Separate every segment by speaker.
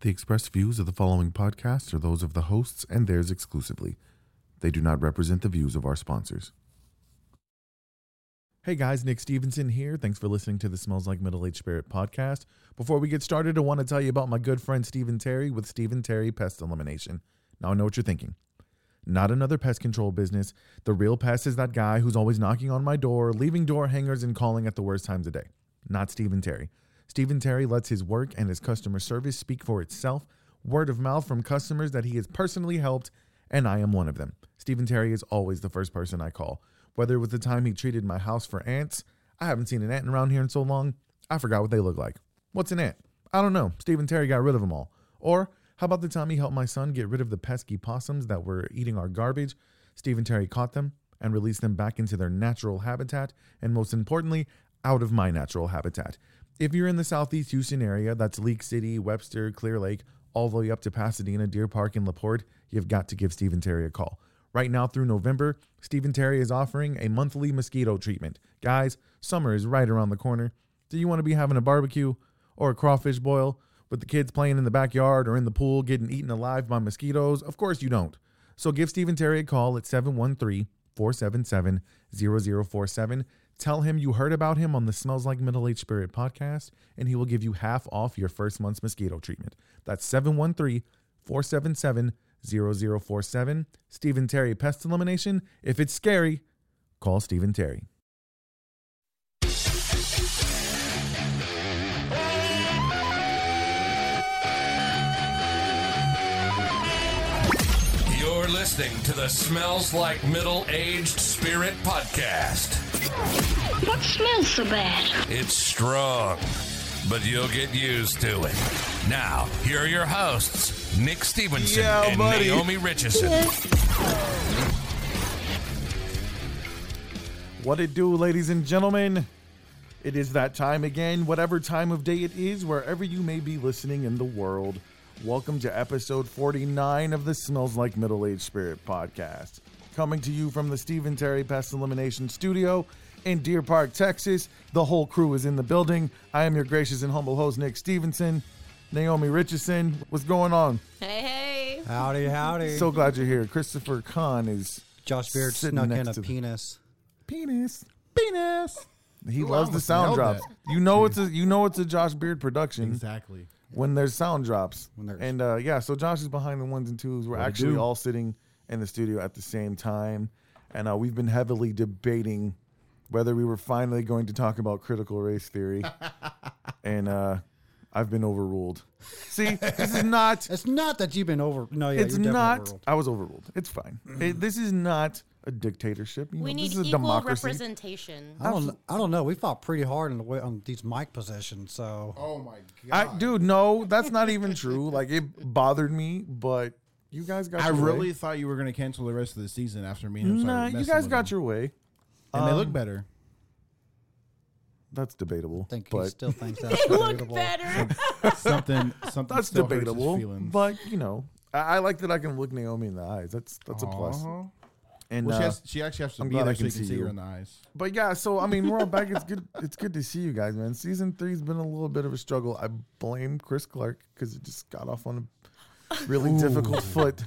Speaker 1: The expressed views of the following podcast are those of the hosts and theirs exclusively. They do not represent the views of our sponsors. Hey guys, Nick Stevenson here. Thanks for listening to the Smells Like Middle Age Spirit podcast. Before we get started, I want to tell you about my good friend Stephen Terry with Stephen Terry Pest Elimination. Now I know what you're thinking. Not another pest control business. The real pest is that guy who's always knocking on my door, leaving door hangers, and calling at the worst times of day. Not Stephen Terry. Stephen Terry lets his work and his customer service speak for itself. Word of mouth from customers that he has personally helped, and I am one of them. Stephen Terry is always the first person I call. Whether it was the time he treated my house for ants, I haven't seen an ant around here in so long, I forgot what they look like. What's an ant? I don't know. Stephen Terry got rid of them all. Or how about the time he helped my son get rid of the pesky possums that were eating our garbage? Stephen Terry caught them and released them back into their natural habitat, and most importantly, out of my natural habitat. If you're in the Southeast Houston area, that's Leak City, Webster, Clear Lake, all the way up to Pasadena, Deer Park, and LaPorte, you've got to give Stephen Terry a call. Right now through November, Stephen Terry is offering a monthly mosquito treatment. Guys, summer is right around the corner. Do you want to be having a barbecue or a crawfish boil with the kids playing in the backyard or in the pool getting eaten alive by mosquitoes? Of course you don't. So give Stephen Terry a call at 713 477 0047. Tell him you heard about him on the Smells Like Middle Age Spirit podcast, and he will give you half off your first month's mosquito treatment. That's 713 477 0047. Stephen Terry Pest Elimination. If it's scary, call Stephen Terry.
Speaker 2: You're listening to the Smells Like Middle Aged Spirit podcast.
Speaker 3: What smells so bad?
Speaker 2: It's strong, but you'll get used to it. Now, here are your hosts, Nick Stevenson
Speaker 1: Yeah,
Speaker 2: and
Speaker 1: buddy.
Speaker 2: Naomi Richardson.
Speaker 1: What it do, ladies and gentlemen? It is that time again, whatever time of day it is, wherever you may be listening in the world. Welcome to episode 49 of the Smells Like Middle Age Spirit podcast. Coming to you from the Stephen Terry Pest Elimination Studio in Deer Park, Texas. The whole crew is in the building. I am your gracious and humble host, Nick Stevenson. Naomi Richardson, what's going on?
Speaker 4: Hey, hey.
Speaker 5: Howdy, howdy.
Speaker 1: So glad you're here. Christopher Kahn is
Speaker 5: Josh Beard
Speaker 1: sitting
Speaker 5: snuck
Speaker 1: next
Speaker 5: in a
Speaker 1: to the-
Speaker 5: penis.
Speaker 1: penis, penis. He loves the
Speaker 6: almost
Speaker 1: sound
Speaker 6: nailed
Speaker 1: drops. You know it's a you know it's a Josh Beard production
Speaker 6: Exactly.
Speaker 1: when there's sound drops.
Speaker 5: When there's-
Speaker 1: and uh, yeah, so Josh is behind the ones and twos. We're actually all sitting in the studio at the same time, and uh, we've been heavily debating whether we were finally going to talk about critical race theory, and uh, I've been overruled. See, this is not
Speaker 5: It's not that you've been over. No, yeah,
Speaker 1: it's
Speaker 5: you're definitely
Speaker 1: not.
Speaker 5: overruled.
Speaker 1: I was overruled. It's fine. It- this is not a dictatorship. You
Speaker 4: We
Speaker 1: know,
Speaker 4: need
Speaker 1: this is a
Speaker 4: equal
Speaker 1: democracy.
Speaker 4: representation.
Speaker 5: I don't. I don't know. We fought pretty hard on the way on these mic possessions. So
Speaker 6: Oh my god.
Speaker 1: I, dude, no, that's not even true. Like it bothered me, but you guys got.
Speaker 6: I
Speaker 1: your
Speaker 6: really
Speaker 1: way.
Speaker 6: thought you were gonna cancel the rest of the season after me and him.
Speaker 1: nah. You guys got your um, way.
Speaker 6: and they look better.
Speaker 1: That's debatable.
Speaker 5: I think he
Speaker 1: but
Speaker 5: still thinks that's
Speaker 4: They look
Speaker 5: debatable.
Speaker 4: better.
Speaker 6: Something something
Speaker 1: that's
Speaker 6: still hurts his
Speaker 1: debatable.
Speaker 6: feelings.
Speaker 1: But you know, I, I like that I can look Naomi in the eyes. That's that's a plus.
Speaker 6: Uh-huh.
Speaker 1: And
Speaker 6: Well,
Speaker 1: uh,
Speaker 6: she, has, she actually has to
Speaker 1: I'm
Speaker 6: be
Speaker 1: glad I
Speaker 6: there so
Speaker 1: can
Speaker 6: you can
Speaker 1: see
Speaker 6: see
Speaker 1: you.
Speaker 6: her in the eyes.
Speaker 1: but yeah, so I mean, we're all back. It's good. It's good to see you guys, man. Season three's been a little bit of a struggle. I blame Chris Clark because it just got off on a really difficult foot.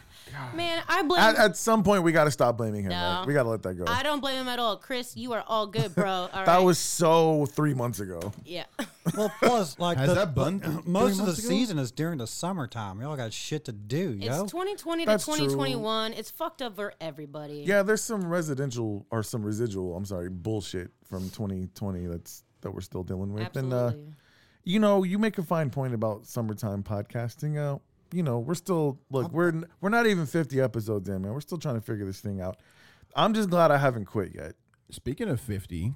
Speaker 4: Man, I blame.
Speaker 1: At, at some point, we got to stop blaming him.
Speaker 4: No.
Speaker 1: Right? We got to let that go.
Speaker 4: I don't blame him at all. Chris, you are all good, bro. All right.
Speaker 1: That was so three months ago.
Speaker 4: yeah.
Speaker 5: Well, plus like
Speaker 6: Has
Speaker 5: the,
Speaker 6: that been three
Speaker 5: most of the
Speaker 6: months ago?
Speaker 5: season is during the summertime. Y'all got shit to do, yo.
Speaker 4: It's 2020
Speaker 1: That's
Speaker 4: to
Speaker 1: true.
Speaker 4: 2021. It's fucked up for everybody.
Speaker 1: Yeah, there's some residential or some residual, I'm sorry, bullshit from 2020 that's that we're still dealing with.
Speaker 4: Absolutely.
Speaker 1: And uh, you know, you make a fine point about summertime podcasting. Uh, you know, we're still look, we're n- we're not even 50 episodes in, man. We're still trying to figure this thing out. I'm just glad I haven't quit yet.
Speaker 6: Speaking of fifty,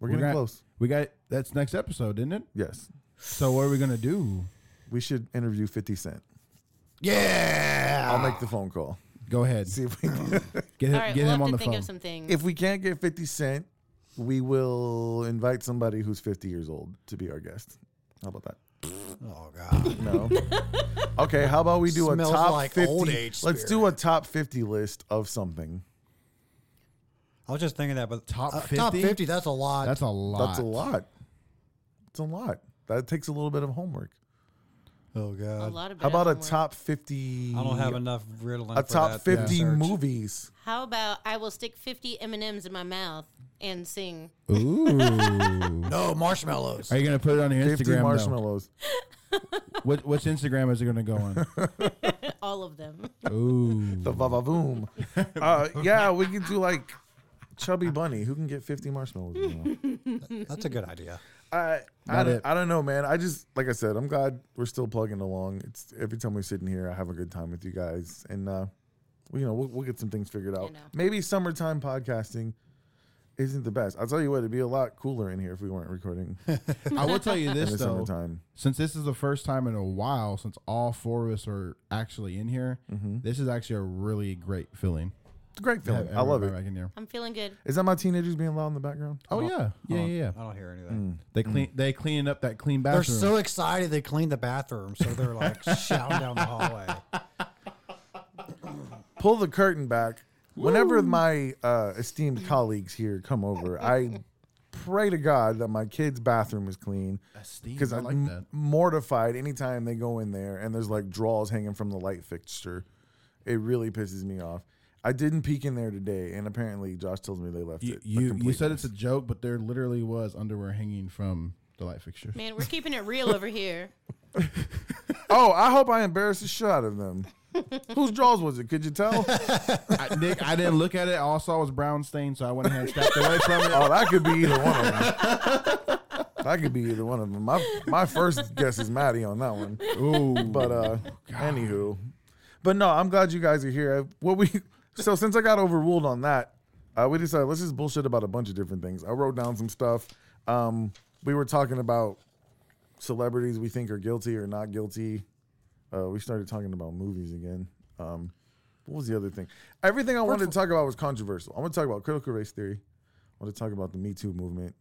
Speaker 1: We're
Speaker 6: we
Speaker 1: getting
Speaker 6: got-
Speaker 1: close.
Speaker 6: We got that's next episode, isn't it?
Speaker 1: Yes.
Speaker 6: So what are we gonna do?
Speaker 1: We should interview 50 Cent.
Speaker 6: Yeah.
Speaker 1: I'll make the phone call.
Speaker 6: Oh Go ahead.
Speaker 1: See if we can.
Speaker 6: Get,
Speaker 4: all
Speaker 6: him
Speaker 4: right,
Speaker 6: get
Speaker 4: we'll
Speaker 6: him
Speaker 4: have
Speaker 6: on
Speaker 4: to
Speaker 6: the
Speaker 4: think
Speaker 6: phone.
Speaker 4: of some things.
Speaker 1: if we can't get 50 Cent, we will invite somebody who's 50 years old to be our guest. How about that?
Speaker 5: Oh god.
Speaker 1: No. okay, how about we do a
Speaker 5: Smells
Speaker 1: top
Speaker 5: like
Speaker 1: 50?
Speaker 5: old age
Speaker 1: Let's do a top 50 list of something.
Speaker 5: I was just thinking that, but
Speaker 6: Top
Speaker 5: uh, top
Speaker 6: 50?
Speaker 5: fifty. That's a lot.
Speaker 6: That's a lot.
Speaker 1: That's a lot. It's a lot. That takes a little bit of homework.
Speaker 5: Oh
Speaker 4: A
Speaker 5: god.
Speaker 4: lot of
Speaker 1: How about a
Speaker 4: bathroom work.
Speaker 1: top 50?
Speaker 5: I don't have enough riddling.
Speaker 1: A
Speaker 5: for
Speaker 1: top
Speaker 5: that
Speaker 1: 50
Speaker 5: research.
Speaker 1: movies.
Speaker 4: How about I will stick 50 M&Ms in my mouth and sing.
Speaker 6: Ooh.
Speaker 5: No Oh, marshmallows.
Speaker 6: Are you gonna put it on your
Speaker 1: 50
Speaker 6: Instagram? though?
Speaker 1: marshmallows.
Speaker 6: What, what's Instagram is it gonna go on?
Speaker 4: all of them.
Speaker 6: Ooh.
Speaker 1: The va boom. uh, yeah, we could do like Chubby Bunny. Who can get 50 marshmallows? in their mouth?
Speaker 5: That's a good idea.
Speaker 1: I I
Speaker 6: Not
Speaker 1: don't,
Speaker 6: it.
Speaker 1: I don't know, man. I just like I said, I'm glad we're still plugging along. It's every time we're sitting here, I have a good time with you guys, and uh, we, you know we'll, we'll get some things figured out.
Speaker 4: know.
Speaker 1: Maybe summertime podcasting isn't the best. I'll tell you what, it'd be a lot cooler in here if we weren't recording in
Speaker 6: I will tell you this
Speaker 1: the
Speaker 6: though.
Speaker 1: summertime.
Speaker 6: Since this is the first time in a while since all four of us are actually in here, this is actually a really great feeling.
Speaker 1: It's a great
Speaker 6: to
Speaker 1: feeling.
Speaker 6: have
Speaker 1: I love
Speaker 6: everybody
Speaker 1: it.
Speaker 6: Back in here.
Speaker 4: I'm feeling good.
Speaker 1: Is that my teenagers being loud in the background?
Speaker 6: Oh yeah, yeah, yeah. yeah.
Speaker 5: I don't hear anything.
Speaker 1: Mm.
Speaker 6: They clean. They cleaning up that clean
Speaker 5: They're
Speaker 6: bathroom.
Speaker 5: so excited they cleaned the bathroom, so they're like shouting down the hallway.
Speaker 1: pull the curtain back. Whenever my uh, esteemed colleagues here come over, I pray to God that my kid's bathroom is clean.
Speaker 6: Esteemed,
Speaker 1: Because
Speaker 6: I
Speaker 1: I'm
Speaker 6: like that.
Speaker 1: mortified anytime they go in there and there's like draws hanging from the light fixture. It really pisses me off. I didn't peek in there today, and apparently Josh tells me they left
Speaker 6: you,
Speaker 1: it. a
Speaker 6: you, you
Speaker 1: complete
Speaker 6: said it's a
Speaker 1: mess.
Speaker 6: joke, but there literally was underwear hanging from the light fixture.
Speaker 4: Man, we're keeping it real over here.
Speaker 1: oh, I hope I embarrassed the shit out of them. Whose draws was it? Could you tell?
Speaker 6: I, Nick, I didn't look at it. All I saw was brown stain, so I went ahead and stepped away from it.
Speaker 1: Oh, that could be either one of them. That could be either one of them. My my first guess is Maddie on that one.
Speaker 6: Ooh,
Speaker 1: But uh, anywho, but no, I'm glad you guys are here. What we so since I got overruled on that, uh, we decided let's just bullshit about a bunch of different things. I wrote down some stuff. Um, we were talking about celebrities we think are guilty or not guilty. Uh, we started talking about movies again. Um, what was the other thing? Everything I wanted to talk about was controversial. I want to talk about critical race theory. I want to talk about the Me Too movement.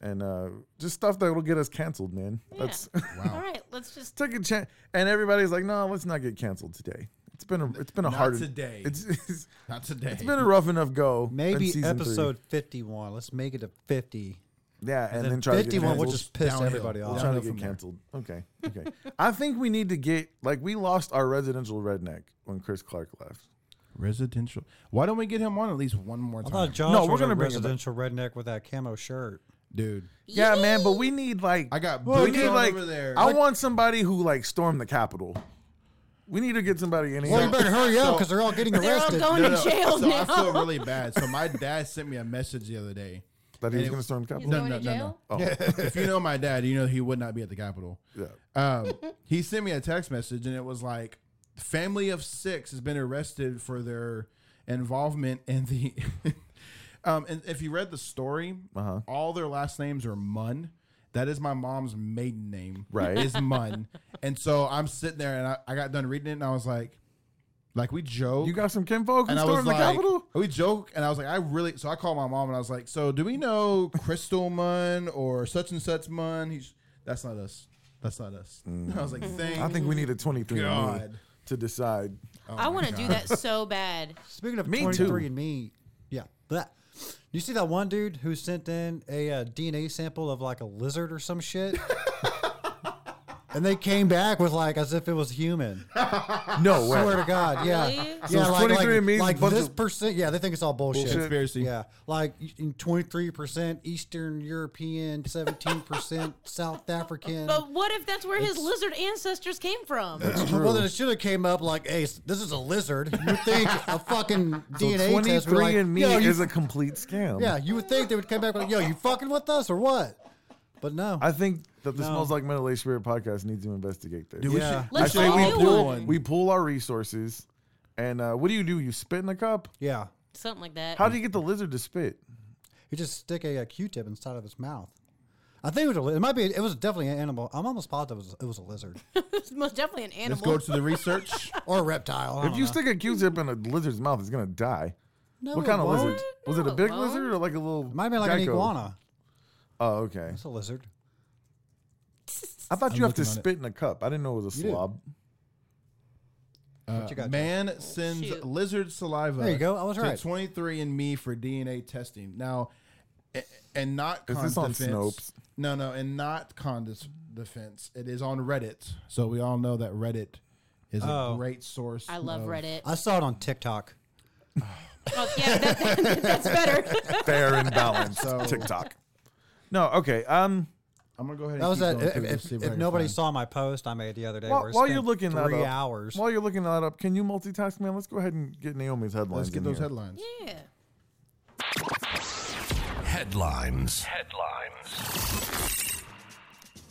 Speaker 1: And uh, just stuff that will get us canceled, man. That's
Speaker 4: All right, let's just
Speaker 1: took a chance, and everybody's like, "No, let's not get canceled today." It's been a it's been a
Speaker 6: Not
Speaker 1: hard
Speaker 6: today.
Speaker 1: It's, it's
Speaker 6: not today.
Speaker 1: it's been a rough enough go. in
Speaker 5: Maybe
Speaker 1: season three.
Speaker 5: episode fifty-one. Let's make it to fifty.
Speaker 1: yeah, and,
Speaker 5: then
Speaker 1: then try to get
Speaker 5: 51
Speaker 1: canceled.
Speaker 5: will just piss
Speaker 6: Downhill.
Speaker 5: everybody off.
Speaker 1: We'll
Speaker 6: Downhill
Speaker 1: try to
Speaker 6: from
Speaker 1: get
Speaker 6: there.
Speaker 1: canceled. Okay, okay. I think we need to get like we lost our residential redneck when Chris Clark left.
Speaker 6: Residential. Why don't we get him on at least one more
Speaker 5: I
Speaker 6: time,
Speaker 5: thought Josh
Speaker 1: No,
Speaker 5: was
Speaker 1: we're
Speaker 5: we're
Speaker 1: gonna
Speaker 5: gonna a
Speaker 1: bring it back.
Speaker 5: residential redneck with that camo shirt.
Speaker 6: dude?
Speaker 1: Yeah, man, but we need like
Speaker 6: I got
Speaker 1: we
Speaker 6: boots
Speaker 1: need
Speaker 6: on
Speaker 1: like
Speaker 6: over there.
Speaker 1: I
Speaker 6: Like-
Speaker 1: want somebody who like stormed the Capitol. We need to get somebody in here.
Speaker 5: Well, you better hurry up because they're all getting
Speaker 4: They're all
Speaker 5: arrested.
Speaker 4: going to jail
Speaker 6: so I
Speaker 4: now.
Speaker 6: feel really bad. So my dad sent me a message the other day.
Speaker 1: that he was
Speaker 6: it-
Speaker 1: going to storm the
Speaker 4: He's
Speaker 1: Capitol.
Speaker 4: going
Speaker 6: no,
Speaker 4: to
Speaker 6: no,
Speaker 4: jail.
Speaker 6: no. if you know my dad, you know he would not be at the Capitol.
Speaker 1: Yeah.
Speaker 6: Um, he sent me a text message and it was like, "Family of six has been arrested for their involvement in the." um, and if you read the story,
Speaker 1: Uh-huh.
Speaker 6: all their last names are Munn. That is my mom's maiden name.
Speaker 1: Right.
Speaker 6: is Munn, and so I'm sitting there and I, I got done reading it and I was like, like we joke
Speaker 1: You got some kinfolk who
Speaker 6: and I was
Speaker 1: stormed the
Speaker 6: like,
Speaker 1: Capitol.
Speaker 6: "Are we joke?" And I was like, "I really." So I called my mom and I was like, "So do we know Crystal Munn or such and such Munn?" He's that's not us. That's not us. Mm. I was like, "Thank."
Speaker 1: I think we need a 23
Speaker 6: God.
Speaker 1: and me to decide.
Speaker 4: I
Speaker 1: Oh
Speaker 4: want to do that so bad.
Speaker 5: Speaking of
Speaker 1: Me too.
Speaker 5: 23 and me, yeah, that. You see that one dude who sent in a uh, DNA sample of like a lizard or some shit? and they came back with like as if it was human.
Speaker 1: No
Speaker 5: Swear
Speaker 1: way.
Speaker 5: to God, yeah.
Speaker 4: Really?
Speaker 5: Yeah,
Speaker 1: So it's
Speaker 5: like,
Speaker 1: 23andMe 's
Speaker 5: like,
Speaker 1: a
Speaker 5: like
Speaker 1: bunch
Speaker 5: this
Speaker 1: of-
Speaker 5: percent, yeah, they think it's all bullshit.
Speaker 1: Bullshit.
Speaker 6: Conspiracy.
Speaker 5: Yeah, like 23% Eastern European, 17% South African.
Speaker 4: But what if that's where his lizard ancestors came from?
Speaker 5: Well, then it should have came up like, "Hey, s- this is a lizard." You would think a fucking
Speaker 1: So
Speaker 5: DNA test would
Speaker 1: 23
Speaker 5: be like,
Speaker 1: and me
Speaker 5: "Yo, you-
Speaker 1: is a complete scam.
Speaker 5: yeah." You would think they would come back like, "Yo, you fucking with us or what?" But no,
Speaker 1: I think that the
Speaker 5: No.
Speaker 1: Smells Like Middle Aged Spirit podcast needs to investigate this.
Speaker 5: we Yeah. should-
Speaker 4: Let's
Speaker 1: I say
Speaker 4: all
Speaker 1: we
Speaker 4: do
Speaker 1: pull,
Speaker 4: one.
Speaker 1: we pull our resources. And uh, what do you do? You spit in a cup?
Speaker 5: yeah,
Speaker 4: Something like that.
Speaker 1: How do you get the lizard to spit?
Speaker 5: you just stick a, a Q-tip inside of its mouth. I think it was a, li- it might be it was definitely an animal. I'm almost positive it was, it was a lizard
Speaker 4: It's most definitely an
Speaker 6: Let's
Speaker 4: animal.
Speaker 6: go to the research. Uh,
Speaker 5: or a reptile. I
Speaker 1: If
Speaker 5: don't
Speaker 1: you
Speaker 5: know.
Speaker 1: stick a Q-tip in a lizard's mouth, it's gonna die.
Speaker 5: No,
Speaker 1: what
Speaker 5: it
Speaker 1: kind of
Speaker 5: won't.
Speaker 1: lizard? Was it a
Speaker 4: No, it
Speaker 1: big
Speaker 4: won't.
Speaker 1: lizard or like a little?
Speaker 5: It might be like an
Speaker 1: gecko?
Speaker 5: iguana.
Speaker 1: Oh, okay.
Speaker 5: It's a lizard.
Speaker 1: I thought you have to
Speaker 6: looking on it.
Speaker 1: spit in a cup. I didn't know it was a
Speaker 5: You do.
Speaker 1: slob.
Speaker 6: Uh,
Speaker 5: you got,
Speaker 6: man sends
Speaker 4: Shoot.
Speaker 6: lizard saliva.
Speaker 5: There you go. I was
Speaker 6: to
Speaker 5: right.
Speaker 6: 23 and me for DNA testing. Now, A- and not
Speaker 1: Is this
Speaker 6: Khan's
Speaker 1: on
Speaker 6: defense.
Speaker 1: Snopes?
Speaker 6: No, no, and not Con's defense. It is on Reddit. So we all know that Reddit is a
Speaker 5: Oh.
Speaker 6: great source.
Speaker 4: I love
Speaker 6: of-
Speaker 4: Reddit.
Speaker 5: I saw it on TikTok.
Speaker 4: Oh, yeah, that, that's better.
Speaker 1: Fair and balanced. TikTok. No, okay. Um,
Speaker 6: I'm gonna go ahead. And
Speaker 5: That was
Speaker 6: keep
Speaker 5: that.
Speaker 6: going through this,
Speaker 5: If,
Speaker 6: see
Speaker 5: if,
Speaker 6: what I
Speaker 5: if
Speaker 6: can
Speaker 5: nobody
Speaker 6: find.
Speaker 5: saw my post I made the other day,
Speaker 1: while,
Speaker 5: where it's
Speaker 1: while
Speaker 5: been
Speaker 1: you're looking that
Speaker 5: three
Speaker 1: up,
Speaker 5: hours.
Speaker 1: while you're looking that up, can you multitask, man? Let's go ahead and get Naomi's headlines.
Speaker 6: let's get
Speaker 1: in
Speaker 6: those
Speaker 1: here.
Speaker 6: headlines.
Speaker 4: yeah.
Speaker 2: Headlines.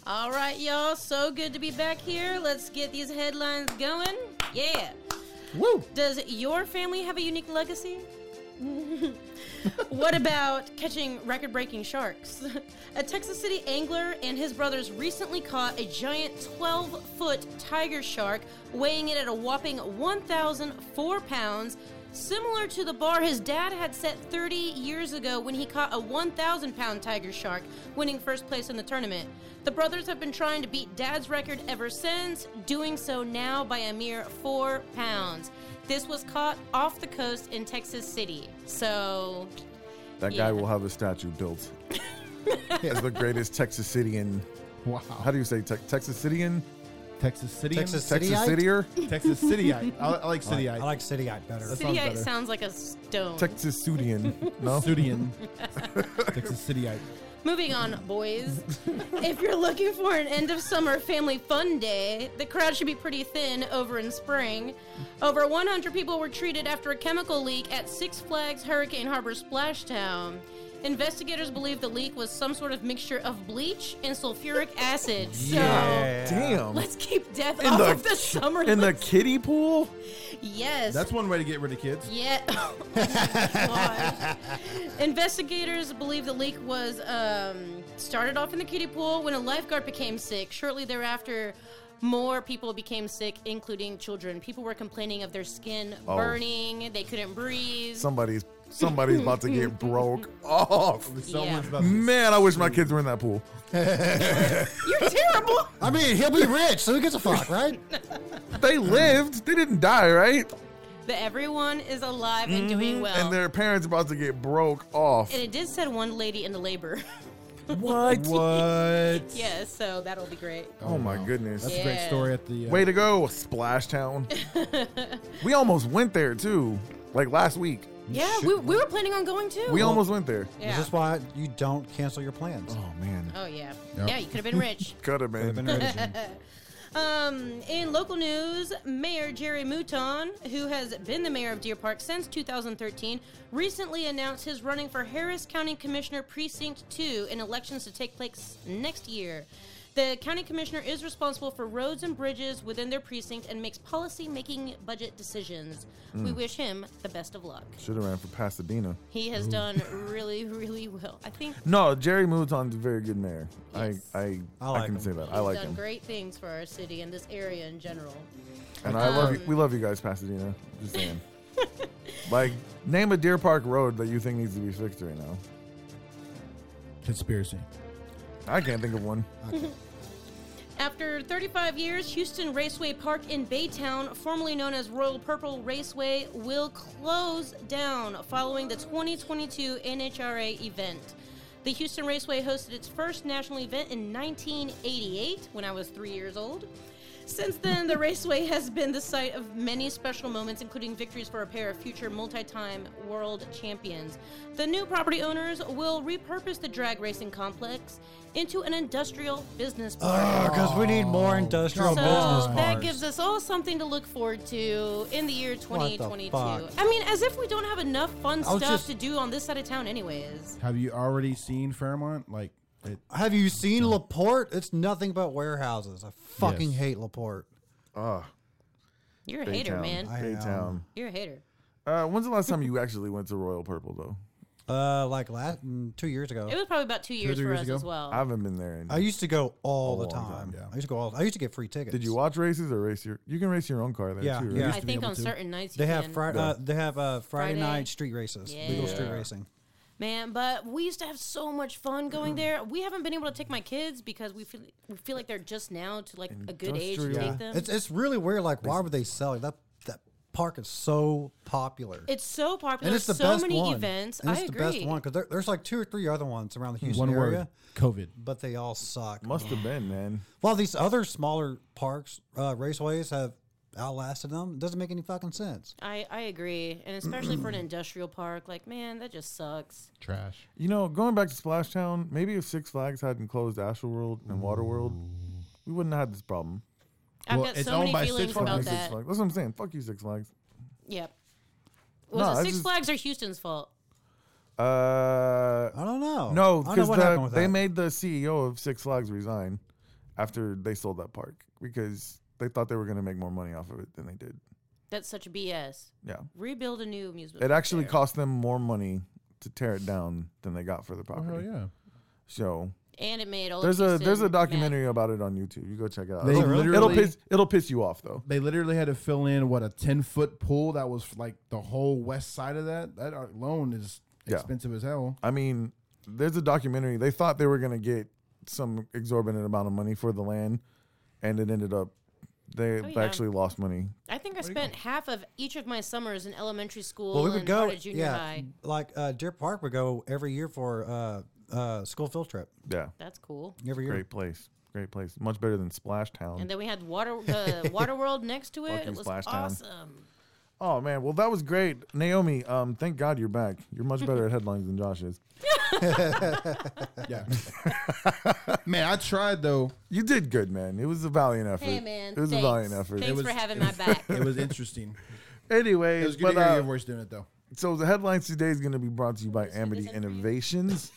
Speaker 4: All right, y'all. So good to be back here. Let's get these headlines going. Yeah.
Speaker 6: Woo!
Speaker 4: Does your family have a unique legacy? what about catching record breaking sharks? A Texas City angler and his brothers recently caught a giant 12 foot tiger shark, weighing it at a whopping 1,004 pounds, similar to the bar his dad had set 30 years ago when he caught a 1,000 pound tiger shark, winning first place in the tournament. The brothers have been trying to beat dad's record ever since, doing so now by a mere four pounds. This was caught off the coast in Texas City. So
Speaker 1: That guy
Speaker 4: Yeah.
Speaker 1: will have a statue built as the greatest Texas Cityan.
Speaker 6: Wow.
Speaker 1: How do you say te- Texas Cityan?
Speaker 6: Texas City.
Speaker 5: Texas
Speaker 1: Texas
Speaker 5: Cityite?
Speaker 1: Cityer?
Speaker 6: Texas Cityite. I, I like Cityite.
Speaker 5: I like Cityite better.
Speaker 6: That's-
Speaker 4: City
Speaker 6: sounds
Speaker 4: Eye
Speaker 6: better.
Speaker 4: sounds like a stone.
Speaker 1: Texas Sudian. No?
Speaker 6: Sudian. Texas Cityite.
Speaker 4: Moving on, boys. if you're looking for an end of summer family fun day, the crowd should be pretty thin over in spring. Over 100 people were treated after a chemical leak at Six Flags Hurricane Harbor Splashtown. Investigators believe the leak was some sort of mixture of bleach and sulfuric acid. So
Speaker 1: Damn.
Speaker 4: let's keep death off of the summer.
Speaker 1: in the
Speaker 4: list.
Speaker 1: kiddie pool?
Speaker 4: yes.
Speaker 6: That's one way to get rid of kids.
Speaker 4: Yeah. Oh my gosh. Investigators believe the leak was um, started off in the kiddie pool when a lifeguard became sick. Shortly thereafter, more people became sick, including children. People were complaining of their skin
Speaker 1: Oh.
Speaker 4: burning, they couldn't breathe.
Speaker 1: Somebody's somebody's about to get broke off.
Speaker 6: Someone's
Speaker 4: Yeah.
Speaker 6: about to
Speaker 1: Man, I wish my kids were in that pool.
Speaker 4: You're terrible.
Speaker 5: I mean, he'll be rich, so he gets a fuck, right?
Speaker 1: They lived. They didn't die, right?
Speaker 4: that everyone is alive and doing well.
Speaker 1: Mm-hmm. And their parents about to get broke off.
Speaker 4: And it did said one lady into labor.
Speaker 1: What?
Speaker 6: What?
Speaker 4: yes, so that'll be great.
Speaker 1: Oh my goodness.
Speaker 6: That's a great
Speaker 4: Yeah.
Speaker 6: story at the. Uh,
Speaker 1: Way to go, Splash Town. we almost went there too. Like last week.
Speaker 4: Yeah, we, we were planning on going too.
Speaker 1: We almost went there.
Speaker 4: yeah.
Speaker 5: Is this why you don't cancel your plans?
Speaker 1: Oh man.
Speaker 4: Oh yeah.
Speaker 6: Yep.
Speaker 4: Yeah, you could have been rich.
Speaker 1: Could have
Speaker 5: Could've
Speaker 1: been.
Speaker 5: been original.
Speaker 4: Um, in local news, Mayor Jerry Mouton, who has been the mayor of Deer Park since 2013, recently announced his running for Harris County Commissioner Precinct 2 in elections to take place next year. The county commissioner is responsible for roads and bridges within their precinct and makes policy making budget decisions. We
Speaker 1: Hmm.
Speaker 4: wish him the best of luck.
Speaker 1: Should have ran for Pasadena.
Speaker 4: He has done really, really well. I think
Speaker 1: No, Jerry Mouton's a very good mayor.
Speaker 4: Yes.
Speaker 1: I I,
Speaker 5: I like
Speaker 1: can
Speaker 5: him.
Speaker 1: say that. I
Speaker 4: he's
Speaker 1: like
Speaker 4: done
Speaker 1: him.
Speaker 4: great things for our city and this area in general.
Speaker 1: And I
Speaker 4: Um,
Speaker 1: love you. We love you guys, Pasadena. Just saying. like, name a Deer Park road that you think needs to be fixed right now.
Speaker 6: Conspiracy.
Speaker 1: I can't think of one.
Speaker 4: After 35 years, Houston Raceway Park in Baytown, formerly known as Royal Purple Raceway, will close down following the 2022 NHRA event. The Houston Raceway hosted its first national event in 1988 when I was three years old. Since then, the raceway has been the site of many special moments, including victories for a pair of future multi time world champions. The new property owners will repurpose the drag racing complex into an industrial business park.
Speaker 5: Because Uh, we need more industrial
Speaker 4: So
Speaker 5: business parks.
Speaker 4: that gives us all something to look forward to in the year
Speaker 5: What the
Speaker 4: 2022.
Speaker 5: fuck?
Speaker 4: I mean, as if we don't have enough fun
Speaker 5: I was
Speaker 4: stuff
Speaker 5: just-
Speaker 4: to do on this side of town, anyways.
Speaker 6: Have you already seen Fairmont? Like, it,
Speaker 5: Have you seen Laporte? It's nothing but warehouses. I fucking
Speaker 6: Yes.
Speaker 5: hate Laporte.
Speaker 4: You're a hater,
Speaker 1: Baytown.
Speaker 4: man.
Speaker 5: I um, am.
Speaker 1: Baytown.
Speaker 4: You're a hater.
Speaker 1: Uh, when's the last time you actually went to Royal Purple, though?
Speaker 5: Uh, like last mm, two years ago,
Speaker 4: It was probably about two years
Speaker 6: three
Speaker 4: for
Speaker 6: years
Speaker 4: us
Speaker 6: ago?
Speaker 4: as well.
Speaker 1: I haven't been there. In,
Speaker 5: I used to go all the
Speaker 1: long
Speaker 5: time.
Speaker 1: time,
Speaker 6: yeah.
Speaker 5: I used to go all. I used to get free tickets.
Speaker 1: Did you watch races or race your? You can race your own car there
Speaker 5: Yeah,
Speaker 1: too. Right?
Speaker 5: yeah.
Speaker 4: I
Speaker 6: to be
Speaker 4: think
Speaker 6: able
Speaker 4: on
Speaker 6: to.
Speaker 4: certain nights
Speaker 5: They
Speaker 4: you
Speaker 5: have
Speaker 4: can.
Speaker 5: Friday. Uh, they have uh, Friday,
Speaker 4: Friday.
Speaker 5: night street races. Legal street
Speaker 4: Yeah.
Speaker 5: racing.
Speaker 4: Man, but we used to have so much fun
Speaker 5: Mm.
Speaker 4: going there. We haven't been able to take my kids because we feel we feel like they're just now to like a good age to
Speaker 1: Industrial-
Speaker 4: take them.
Speaker 5: It's it's really weird. Like, why would they sell it? that that park is so popular.
Speaker 4: It's so popular.
Speaker 5: and it's the
Speaker 4: so
Speaker 5: best
Speaker 4: many
Speaker 5: one.
Speaker 4: events.
Speaker 5: And it's
Speaker 4: I
Speaker 5: the
Speaker 4: agree.
Speaker 5: best one because there's like two or three other ones around the Houston
Speaker 6: One
Speaker 5: area,
Speaker 6: word. COVID.
Speaker 5: but they all suck.
Speaker 1: Must have been, man.
Speaker 5: Well, these other smaller parks, uh, raceways have outlasted them. It doesn't make any fucking sense.
Speaker 4: I, I agree. And especially for an industrial park, like, man, that just sucks.
Speaker 7: Trash.
Speaker 1: You know, going back to Splashtown, maybe if Six Flags hadn't closed Astral World and Water World, we wouldn't have had this problem.
Speaker 4: I've
Speaker 7: Well,
Speaker 4: got
Speaker 7: it's
Speaker 4: so
Speaker 7: owned
Speaker 4: many
Speaker 7: by Six
Speaker 4: feelings
Speaker 1: Fuck you,
Speaker 4: about
Speaker 7: Flags.
Speaker 1: Six
Speaker 4: that.
Speaker 1: Flags. That's what I'm saying. Fuck you, Six Flags.
Speaker 4: Yep.
Speaker 1: No,
Speaker 4: Was
Speaker 1: I
Speaker 4: it Six
Speaker 1: just-
Speaker 4: Flags or Houston's fault?
Speaker 1: Uh,
Speaker 5: I don't
Speaker 1: no,
Speaker 5: know. I don't know
Speaker 1: because
Speaker 5: what happened with
Speaker 1: they
Speaker 5: that.
Speaker 1: made the CEO of Six Flags resign after they sold that park because they thought they were going to make more money off of it than they did.
Speaker 4: That's such BS.
Speaker 1: Yeah,
Speaker 4: Rebuild a new amusement.
Speaker 1: it
Speaker 4: park
Speaker 1: actually
Speaker 4: there.
Speaker 1: cost them more money to tear it down than they got for the
Speaker 7: Oh,
Speaker 1: property.
Speaker 7: hell yeah.
Speaker 1: So
Speaker 4: And it made all of
Speaker 1: there's a there's a
Speaker 4: Houston
Speaker 1: documentary
Speaker 4: mad.
Speaker 1: about it on YouTube. You go check it out.
Speaker 6: They
Speaker 1: It'll-
Speaker 6: literally-
Speaker 1: it'll piss it'll piss you off though.
Speaker 6: They literally had to fill in what a ten foot pool that was like the whole west side of that. That alone is
Speaker 1: Yeah.
Speaker 6: expensive as hell.
Speaker 1: I mean, there's a documentary. They thought they were going to get some exorbitant amount of money for the land, and it ended up they
Speaker 4: Oh, yeah.
Speaker 1: actually lost money.
Speaker 4: I think I spent half of each of my summers in elementary school
Speaker 5: Well, we
Speaker 4: and
Speaker 5: would
Speaker 4: part
Speaker 5: go.
Speaker 4: of junior
Speaker 5: Yeah,
Speaker 4: high.
Speaker 5: like uh, Deer Park would go every year for uh, uh, school field trip.
Speaker 1: Yeah,
Speaker 4: That's cool.
Speaker 5: Every year.
Speaker 1: great place, great place, much better than Splashtown.
Speaker 4: And then we had water the water world next to it.
Speaker 1: Fucking
Speaker 4: It was
Speaker 1: Splash Town.
Speaker 4: awesome.
Speaker 1: oh man, well that was great, Naomi. Um, thank God you're back. You're much better at headlines than Josh is.
Speaker 6: Yeah. Man, I tried though.
Speaker 1: You did good, man. It was a valiant effort.
Speaker 4: Hey man,
Speaker 1: it was
Speaker 4: thanks.
Speaker 1: a valiant effort.
Speaker 4: Thanks
Speaker 6: was-
Speaker 4: for having my back.
Speaker 6: It was interesting.
Speaker 1: Anyways,
Speaker 6: it was good
Speaker 1: but,
Speaker 6: to hear
Speaker 1: uh,
Speaker 6: your voice doing it though.
Speaker 1: so the headlines today is going to be brought to you by Amity Innovations.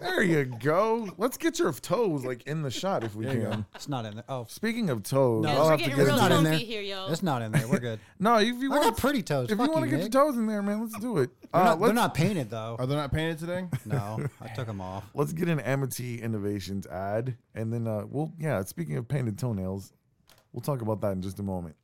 Speaker 1: there you go. Let's get your toes like in the shot if we can.
Speaker 5: It's not in there. Oh,
Speaker 1: Speaking of toes,
Speaker 5: No.
Speaker 1: I'll
Speaker 5: We're
Speaker 1: have to
Speaker 4: getting
Speaker 1: get
Speaker 4: real
Speaker 5: it's not
Speaker 1: into
Speaker 5: in
Speaker 4: comfy
Speaker 5: there.
Speaker 4: here, yo.
Speaker 5: It's not in there. We're good.
Speaker 1: No, if you
Speaker 5: I
Speaker 1: want
Speaker 5: got pretty toes.
Speaker 1: If
Speaker 5: Fuck
Speaker 1: you want to
Speaker 5: you,
Speaker 1: get
Speaker 5: Nick.
Speaker 1: your toes in there, man, let's do it.
Speaker 5: They're,
Speaker 1: Uh,
Speaker 5: not, they're
Speaker 1: let's,
Speaker 5: not painted though.
Speaker 6: Are they not painted today?
Speaker 5: No, I took them off.
Speaker 1: let's get an Amity Innovations ad, and then uh, we'll yeah. Speaking of painted toenails, we'll talk about that in just a moment.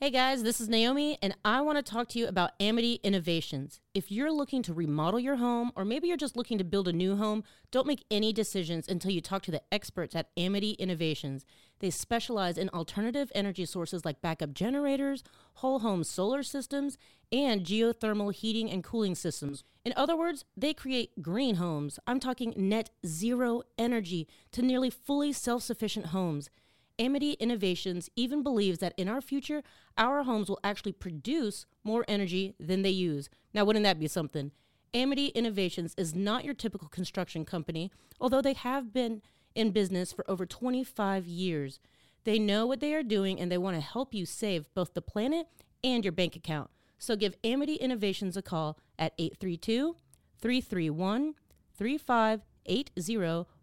Speaker 4: Hey guys, this is Naomi, and I want to talk to you about Amity Innovations. If you're looking to remodel your home, or maybe you're just looking to build a new home, don't make any decisions until you talk to the experts at Amity Innovations. They specialize in alternative energy sources like backup generators, whole home solar systems, and geothermal heating and cooling systems. In other words, they create green homes. I'm talking net zero energy to nearly fully self sufficient homes. Amity Innovations even believes that in our future, our homes will actually produce more energy than they use. Now, wouldn't that be something? Amity Innovations is not your typical construction company, although they have been in business for over 25 years. They know what they are doing and they want to help you save both the planet and your bank account. So give Amity Innovations a call at 832 331 3580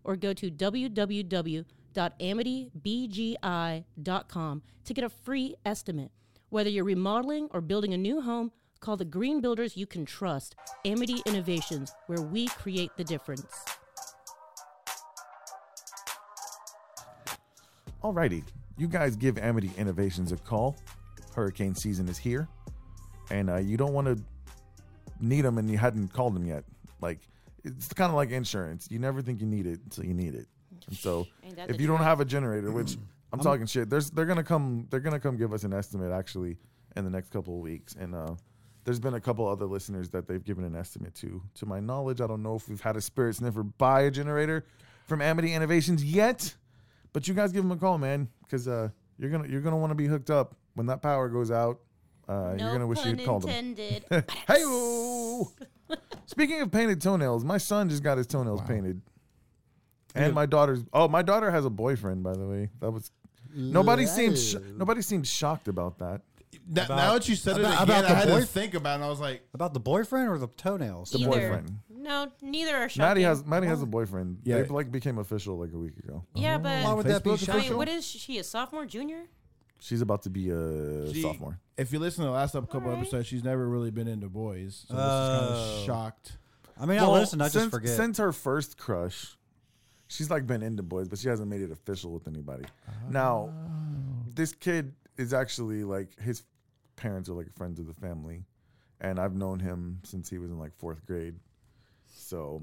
Speaker 4: or go to www.amitybgi.com to get a free estimate. Whether you're remodeling or building a new home, call the green builders you can trust, Amity Innovations, where we create the difference.
Speaker 1: Alrighty, you guys give Amity Innovations a call. Hurricane season is here, and uh, you don't want to need them and you hadn't called them yet. Like it's kind of like insurance. You never think you need it until you need it. And so
Speaker 4: Ain't that
Speaker 1: if
Speaker 4: the
Speaker 1: you don't have a generator, which I'm talking shit, there's they're gonna come they're gonna come give us an estimate actually in the next couple of weeks. And uh, there's been a couple other listeners that they've given an estimate to. To my knowledge, I don't know if we've had a spirit sniffer buy a generator from Amity Innovations yet, but you guys give them a call, man, because uh, you're gonna you're gonna want to be hooked up when that power goes out. Uh, you're gonna wish you'd called them.
Speaker 4: intended.
Speaker 1: Hey, speaking of painted toenails, my son just got his toenails painted, and my daughter's. Oh, my daughter has a boyfriend, by the way. That was nobody seemed sh- nobody seemed shocked about that.
Speaker 6: Now, now that you said it
Speaker 5: about-
Speaker 6: again,
Speaker 5: about
Speaker 6: I
Speaker 5: the
Speaker 6: had
Speaker 5: boy-
Speaker 6: to think about it. And I was like,
Speaker 5: About the boyfriend or the toenails?
Speaker 1: The boyfriend.
Speaker 4: No, neither are shocking.
Speaker 1: Maddie has Maddie has a boyfriend. Yeah,
Speaker 6: Yeah.
Speaker 1: they like became official like a week ago.
Speaker 4: yeah, but
Speaker 5: Why would that be
Speaker 6: Facebook
Speaker 4: I mean,
Speaker 5: shocking?
Speaker 4: what is she? A sophomore, junior?
Speaker 1: She's about to be a
Speaker 6: gee,
Speaker 1: sophomore.
Speaker 6: If you listen to the last couple episodes, she's never really been into boys, so this is kind of shocked.
Speaker 5: I mean, I listen. I
Speaker 1: since,
Speaker 5: just forget.
Speaker 1: Since her first crush, she's like been into boys, but she hasn't made it official with anybody. Now,
Speaker 5: Oh.
Speaker 1: this kid is actually like his parents are like friends of the family, and I've known him since he was in like fourth grade. So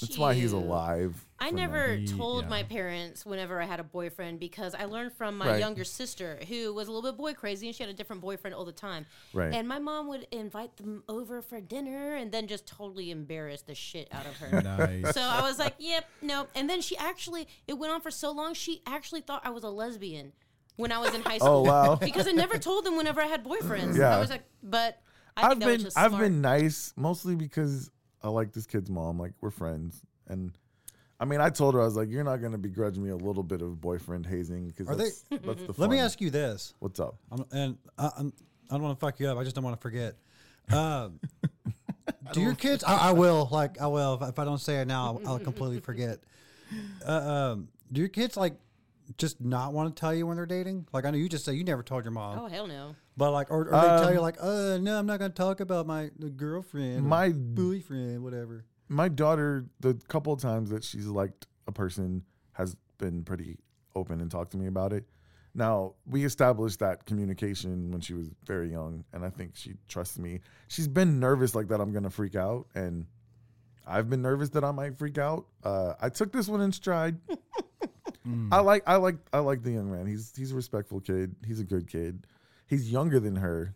Speaker 1: That's why he's
Speaker 4: Huge.
Speaker 1: alive.
Speaker 4: I
Speaker 1: for now.
Speaker 4: never
Speaker 6: He-
Speaker 4: told
Speaker 6: yeah.
Speaker 4: my parents whenever I had a boyfriend because I learned from my
Speaker 1: Right.
Speaker 4: younger sister who was a little bit boy crazy and she had a different boyfriend all the time.
Speaker 1: Right.
Speaker 4: And my mom would invite them over for dinner and then just totally embarrass the shit out of her.
Speaker 6: Nice.
Speaker 4: So I was like, yep, no. And then she actually, it went on for so long, she actually thought I was a lesbian when I was in high school.
Speaker 1: Oh, wow.
Speaker 4: Because I never told them whenever I had boyfriends.
Speaker 1: Yeah.
Speaker 4: I was like, but I
Speaker 1: I've
Speaker 4: think that was
Speaker 1: been
Speaker 4: just
Speaker 1: I've
Speaker 4: smart.
Speaker 1: been nice mostly because I like this kid's mom. Like we're friends, and I mean I told her I was like, you're not gonna begrudge me a little bit of boyfriend hazing because
Speaker 5: Are they-
Speaker 1: that's, that's the.
Speaker 5: Let me
Speaker 1: fun.
Speaker 5: ask you this,
Speaker 1: What's up?
Speaker 5: I'm, and I, I'm, I don't want to fuck you up. I just don't want to forget. Um, do your kids? I, I will. Like I will. If, if I don't say it now, I'll, I'll completely forget. Uh, um, do your kids like just not want to tell you when they're dating? Like I know you just say you never told your mom,
Speaker 4: Oh, hell no.
Speaker 5: but like, or, or they
Speaker 1: Um,
Speaker 5: tell you like, uh, no, I'm not going to talk about my girlfriend, or
Speaker 1: My-
Speaker 5: boyfriend, whatever.
Speaker 1: My daughter, the couple of times that she's liked a person, has been pretty open and talked to me about it. Now we established that communication when she was very young, and I think she trusts me. She's been nervous like that I'm gonna freak out, and I've been nervous that I might freak out. Uh, I took this one in stride.
Speaker 5: Mm.
Speaker 1: I like I like I like the young man. He's he's a respectful kid. He's a good kid. He's younger than her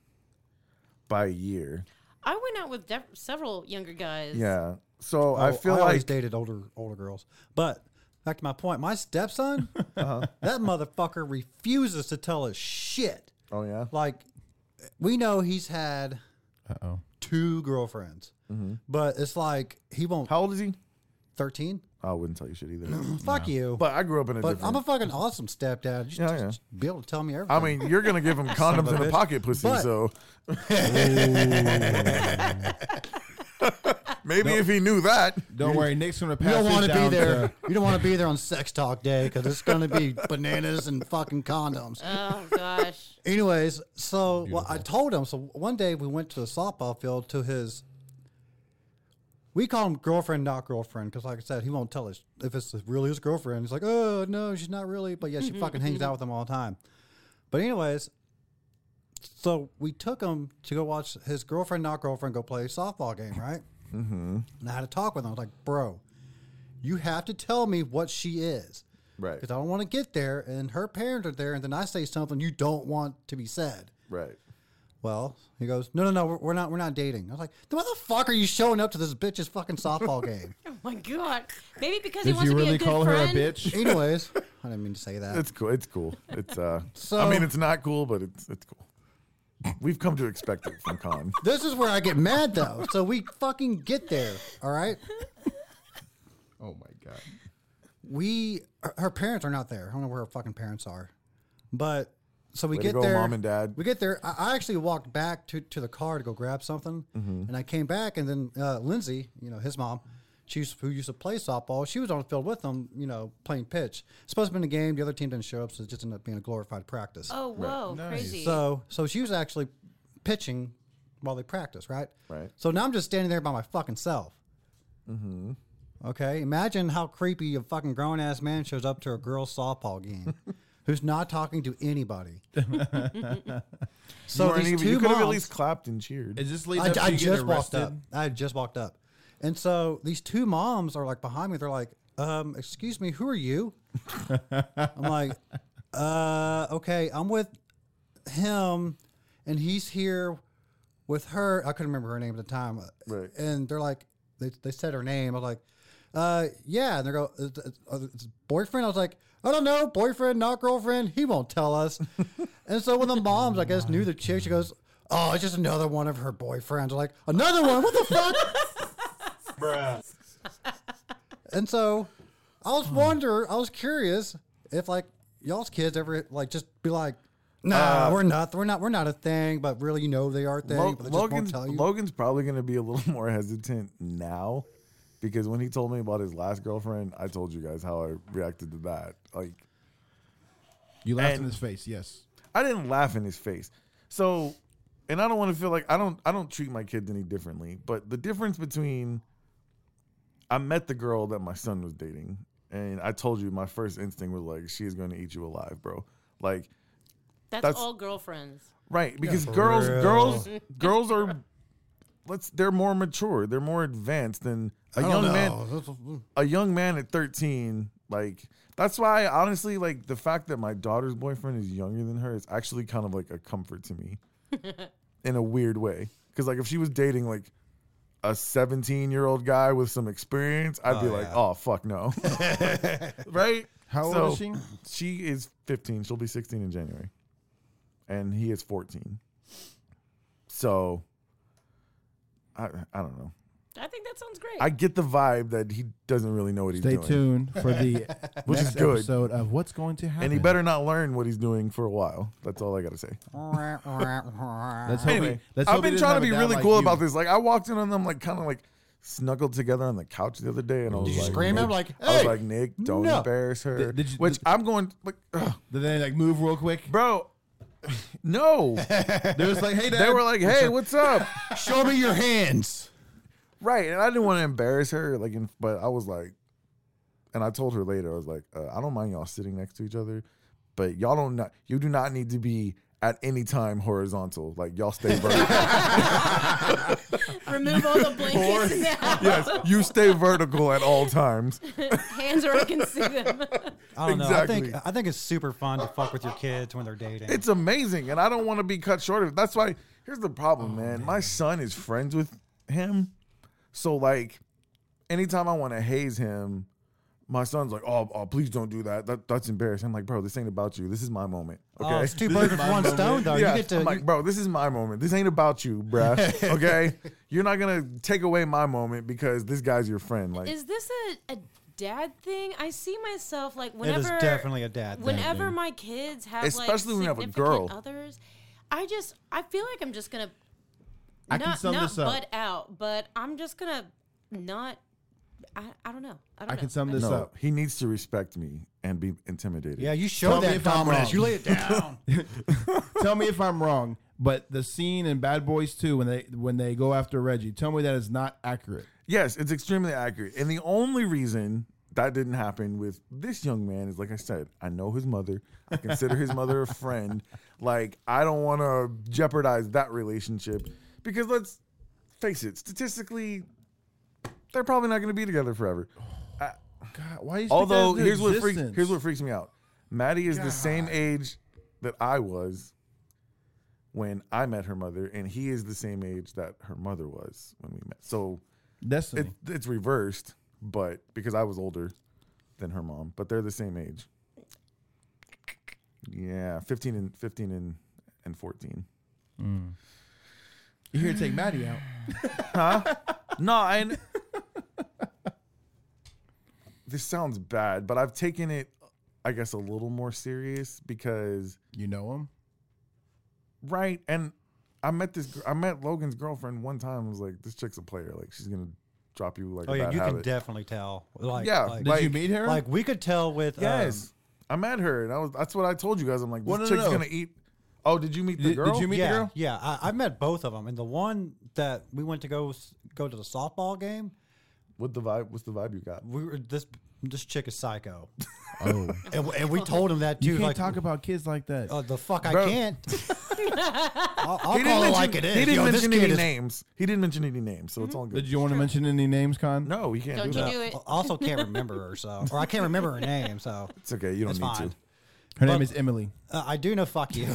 Speaker 1: by a year.
Speaker 4: I went out with def- several younger guys.
Speaker 1: Yeah. So
Speaker 5: Oh,
Speaker 1: I feel
Speaker 5: always
Speaker 1: like
Speaker 5: dated older older girls, but back to my point. My stepson,
Speaker 1: Uh-huh.
Speaker 5: that motherfucker refuses to tell us shit.
Speaker 1: Oh yeah.
Speaker 5: Like we know he's had
Speaker 6: Uh oh.
Speaker 5: two girlfriends, but it's like he won't.
Speaker 1: Mm-hmm. How old is he?
Speaker 5: Thirteen?
Speaker 1: I wouldn't tell you shit either.
Speaker 5: Fuck you. But,
Speaker 1: But I grew up in a different.
Speaker 5: I'm a fucking awesome stepdad. You should
Speaker 1: Yeah,
Speaker 5: just be able to tell me everything.
Speaker 1: I mean, you're gonna give him condoms
Speaker 5: a
Speaker 1: and a
Speaker 5: bitch.
Speaker 1: pocket pussy,
Speaker 5: But-
Speaker 1: so. Maybe if he knew that.
Speaker 6: Don't worry, Nick's gonna
Speaker 5: you
Speaker 6: pass
Speaker 5: don't
Speaker 6: it
Speaker 5: want to be
Speaker 6: down
Speaker 5: there.
Speaker 6: to-
Speaker 5: You don't want to be there on Sex Talk Day because it's going to be bananas and fucking condoms.
Speaker 4: Oh, gosh.
Speaker 5: Anyways, so well, I told him. So one day we went to the softball field to his. We call him girlfriend, not girlfriend, because like I said, he won't tell us if it's really his girlfriend. He's like, oh no, she's not really, but yeah, she fucking hangs out with him all the time. But anyways, so we took him to go watch his girlfriend, not girlfriend, go play a softball game, right? Mm-hmm. And I had a talk with him. I was like, bro, you have to tell me what she is
Speaker 1: Right.
Speaker 5: because I don't want to get there, and her parents are there, and then I say something you don't want to be said.
Speaker 1: Right.
Speaker 5: Well, he goes, no, no, no, we're- we're not, we're not dating. I was like, then why the fuck are you showing up to this bitch's fucking softball game?
Speaker 4: Oh, my God. Maybe because he
Speaker 6: Did
Speaker 4: wants
Speaker 6: you
Speaker 4: to be
Speaker 6: really
Speaker 4: a good
Speaker 6: call
Speaker 4: friend.
Speaker 6: her a bitch?
Speaker 5: Anyways, I didn't mean to say that.
Speaker 1: It's cool. It's cool. It's uh. I
Speaker 5: So-
Speaker 1: mean, it's not cool, but it's it's cool. We've come to expect it from Khan.
Speaker 5: This is where I get mad though. So we fucking get there. All right.
Speaker 6: Oh my god.
Speaker 5: We, her- her parents are not there. I don't know where her fucking parents are, but so we
Speaker 1: Way to
Speaker 5: get
Speaker 1: go,
Speaker 5: there.
Speaker 1: Mom and Dad.
Speaker 5: We get there. I, I actually walked back to, to the car to go grab something,
Speaker 1: Mm-hmm.
Speaker 5: and I came back, and then uh, Lindsay, you know, his mom, she used, who used to play softball, she was on the field with them, you know, playing pitch. supposed to be in a game. The other team didn't show up, so it just ended up being a glorified practice.
Speaker 4: Oh, whoa. Crazy.
Speaker 5: So so she was actually pitching while they practice, right?
Speaker 1: Right.
Speaker 5: So now I'm just standing there by my fucking self. Mm-hmm. Okay. Imagine how creepy a fucking grown ass man shows up to a girl's softball game who's not talking to anybody. so
Speaker 1: You weren't
Speaker 5: these
Speaker 1: even-
Speaker 5: two
Speaker 1: you could
Speaker 5: moms,
Speaker 1: have at least clapped and cheered.
Speaker 6: It just leads
Speaker 5: I,
Speaker 6: up to
Speaker 5: I
Speaker 6: you
Speaker 5: just
Speaker 6: getting
Speaker 5: walked
Speaker 6: arrested.
Speaker 5: up. I had just walked up. And so these two moms are like behind me. They're like, um, excuse me, who are you? I'm like, uh, okay, I'm with him and he's here with her. I couldn't remember her name at the time.
Speaker 1: Right.
Speaker 5: And they're like, they, they said her name. I was like, uh, yeah. And they go, "Is- is- is his boyfriend? I was like, I don't know, boyfriend, not girlfriend. He won't tell us. and so when the moms, I guess, knew the chick, she goes, oh, it's just another one of her boyfriends. I'm like, another one? What the fuck? And so I
Speaker 1: Hmm.
Speaker 5: was wonder, I was curious if like y'all's kids ever like just be like, nah, we're not, we're not, we're not a thing, but really, you know, they are a thing,
Speaker 1: Lo-
Speaker 5: but they just won't
Speaker 1: Logan's,
Speaker 5: tell you.
Speaker 1: Logan's probably going to be a little more hesitant now because when he told me about his last girlfriend, I told you guys how I reacted to that. Like,
Speaker 6: You laughed
Speaker 1: And-
Speaker 6: in his face. Yes.
Speaker 1: I didn't laugh in his face. So, and I don't want to feel like I don't I don't treat my kids any differently, but the difference between I met the girl that my son was dating and I told you my first instinct was like she is going to eat you alive, bro. Like
Speaker 4: that's,
Speaker 1: that's-
Speaker 4: all girlfriends.
Speaker 1: Right, because girls, girls, girls are let's they're more mature, they're more advanced than a
Speaker 5: I
Speaker 1: young
Speaker 5: don't
Speaker 1: man.
Speaker 5: know. That's a-
Speaker 1: A young man at thirteen, like that's why honestly, like the fact that my daughter's boyfriend is younger than her is actually kind of like a comfort to me, in a weird way. Because like if she was dating like a seventeen-year-old guy with some experience, I'd be like, oh fuck no, right?
Speaker 6: How old is she?
Speaker 1: She is 15. She'll be 16 in January. And he is 14. So I I don't know.
Speaker 4: I think that sounds great.
Speaker 1: I get the vibe that he doesn't really know what he's
Speaker 6: Stay
Speaker 1: doing.
Speaker 6: tuned for the
Speaker 1: Which
Speaker 6: next
Speaker 1: is good.
Speaker 6: episode of what's going to happen.
Speaker 1: And he better not learn what he's doing for a while. That's all I got to say.
Speaker 6: Let's hope
Speaker 1: Anyway,
Speaker 6: he- let's
Speaker 1: I've
Speaker 6: hope he
Speaker 1: been trying
Speaker 6: doesn't
Speaker 1: to
Speaker 6: have a
Speaker 1: be
Speaker 6: dad
Speaker 1: really
Speaker 6: like
Speaker 1: cool
Speaker 6: you.
Speaker 1: about this. Like I walked in on them like kind of like snuggled together on the couch the other day and I was
Speaker 5: you
Speaker 1: like
Speaker 5: scream at him,
Speaker 1: Nick-
Speaker 5: like,
Speaker 1: I was
Speaker 5: "Hey,
Speaker 1: like Nick, don't
Speaker 5: no."
Speaker 1: embarrass her.
Speaker 6: Did- did you-
Speaker 1: Which
Speaker 6: did-
Speaker 1: I'm going like ugh,
Speaker 6: Did they like move real quick?
Speaker 1: bro. No.
Speaker 6: They was like, hey, dad.
Speaker 1: they were like, "Hey, what's up?"
Speaker 5: Show me your hands.
Speaker 1: Right, and I didn't want to embarrass her, like, in, but I was like, and I told her later, I was like, uh, I don't mind y'all sitting next to each other, but y'all don't not, you do not need to be at any time horizontal. Like y'all stay vertical.
Speaker 4: Remove all the blankets now.
Speaker 1: yes, you stay vertical at all times.
Speaker 4: Hands where I can see them.
Speaker 5: I don't know. I
Speaker 1: Exactly.
Speaker 5: think I think it's super fun to fuck with your kids when they're dating.
Speaker 1: It's amazing, and I don't want to be cut short of it. That's why here's the problem, Oh, man. My son is friends with him, so like, anytime I want to haze him, my son's like, "Oh, oh, please don't do that. that. That's embarrassing." I'm like, "Bro, this ain't about you. This is my moment." Okay,
Speaker 5: oh, it's two birds with one stone, though.
Speaker 1: Yeah,
Speaker 5: You get to
Speaker 1: I'm like, bro, this is my moment. This ain't about you, bruh. Okay, you're not gonna take away my moment because this guy's your friend. Like,
Speaker 4: Is this a, a dad thing? I see myself like
Speaker 5: it
Speaker 4: whenever.
Speaker 5: is definitely a dad. thing,
Speaker 4: whenever
Speaker 5: dude.
Speaker 4: my kids have
Speaker 1: Especially when you
Speaker 4: like
Speaker 1: have a
Speaker 4: significant
Speaker 1: girl.
Speaker 4: others i just i feel like i'm just gonna
Speaker 6: I
Speaker 4: not,
Speaker 6: can sum
Speaker 4: not
Speaker 6: this up.
Speaker 4: butt out but i'm just gonna not i, I don't know i don't
Speaker 6: I
Speaker 4: know
Speaker 6: can sum this
Speaker 1: no,
Speaker 6: up.
Speaker 1: he needs to respect me and be intimidated.
Speaker 5: yeah, you
Speaker 6: Tell
Speaker 5: show
Speaker 6: me
Speaker 5: that
Speaker 6: if I'm
Speaker 5: dominance.
Speaker 6: wrong.
Speaker 5: You lay it down.
Speaker 6: tell me if I'm wrong, but the scene in Bad Boys 2 when they when they go after Reggie, tell me that is not accurate.
Speaker 1: Yes, it's extremely accurate. And the only reason that didn't happen with this young man is like I said, I know his mother. I consider his mother a friend. Like, I don't want to jeopardize that relationship because let's face it, statistically, they're probably not going to be together forever.
Speaker 6: God, Uh, why you
Speaker 1: Although, here's what, freaks, here's what freaks me out Maddie is the same age that I was when I met her mother, and he is the same age that her mother was when we met. So,
Speaker 6: Destiny.
Speaker 1: it, it's reversed, but because I was older than her mom, but they're the same age. Yeah, fifteen and fifteen and and fourteen.
Speaker 6: You're here to take Maddie out.
Speaker 1: Nine. this sounds bad, but I've taken it, I guess, a little more serious because
Speaker 6: You know him?
Speaker 1: right and I met this. gr- I met Logan's girlfriend one time. I was like, "This chick's a player. Like, she's gonna drop you like
Speaker 5: Oh
Speaker 1: a
Speaker 5: yeah,
Speaker 1: bad
Speaker 5: you can
Speaker 1: habit."
Speaker 5: definitely tell. Like,
Speaker 1: Yeah,
Speaker 5: like,
Speaker 6: Did
Speaker 1: Like-
Speaker 6: you meet her?
Speaker 5: like, we could tell with um,
Speaker 1: Yes. I met her and I was that's what I told you guys. I'm like, this
Speaker 6: Well, no, no,
Speaker 1: chick's
Speaker 6: no.
Speaker 1: gonna eat Oh, did you meet the
Speaker 6: Did- did
Speaker 1: girl?
Speaker 6: you meet- the
Speaker 5: yeah,
Speaker 6: girl?
Speaker 5: Yeah, I, I met both of them, and the one that we went to go s- go to the softball game,
Speaker 1: what the vibe what's the vibe you got?
Speaker 5: we were this this chick is psycho,
Speaker 6: oh.
Speaker 5: and, w- and we told him that
Speaker 6: You
Speaker 5: too.
Speaker 6: can't
Speaker 5: like,
Speaker 6: talk about kids like that.
Speaker 5: uh, the fuck,
Speaker 1: Bro.
Speaker 5: I can't. I'll, I'll
Speaker 1: He didn't
Speaker 5: call it
Speaker 1: mention,
Speaker 5: like it is.
Speaker 1: He didn't
Speaker 5: Yo, this
Speaker 1: mention
Speaker 5: kid
Speaker 1: any
Speaker 5: is- Hmm?
Speaker 1: names. He didn't mention any names, so it's all good.
Speaker 6: Did you want to mention any names, Con?
Speaker 1: no, you can't
Speaker 4: don't
Speaker 1: do
Speaker 4: you
Speaker 1: that.
Speaker 4: do it
Speaker 5: I Also, can't remember her, so or I can't remember her name, so
Speaker 1: It's okay, you don't
Speaker 5: it's
Speaker 1: need
Speaker 5: fine.
Speaker 1: to.
Speaker 6: Her name is Emily.
Speaker 5: Uh, I do know. Fuck you.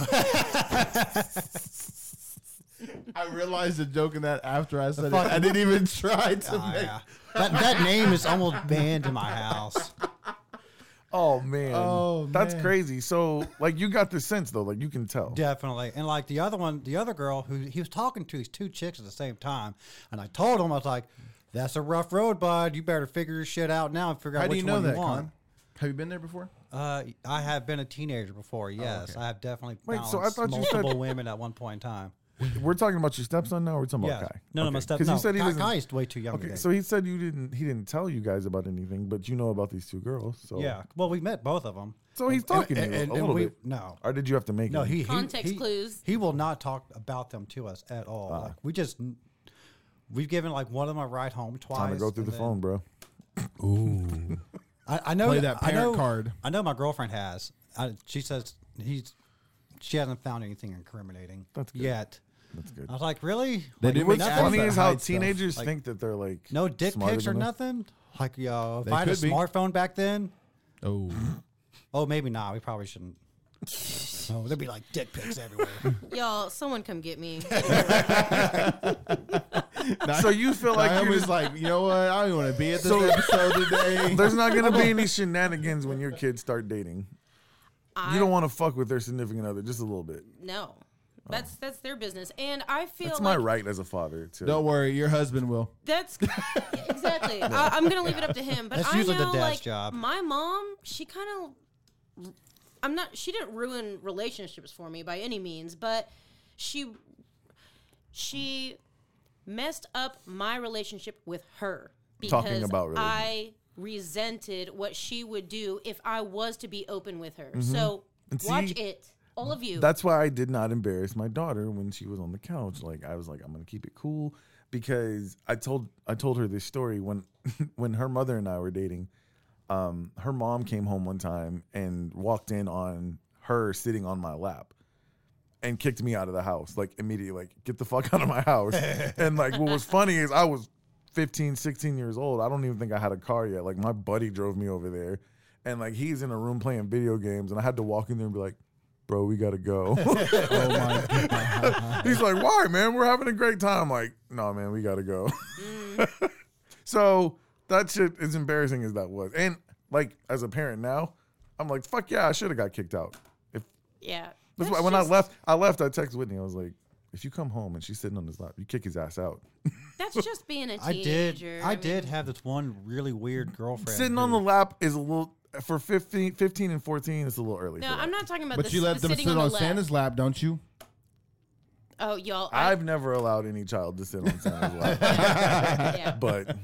Speaker 6: I realized the joke in that after I said
Speaker 5: it. fuck- I
Speaker 6: didn't even try to
Speaker 5: Ah, yeah. That that name is almost banned in my house.
Speaker 1: Oh man.
Speaker 6: Oh,
Speaker 1: That's
Speaker 6: man.
Speaker 1: crazy. So like you got the sense though, like you can tell.
Speaker 5: Definitely. And like the other one, the other girl who he was talking to these two chicks at the same time. And I told him, I was like, that's a rough road, bud. You better figure your shit out now and figure out
Speaker 6: How do
Speaker 5: which
Speaker 6: you know
Speaker 5: one
Speaker 6: that,
Speaker 5: you want.
Speaker 6: Con? Have you been there before?
Speaker 5: Uh, I have been a teenager before. Yes, I have definitely
Speaker 1: Oh, Wait,
Speaker 5: balanced
Speaker 1: so I thought you said-
Speaker 5: multiple women at one point in time.
Speaker 1: We're talking about your stepson now or we're talking
Speaker 5: Yeah,
Speaker 1: about Kai?
Speaker 5: no, no, my step.
Speaker 1: Because
Speaker 5: No,
Speaker 1: you said he
Speaker 5: Kai,
Speaker 1: was
Speaker 5: Kai is way too young.
Speaker 1: Okay,
Speaker 5: today.
Speaker 1: so he said you didn't he didn't tell you guys about anything, but you know about these two girls. So
Speaker 5: yeah. Well, we met both of them.
Speaker 1: So he's talking to you a little bit.
Speaker 5: No,
Speaker 1: Or did you have to make
Speaker 5: No,
Speaker 1: it?
Speaker 5: he he-
Speaker 4: Context
Speaker 5: he-
Speaker 4: clues.
Speaker 5: He will not talk about them to us at
Speaker 1: Ah.
Speaker 5: all. Like we just we've given like one of them a ride home twice.
Speaker 1: time to go through
Speaker 5: and
Speaker 1: the
Speaker 5: then-
Speaker 1: phone, bro.
Speaker 5: I, I know
Speaker 6: Play that
Speaker 5: I know,
Speaker 6: parent card.
Speaker 5: I know my girlfriend has. I, she says he's she hasn't found anything incriminating
Speaker 1: That's good.
Speaker 5: yet.
Speaker 1: That's good.
Speaker 5: I was like, really?
Speaker 6: They
Speaker 5: Like,
Speaker 6: do make
Speaker 1: What's
Speaker 5: nothing?
Speaker 6: fun
Speaker 1: funny
Speaker 6: of
Speaker 1: is
Speaker 6: that
Speaker 1: how
Speaker 6: height stuff.
Speaker 1: teenagers
Speaker 5: Like,
Speaker 1: think that they're like
Speaker 5: No dick
Speaker 1: smarter
Speaker 5: pics or
Speaker 1: than us.
Speaker 5: nothing? Like, yo, if
Speaker 6: They
Speaker 5: I had a
Speaker 6: could be.
Speaker 5: smartphone back then,
Speaker 6: Oh,
Speaker 5: oh, maybe not. We probably shouldn't. Oh, there'd be like dick pics everywhere.
Speaker 4: Y'all, someone come get me.
Speaker 1: So you feel
Speaker 6: like
Speaker 1: like
Speaker 6: I
Speaker 1: you're
Speaker 6: was
Speaker 1: just,
Speaker 6: like, you know what? I don't want to be at this
Speaker 1: So-
Speaker 6: episode today.
Speaker 1: there's not gonna be any shenanigans when your kids start dating.
Speaker 4: I,
Speaker 1: You don't want to fuck with their significant other just a little bit.
Speaker 4: No, that's that's their business, and I feel
Speaker 1: Oh. That's my
Speaker 4: like
Speaker 1: right as a father to
Speaker 6: Don't worry, your husband will.
Speaker 4: That's exactly. I, I'm gonna leave it up to him. But
Speaker 5: That's
Speaker 4: I
Speaker 5: usually the
Speaker 4: know,
Speaker 5: dad's
Speaker 4: like,
Speaker 5: job.
Speaker 4: my mom, she kind of, I'm not. She didn't ruin relationships for me by any means, but she, she, messed up my relationship with her because
Speaker 1: Talking about religion.
Speaker 4: I resented what she would do if I was to be open with her. So
Speaker 1: Mm-hmm. And
Speaker 4: watch
Speaker 1: see,
Speaker 4: it, all of you.
Speaker 1: That's why I did not embarrass my daughter when she was on the couch. Like I was like, I'm gonna keep it cool because I told I told her this story when when her mother and I were dating. Um, her mom came home one time and walked in on her sitting on my lap and kicked me out of the house like immediately like get the fuck out of my house and like what was funny is i was 15 16 years old i don't even think i had a car yet like my buddy drove me over there and like he's in a room playing video games and i had to walk in there and be like bro we gotta go he's like why man we're having a great time like no man we gotta go so that shit is embarrassing as that was and like as a parent now i'm like fuck yeah i should have got kicked out if
Speaker 4: yeah.
Speaker 1: that's why when
Speaker 4: just-
Speaker 1: I left, I left. I texted Whitney. I was like, "If you come home and she's sitting on his lap, you kick his ass out."
Speaker 4: That's just being a
Speaker 5: I did.
Speaker 4: teenager.
Speaker 5: I
Speaker 4: mean,
Speaker 5: did have this one really weird girlfriend.
Speaker 1: Sitting on
Speaker 5: who-
Speaker 1: the lap is a little for 15, 15 and fourteen. It's a little early.
Speaker 4: No,
Speaker 1: for that.
Speaker 4: I'm not talking about.
Speaker 6: But
Speaker 4: the
Speaker 6: you
Speaker 4: s-
Speaker 6: let them
Speaker 4: sitting
Speaker 6: sit on,
Speaker 4: on the left.
Speaker 6: Santa's lap, don't you?
Speaker 4: Oh, y'all! I,
Speaker 1: I've never allowed any child to sit on Santa's lap,
Speaker 4: yeah.
Speaker 1: but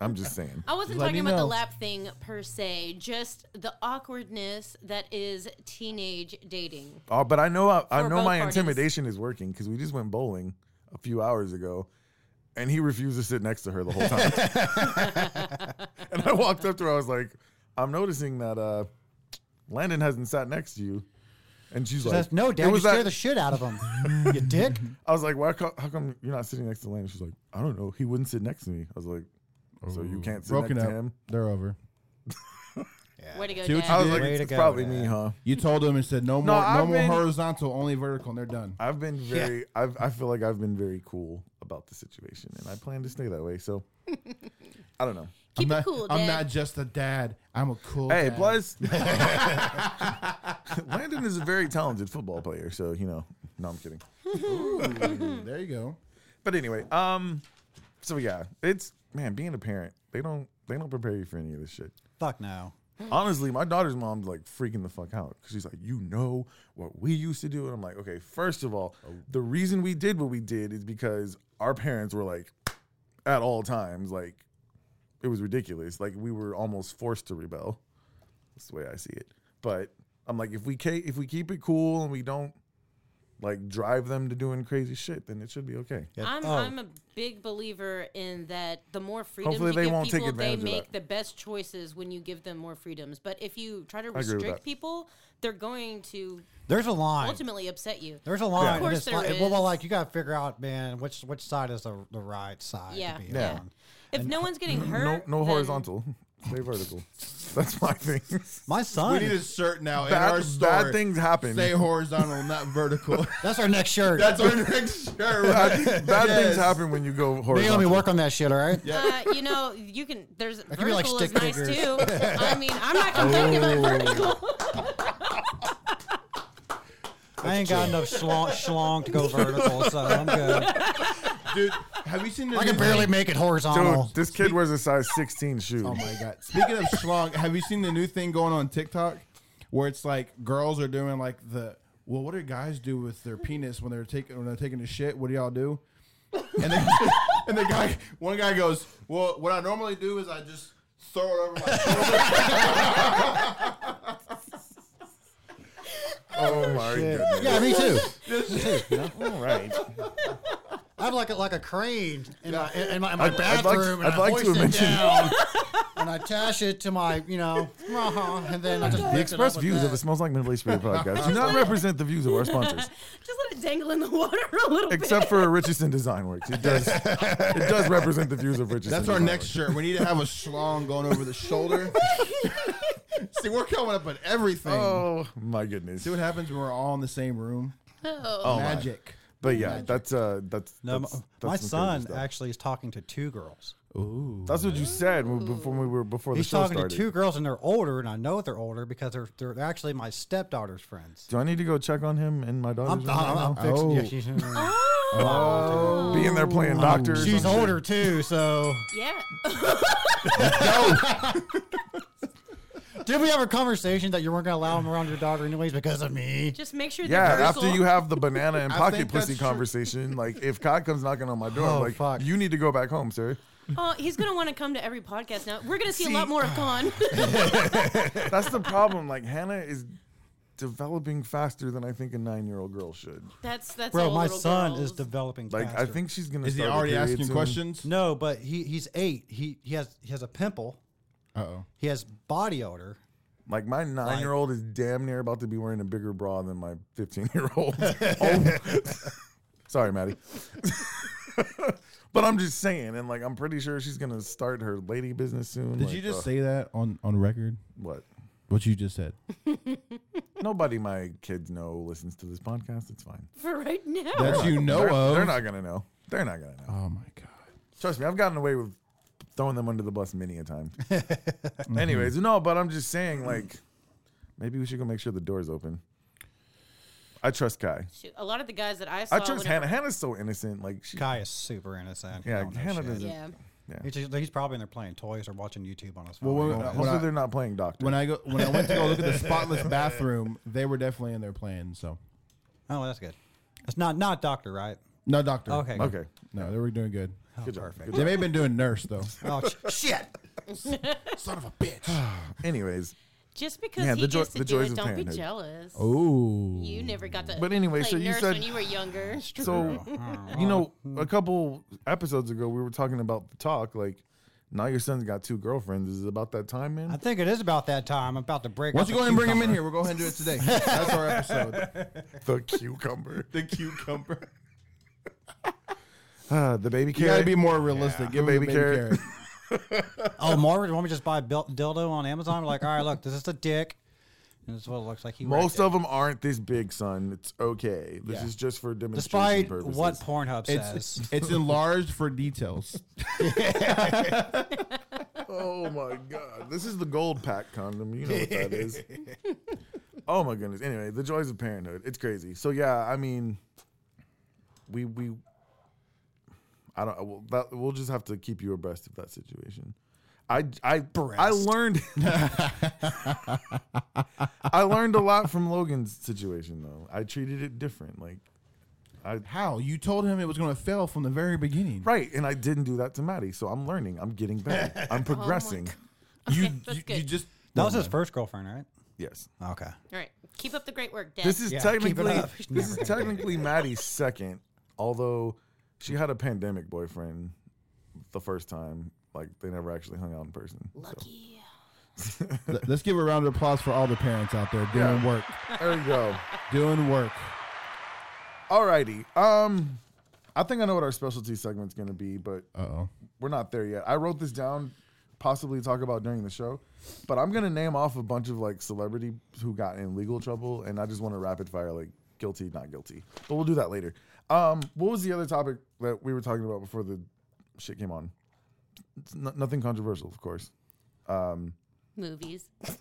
Speaker 1: I'm just saying.
Speaker 4: I wasn't
Speaker 6: Let me
Speaker 4: talking about the
Speaker 6: know.
Speaker 4: lap thing per se, just the awkwardness that is teenage dating.
Speaker 1: Oh, but I know I, I
Speaker 4: For
Speaker 1: know
Speaker 4: both
Speaker 1: my
Speaker 4: parties.
Speaker 1: intimidation is working because we just went bowling a few hours ago, and he refused to sit next to her the whole time. and I walked up to her. I was like, "I'm noticing that uh, Landon hasn't sat next to you." And she's
Speaker 5: She
Speaker 1: like,
Speaker 5: says, no,
Speaker 1: it
Speaker 5: Dad, you
Speaker 1: was
Speaker 5: scare
Speaker 1: that-
Speaker 5: the shit out of him. you dick.
Speaker 1: I was like, "Why? co- How come you're not sitting next to Landon?" She's like, "I don't know. He wouldn't sit next to me." I was like, "So you can't sit
Speaker 6: Broken
Speaker 1: next
Speaker 6: up.
Speaker 1: to him?"
Speaker 6: They're over.
Speaker 4: Way to go,
Speaker 6: See what
Speaker 1: I
Speaker 4: Dad.
Speaker 1: was like,
Speaker 5: Way
Speaker 1: "It's
Speaker 5: to
Speaker 1: it's
Speaker 5: go,
Speaker 1: probably
Speaker 5: Dad.
Speaker 1: me, huh?"
Speaker 6: You told them and said no
Speaker 1: No,
Speaker 6: more, no
Speaker 1: I've
Speaker 6: more
Speaker 1: been-
Speaker 6: horizontal, only vertical, and they're done.
Speaker 1: I've been very. I've, I feel like I've been very cool about the situation, and I plan to stay that way. So, I don't know.
Speaker 4: Keep
Speaker 6: I'm
Speaker 4: it
Speaker 6: not,
Speaker 4: cool,
Speaker 6: I'm
Speaker 4: Dad.
Speaker 6: not just a dad. I'm a cool.
Speaker 1: Hey,
Speaker 6: dad.
Speaker 1: plus, Landon is a very talented football player. So you know, no, I'm kidding.
Speaker 6: there you go.
Speaker 1: But anyway, um, so yeah, it's man, being a parent, they don't they don't prepare you for any of this shit.
Speaker 5: Fuck no.
Speaker 1: Honestly, my daughter's mom's like freaking the fuck out because she's like, you know what we used to do, and I'm like, okay, first of all, the reason we did what we did is because our parents were like, at all times, like, it was ridiculous. Like we were almost forced to rebel. That's the way I see it. But I'm like, if we ca- if we keep it cool and we don't like drive them to doing crazy shit, then it should be okay.
Speaker 5: Yeah.
Speaker 4: I'm,
Speaker 5: Oh,
Speaker 4: I'm a big believer in that the more freedoms
Speaker 1: Hopefully
Speaker 4: you
Speaker 1: they
Speaker 4: give
Speaker 1: won't take
Speaker 4: people, they
Speaker 1: advantage of that.
Speaker 4: make the best choices when you give them more freedoms. But if you try to
Speaker 1: agree with
Speaker 4: restrict
Speaker 1: that.
Speaker 4: people, they're going to
Speaker 5: there's a line.
Speaker 4: ultimately upset you.
Speaker 5: There's a line.
Speaker 1: Of
Speaker 5: and
Speaker 4: course
Speaker 5: it's
Speaker 4: there
Speaker 5: like, Well, well,
Speaker 4: is.
Speaker 5: like you gotta figure out, man, which which side is the, the right side
Speaker 4: Yeah,
Speaker 5: to be
Speaker 4: yeah.
Speaker 5: on.
Speaker 4: If no one's getting hurt,
Speaker 1: No, no
Speaker 4: then-
Speaker 1: horizontal. Stay vertical. That's my thing.
Speaker 5: My
Speaker 6: We
Speaker 5: son.
Speaker 6: need a shirt now in
Speaker 1: Bad-
Speaker 6: our store.
Speaker 1: bad things happen.
Speaker 6: Say horizontal, not vertical.
Speaker 5: that's our next shirt.
Speaker 6: That's our next shirt.
Speaker 1: Bad,
Speaker 6: Right?
Speaker 1: bad
Speaker 6: Yes.
Speaker 1: things happen when you go
Speaker 5: They let me
Speaker 1: horizontal.
Speaker 5: work on that shit, all right?
Speaker 4: Uh, you know, you can. There's
Speaker 5: could be
Speaker 4: vertical
Speaker 5: like
Speaker 4: is
Speaker 5: stick
Speaker 4: nice
Speaker 5: figures.
Speaker 4: too. I mean, I'm not complaining
Speaker 1: Oh.
Speaker 4: about vertical.
Speaker 5: I ain't got enough schlong, schlong to go vertical, so I'm good.
Speaker 6: Dude, have you seen the
Speaker 5: I
Speaker 6: new
Speaker 5: can barely
Speaker 6: thing?
Speaker 5: make it horizontal.
Speaker 1: Dude, this kid wears a size 16 shoe.
Speaker 6: Oh my god. Speaking of schlong, have you seen the new thing going on TikTok where it's like girls are doing like the well, what do guys do with their penis when they're taking when they're taking a shit? What do y'all do? And then and the guy one guy goes, Well, what I normally do is I just throw it over my shoulder.
Speaker 1: Oh my goodness.
Speaker 5: yeah, me too.
Speaker 1: All right.
Speaker 5: I have like a, like a crane in my in my, in my
Speaker 1: I'd- I'd like-
Speaker 5: bathroom,
Speaker 1: I'd
Speaker 5: and
Speaker 1: like
Speaker 5: I hoist
Speaker 1: to
Speaker 5: it
Speaker 1: mention-
Speaker 5: down, and I attach it to my you know, uh-huh, and then I
Speaker 1: The
Speaker 5: just lift it up
Speaker 1: expressed
Speaker 5: with
Speaker 1: views
Speaker 5: that.
Speaker 1: of the Smells Like Middle Aged Spirit podcast do not represent the views of our sponsors,
Speaker 4: Just let it dangle in the water a little
Speaker 1: except
Speaker 4: bit.
Speaker 1: for Richardson Design Works. It does, it does represent the views of Richardson.
Speaker 6: That's our
Speaker 1: Design
Speaker 6: next
Speaker 1: Works.
Speaker 6: shirt. We need to have a schlong going over the shoulder. See, we're coming up with everything.
Speaker 1: Oh my goodness!
Speaker 6: See what happens when we're all in the same room.
Speaker 4: Oh.
Speaker 1: my.
Speaker 6: Magic.
Speaker 1: But yeah, that's uh, that's
Speaker 5: No,
Speaker 1: that's,
Speaker 5: my,
Speaker 1: that's
Speaker 5: my
Speaker 1: some crazy
Speaker 5: son
Speaker 1: stuff.
Speaker 5: actually is talking to two girls.
Speaker 1: That's what you said when- before we were before the
Speaker 5: He's
Speaker 1: show
Speaker 5: talking
Speaker 1: started.
Speaker 5: to two girls, and they're older, and I know they're older because they're they're actually my stepdaughter's friends.
Speaker 1: Do I need to go check on him and my daughter?
Speaker 5: I'm, I'm, I'm fixing. yeah, she's,
Speaker 1: oh, being there playing doctor. or
Speaker 5: she's
Speaker 1: some shit.
Speaker 5: older too, so
Speaker 4: Yeah.
Speaker 5: Did we have a conversation that you weren't going to allow him around your daughter anyways because of me?
Speaker 4: Just make sure.
Speaker 1: Yeah,
Speaker 4: the
Speaker 1: after
Speaker 4: versal-
Speaker 1: you have the banana and
Speaker 6: I
Speaker 1: pocket
Speaker 6: think
Speaker 1: pussy
Speaker 6: that's true.
Speaker 1: conversation, like if Cod comes knocking on my door, I'm
Speaker 5: Oh,
Speaker 1: like,
Speaker 5: fuck.
Speaker 1: you need to go back home, sir.
Speaker 4: Oh, he's gonna want to come to every podcast now. We're gonna see,
Speaker 6: See-
Speaker 4: a lot more of
Speaker 1: ah.
Speaker 4: Khan.
Speaker 1: That's the problem. Like Hannah is developing faster than I think a nine year old girl should.
Speaker 4: that's that's.
Speaker 5: Bro,
Speaker 4: all
Speaker 5: my
Speaker 4: little
Speaker 5: son
Speaker 4: girls.
Speaker 5: is developing.
Speaker 1: Like I
Speaker 5: faster.
Speaker 1: think she's gonna.
Speaker 6: Is he
Speaker 1: start the
Speaker 6: already
Speaker 1: period
Speaker 6: asking
Speaker 1: soon.
Speaker 6: questions?
Speaker 5: no, but he he's eight. He he has he has a pimple.
Speaker 6: Uh oh.
Speaker 5: He has body odor.
Speaker 1: Like my nine year old is damn near about to be wearing a bigger bra than my fifteen year old. Sorry, Maddie. but I'm just saying, and like I'm pretty sure she's gonna start her lady business soon.
Speaker 6: Did
Speaker 1: like,
Speaker 6: you
Speaker 1: uh,
Speaker 6: just say that on, on record?
Speaker 1: what?
Speaker 6: What you just said?
Speaker 1: Nobody my kids know listens to this podcast. It's fine.
Speaker 4: for right now.
Speaker 6: That you know
Speaker 1: they're,
Speaker 6: of.
Speaker 1: they're not gonna know. They're not gonna know.
Speaker 6: Oh my god.
Speaker 1: Trust me, I've gotten away with throwing them under the bus many a time.
Speaker 6: Mm-hmm.
Speaker 1: Anyways, no, but I'm just saying, like, maybe we should go make sure the door's open. I trust Kai.
Speaker 4: Shoot, a lot of the guys that I saw.
Speaker 1: I trust
Speaker 4: whenever-
Speaker 1: Hannah. Hannah's so innocent. Like, she,
Speaker 5: Kai is super innocent. He
Speaker 1: Yeah,
Speaker 5: don't know
Speaker 1: Hannah
Speaker 5: shit.
Speaker 1: doesn't-
Speaker 4: Yeah.
Speaker 5: He's, just- he's probably in there playing toys or watching YouTube on his phone.
Speaker 6: Well, when, uh,
Speaker 5: Like,
Speaker 6: when
Speaker 1: hopefully
Speaker 6: I,
Speaker 1: they're not playing doctor.
Speaker 6: when I go when I went to go look at the spotless bathroom, they were definitely in there playing. So
Speaker 5: oh, that's good. It's not not doctor, right?
Speaker 6: no doctor.
Speaker 5: Okay.
Speaker 1: okay, Oh.
Speaker 6: No, they were doing good.
Speaker 1: good job. Good
Speaker 6: They may have been doing nurse though.
Speaker 5: Oh, sh- shit.
Speaker 6: Son of a bitch.
Speaker 1: job. Anyways,
Speaker 4: Just because
Speaker 1: Man,
Speaker 4: he
Speaker 1: the joy-
Speaker 4: gets to
Speaker 1: the
Speaker 4: do
Speaker 1: joys
Speaker 4: it,
Speaker 1: of
Speaker 4: don't be
Speaker 1: parenthood.
Speaker 4: jealous.
Speaker 6: Ooh.
Speaker 4: You never got to.
Speaker 1: But anyway,
Speaker 4: play
Speaker 1: so you
Speaker 4: nurse
Speaker 1: said-
Speaker 4: when you were younger.
Speaker 1: so you know, a couple episodes ago, we were talking about the talk. Like, now your son's got two girlfriends. Is it about that time, man?
Speaker 5: I think it is about that time. I'm about to break.
Speaker 6: Why
Speaker 5: up
Speaker 6: don't
Speaker 5: a
Speaker 6: you go ahead and bring him in
Speaker 5: cucumber.
Speaker 6: here? We'll go ahead and do it today. That's our episode.
Speaker 1: the cucumber,
Speaker 6: The cucumber.
Speaker 1: Ah, the baby
Speaker 6: You gotta
Speaker 1: carrot.
Speaker 6: be more realistic. Give him
Speaker 1: Baby
Speaker 6: baby, baby
Speaker 1: carrot.
Speaker 6: carrot.
Speaker 5: Oh, Marvin, you want me to just buy a bil- dildo on Amazon? We're like, all right, look, this is the dick. And this is what it looks like. He
Speaker 1: Most
Speaker 5: wrecked it.
Speaker 1: of them aren't this big, son. It's okay. This
Speaker 6: Yeah.
Speaker 1: is just for demonstration
Speaker 5: Despite
Speaker 1: purposes.
Speaker 5: what Pornhub says.
Speaker 6: It's it's enlarged for details.
Speaker 1: oh my god, this is the gold pack condom. You know what that is. oh my goodness. Anyway, the joys of parenthood. It's crazy. So yeah, I mean, we we. I don't. We'll, that, we'll just have to keep you abreast of that situation. I I I learned. I learned a lot from Logan's situation though. I treated it different. Like
Speaker 6: How? You told him it was gonna fail from the very beginning.
Speaker 1: Right, and I didn't do that to Maddie, so I'm learning. I'm getting better. I'm progressing.
Speaker 6: You, you,
Speaker 4: that's
Speaker 6: you
Speaker 4: good.
Speaker 6: just
Speaker 5: That was his first girlfriend, right?
Speaker 1: yes,
Speaker 5: Okay.
Speaker 4: All right, keep up the great work, Dad.
Speaker 1: this is
Speaker 5: Yeah, keep it
Speaker 1: technically
Speaker 5: up. She's
Speaker 1: this
Speaker 5: never
Speaker 1: is
Speaker 5: gonna
Speaker 1: technically Maddie's second, although she had a pandemic boyfriend the first time. Like they never actually hung out in person. So,
Speaker 4: lucky.
Speaker 6: Let- Let's give a round of applause for all the parents out there doing
Speaker 1: Yeah.
Speaker 6: work,
Speaker 1: there you go.
Speaker 6: doing work.
Speaker 1: Alrighty. Um, I think I know what our specialty segment's gonna be, but
Speaker 6: Uh oh.
Speaker 1: we're not there yet. I wrote this down, possibly talk about during the show, but I'm gonna name off a bunch of like celebrity who got in legal trouble, and I just want to rapid fire like guilty, not guilty. But we'll do that later. Um, what was the other topic that we were talking about before the shit came on? It's no- nothing controversial, of course.
Speaker 4: Movies.
Speaker 6: The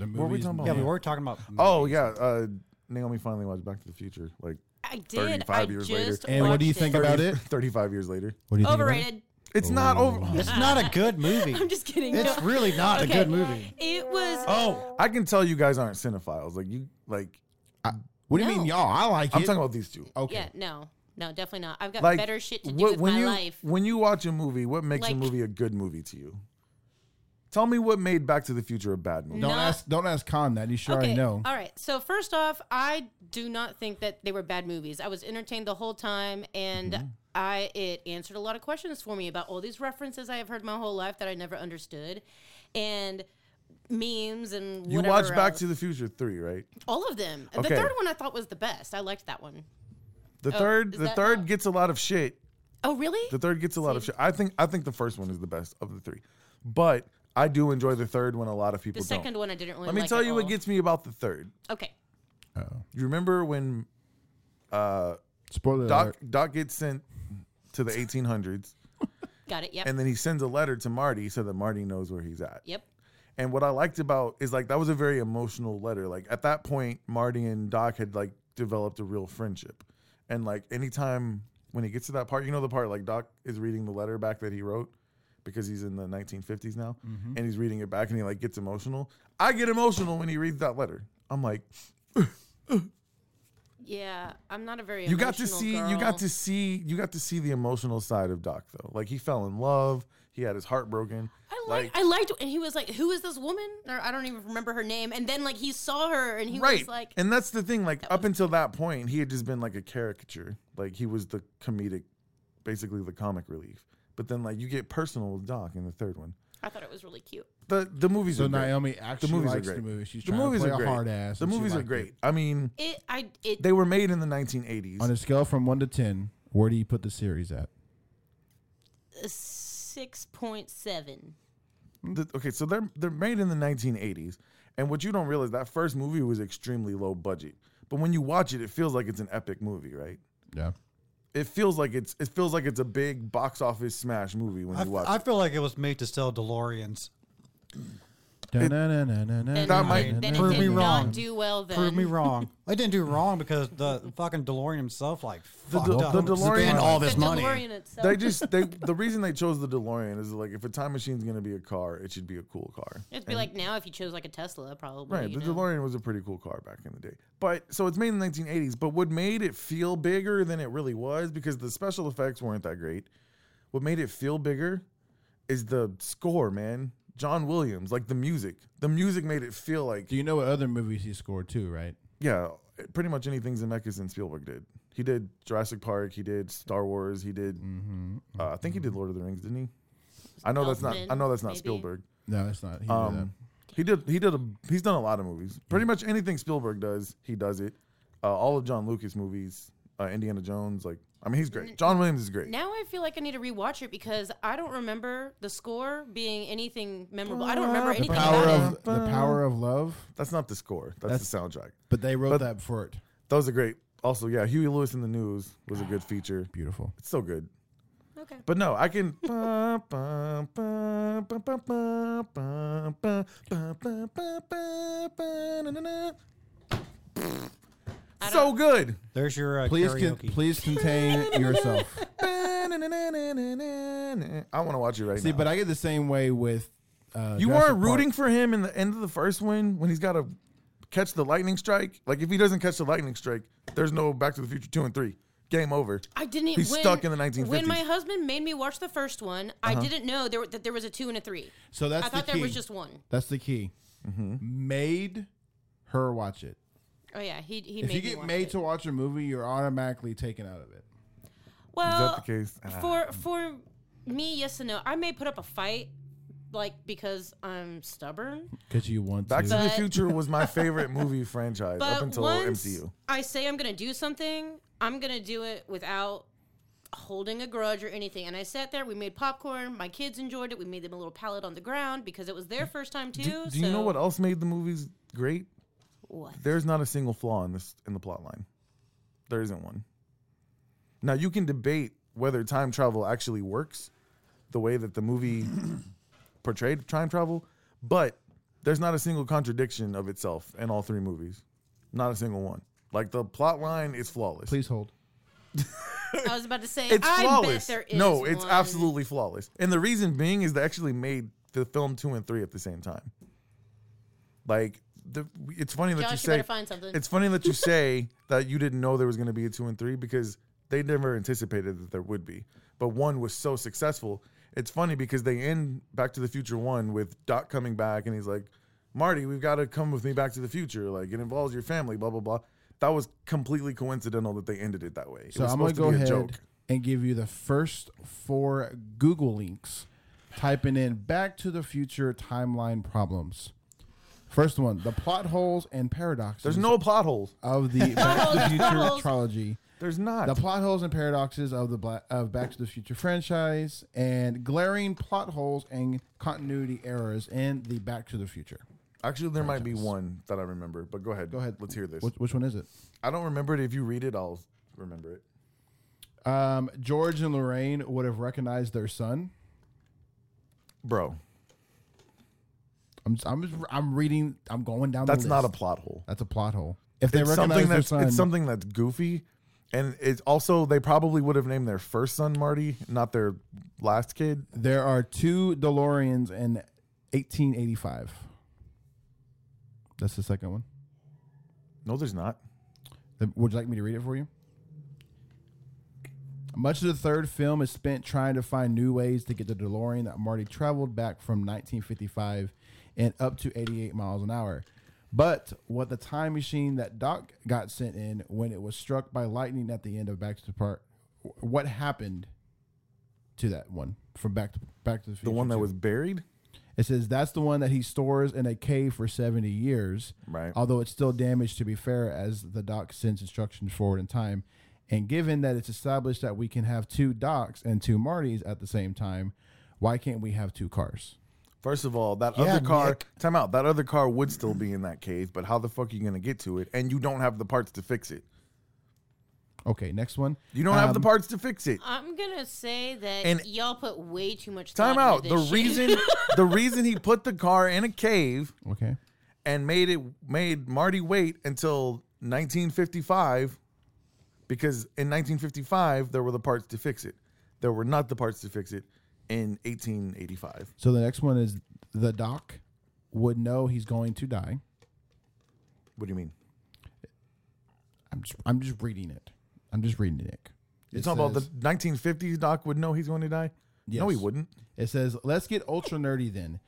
Speaker 1: were we
Speaker 6: movies-
Speaker 1: talking about?
Speaker 5: Yeah, we were talking about.
Speaker 1: Oh yeah, uh, Naomi finally watched Back to the Future, like
Speaker 4: I did.
Speaker 1: 35
Speaker 4: I
Speaker 1: years
Speaker 4: just
Speaker 1: later.
Speaker 6: And what do you
Speaker 4: watched
Speaker 6: think
Speaker 4: it.
Speaker 6: about it?
Speaker 1: 35 years later.
Speaker 6: What do you think about it?
Speaker 4: Overrated.
Speaker 1: It's not over.
Speaker 5: It's not a good movie.
Speaker 4: I'm just kidding.
Speaker 5: It's
Speaker 4: No.
Speaker 5: really not
Speaker 4: Okay.
Speaker 5: a good movie.
Speaker 4: It was.
Speaker 5: Oh,
Speaker 1: I can tell you guys aren't cinephiles. Like you, like
Speaker 6: What do you
Speaker 4: No.
Speaker 6: mean, y'all? I like
Speaker 1: I'm
Speaker 6: it.
Speaker 1: talking about these two.
Speaker 6: okay.
Speaker 4: Yeah. No. No, definitely not. I've got
Speaker 1: like
Speaker 4: better shit to do
Speaker 1: what-
Speaker 4: with
Speaker 1: when
Speaker 4: my
Speaker 1: you,
Speaker 4: life.
Speaker 1: When you watch a movie, what makes a
Speaker 4: Like-
Speaker 1: movie a good movie to you? Tell me what made Back to the Future a bad movie.
Speaker 6: Don't
Speaker 4: Not-
Speaker 6: ask. Don't ask Khan that. You sure
Speaker 4: okay.
Speaker 6: I know.
Speaker 4: All right. So first off, I do not think that they were bad movies. I was entertained the whole time, and I it answered a lot of questions for me about all these references I have heard my whole life that I never understood, and memes and
Speaker 1: You
Speaker 4: whatever
Speaker 1: watched Back
Speaker 4: else.
Speaker 1: to the Future three, right?
Speaker 4: all of them.
Speaker 1: Okay.
Speaker 4: The third one I thought was the best. I liked that one.
Speaker 1: The third,
Speaker 4: Oh, is
Speaker 1: the
Speaker 4: that
Speaker 1: third
Speaker 4: out?
Speaker 1: gets a lot of shit.
Speaker 4: Oh, really?
Speaker 1: The third gets a lot of shit. I think I think the first one is the best of the three, but I do enjoy the third one. A lot of people
Speaker 4: the second
Speaker 1: don't.
Speaker 4: one I didn't really.
Speaker 1: Let me
Speaker 4: like
Speaker 1: tell
Speaker 4: at
Speaker 1: you what
Speaker 4: all.
Speaker 1: gets me about the third.
Speaker 4: Okay.
Speaker 1: You remember when
Speaker 6: Spoiler
Speaker 1: Doc
Speaker 6: alert.
Speaker 1: Doc gets sent to the 1800s,
Speaker 4: Got it. Yep.
Speaker 1: and then he sends a letter to Marty so that Marty knows where he's at.
Speaker 4: yep.
Speaker 1: And what I liked about is like that was a very emotional letter. Like at that point, Marty and Doc had like developed a real friendship. And like anytime when he gets to that part, you know the part like Doc is reading the letter back that he wrote because he's in the 1950s now and he's reading it back and he like gets emotional. I get emotional when he reads that letter. I'm like,
Speaker 4: Yeah, I'm not a very.
Speaker 1: you got to
Speaker 4: emotional
Speaker 1: see you got
Speaker 4: girl.
Speaker 1: to see you got to see the emotional side of Doc though. Like he fell in love, he had his heart broken.
Speaker 4: I liked, I liked, and he was like, "Who is this woman?" Or I don't even remember her name. And then like he saw her, and he was like,
Speaker 1: and that's the thing like up until that point he had just been like a caricature like he was the comedic basically the comic relief but then like you get personal with doc in the third one
Speaker 4: "I thought it was really cute."
Speaker 1: the the movies
Speaker 6: So
Speaker 1: are great.
Speaker 6: Naomi actually
Speaker 1: the movies
Speaker 6: likes
Speaker 1: are great
Speaker 6: the movie. She's
Speaker 1: the
Speaker 6: trying to
Speaker 1: movies
Speaker 6: play
Speaker 1: are
Speaker 6: a
Speaker 1: great
Speaker 6: hard-ass
Speaker 1: the
Speaker 6: and she
Speaker 1: movies are
Speaker 6: liked
Speaker 1: great
Speaker 6: it.
Speaker 1: i mean
Speaker 4: It, I, it,
Speaker 1: they were made in the 1980s
Speaker 6: On a scale from one to ten, where do you put the series at?
Speaker 4: six point seven.
Speaker 1: The- okay so they're they're made in the 1980s and what you don't realize that first movie was extremely low budget but when you watch it it feels like it's an epic movie right
Speaker 6: Yeah.
Speaker 1: it feels like it's it feels like it's a big box office smash movie when
Speaker 5: I,
Speaker 1: you watch
Speaker 5: I
Speaker 1: it.
Speaker 5: feel like it was made to sell DeLoreans.
Speaker 4: And
Speaker 1: That might-
Speaker 4: then
Speaker 5: Prove
Speaker 4: it
Speaker 5: me
Speaker 4: did
Speaker 5: wrong.
Speaker 4: not do well. Then
Speaker 5: Prove me wrong. I didn't do wrong because the fucking DeLorean himself, like, fucked
Speaker 1: De-
Speaker 5: up.
Speaker 1: the
Speaker 5: Spend
Speaker 1: DeLorean-
Speaker 5: all
Speaker 4: The
Speaker 5: this money.
Speaker 4: DeLorean itself.
Speaker 1: they just they the reason they chose the DeLorean is like if a time machine's gonna be a car, it should be a cool car.
Speaker 4: It'd be like now if you chose like a Tesla, probably.
Speaker 1: Right,
Speaker 4: you
Speaker 1: the
Speaker 4: know?
Speaker 1: DeLorean was a pretty cool car back in the day. But so it's made in the 1980s, but what made it feel bigger than it really was because the special effects weren't that great. What made it feel bigger is the score, man. John Williams, like the music. The music made it feel like
Speaker 6: Do you know what other movies he scored too? Right.
Speaker 1: yeah, pretty much anything Zemeckis and Spielberg did. He did Jurassic Park. He did Star Wars. He did. Uh, I think he did Lord of the Rings, didn't he? I know that's not. I
Speaker 4: Elfman,
Speaker 1: know that's not
Speaker 4: maybe?
Speaker 1: Spielberg.
Speaker 6: No, it's not. He did that.
Speaker 1: Um, he did. He did. A, he's done a lot of movies. Pretty much anything Spielberg does, he does it. Uh, all of John Lucas movies, uh, Indiana Jones. Like, I mean, he's great. John Williams is great.
Speaker 4: Now I feel like I need to rewatch it because I don't remember the score being anything memorable. I don't remember
Speaker 6: the
Speaker 4: anything
Speaker 6: power
Speaker 4: about
Speaker 6: of the power of love.
Speaker 1: that's not the score. That's, the soundtrack.
Speaker 6: But they wrote
Speaker 1: But-
Speaker 6: that for it.
Speaker 1: That was a great. Also, yeah, Huey Lewis in the News was a good feature.
Speaker 6: Beautiful.
Speaker 1: It's so good.
Speaker 4: it. Okay.
Speaker 1: But no, I can. Ba, ba, ba, ba, ba, ba, ba, ba, ba, ba, ba, ba, ba, na, na, na. So good.
Speaker 5: There's your uh,
Speaker 6: Please, con-
Speaker 5: karaoke.
Speaker 6: please contain yourself.
Speaker 1: Ba, na, na, na, na, na, na, na. I want to watch it right
Speaker 6: See,
Speaker 1: now.
Speaker 6: but I get the same way with. Uh,
Speaker 1: you
Speaker 6: Jurassic
Speaker 1: weren't rooting
Speaker 6: Park.
Speaker 1: for him in the end of the first one when he's got to catch the lightning strike. Like if he doesn't catch the lightning strike, there's no Back to the Future two and three. Game over.
Speaker 4: I didn't.
Speaker 1: He's
Speaker 4: when-
Speaker 1: stuck in the Uh-huh. 1950s.
Speaker 4: When my husband made me watch the first one, I didn't know there, were- that there was a two and a three.
Speaker 6: So that's
Speaker 4: I
Speaker 6: the
Speaker 4: thought
Speaker 6: key.
Speaker 4: there was just one.
Speaker 6: That's the key.
Speaker 1: Mm-hmm.
Speaker 6: Made her watch it.
Speaker 4: Oh yeah, he he
Speaker 6: If
Speaker 4: made
Speaker 6: you
Speaker 4: me
Speaker 6: get
Speaker 4: watch
Speaker 6: made
Speaker 4: it.
Speaker 6: to watch a movie, you're automatically taken out of it.
Speaker 4: well,
Speaker 1: the case? Ah.
Speaker 4: For for me, yes and no. I may put up a fight, like because I'm stubborn.
Speaker 6: Because you want
Speaker 1: Back to
Speaker 6: to.
Speaker 1: the
Speaker 4: But-
Speaker 1: Future was my favorite movie franchise
Speaker 4: But
Speaker 1: up until
Speaker 4: once
Speaker 1: MCU.
Speaker 4: I say I'm gonna do something, I'm gonna do it without holding a grudge or anything. And I sat there. We made popcorn. My kids enjoyed it. We made them a little pallet on the ground because it was their first time too.
Speaker 1: Do, do you know
Speaker 4: so-
Speaker 1: what else made the movies great?
Speaker 4: What?
Speaker 1: There's not a single flaw in this in the plot line. There isn't one. Now you can debate whether time travel actually works the way that the movie portrayed time travel, but there's not a single contradiction of itself in all three movies. Not a single one. Like the plot line is flawless.
Speaker 6: Please hold.
Speaker 4: I was about to say
Speaker 1: It's
Speaker 4: I
Speaker 1: flawless.
Speaker 4: bet there is
Speaker 1: no, it's
Speaker 4: one.
Speaker 1: absolutely flawless. And the reason being is they actually made the film two and three at the same time. Like the, it's funny that
Speaker 4: Josh,
Speaker 1: you
Speaker 4: you
Speaker 1: say
Speaker 4: better find something.
Speaker 1: it's funny that you say that you didn't know there was going to be a two and three because they never anticipated that there would be. But one was so successful. It's funny because they end Back to the Future one with Doc coming back and he's like, Marty, we've got to come with me back to the future. Like it involves your family, blah blah blah. that was completely coincidental that they ended it that way. It
Speaker 6: So
Speaker 1: was
Speaker 6: I'm gonna
Speaker 1: supposed to
Speaker 6: go
Speaker 1: be a
Speaker 6: ahead
Speaker 1: joke.
Speaker 6: and give you the first four Google links. Typing in "Back to the Future timeline problems." First one: the plot holes and paradoxes.
Speaker 1: There's no plot holes.
Speaker 6: of the Back to the
Speaker 4: holes, plot
Speaker 6: Future
Speaker 4: holes.
Speaker 6: trilogy.
Speaker 1: There's not.
Speaker 6: The plot holes and paradoxes of the Bla- of Back to the Future franchise, and glaring plot holes and continuity errors in the Back to the Future.
Speaker 1: Actually, there might be one that I remember, but go ahead.
Speaker 6: Go ahead.
Speaker 1: Let's hear this.
Speaker 6: Which, which one is it?
Speaker 1: I don't remember it. If you read it, I'll remember it.
Speaker 6: Um, George and Lorraine would have recognized their son.
Speaker 1: Bro,
Speaker 6: I'm I'm I'm reading. I'm going down.
Speaker 1: that's
Speaker 6: the
Speaker 1: not a
Speaker 6: list.
Speaker 1: plot hole.
Speaker 6: That's a plot hole. If they
Speaker 1: It's
Speaker 6: recognize
Speaker 1: something
Speaker 6: their
Speaker 1: that's
Speaker 6: son,
Speaker 1: it's something that's goofy. And it's also they probably would have named their first son Marty, not their last kid.
Speaker 6: there are two DeLoreans in 1885. That's the second one.
Speaker 1: No, there's not.
Speaker 6: Th- Would you like me to read it for you? Much of the third film is spent trying to find new ways to get the DeLorean that Marty traveled back from 1955 and up to 88 miles an hour. But what the time machine that Doc got sent in when it was struck by lightning at the end of Back to the Park, wh- what happened to that one from Back to Back to the Future?
Speaker 1: The one that
Speaker 6: two?
Speaker 1: was buried?
Speaker 6: It says that's the one that he stores in a cave for 70 years.
Speaker 1: Right.
Speaker 6: Although it's still damaged, to be fair, as the doc sends instructions forward in time. And given that it's established that we can have two docs and two Martys at the same time, why can't we have two cars?
Speaker 1: First of all, that
Speaker 6: Yeah,
Speaker 1: other car,
Speaker 6: Nick.
Speaker 1: time out, that other car would still be in that cave, but how the fuck are you going to get to it? And you don't have the parts to fix it.
Speaker 6: Okay, next one.
Speaker 1: You don't have the
Speaker 6: Um,
Speaker 1: parts to fix it.
Speaker 4: I'm gonna say that
Speaker 1: And-
Speaker 4: y'all put way too much
Speaker 1: Time
Speaker 4: thought
Speaker 1: out. The
Speaker 4: into this shit.
Speaker 1: reason the reason he put the car in a cave
Speaker 6: Okay.
Speaker 1: and made it made Marty wait until 1955 because in 1955 there were the parts to fix it. There were not the parts to fix it in 1885.
Speaker 6: So the next one is the doc would know he's going to die.
Speaker 1: What do you mean?
Speaker 6: I'm just, I'm just reading it. I'm just reading it. Nick.
Speaker 1: You're
Speaker 6: It
Speaker 1: talking about the
Speaker 6: says-
Speaker 1: 1950s doc would know he's going to die? No, he
Speaker 6: Yes.
Speaker 1: wouldn't.
Speaker 6: It says, "Let's get ultra nerdy then."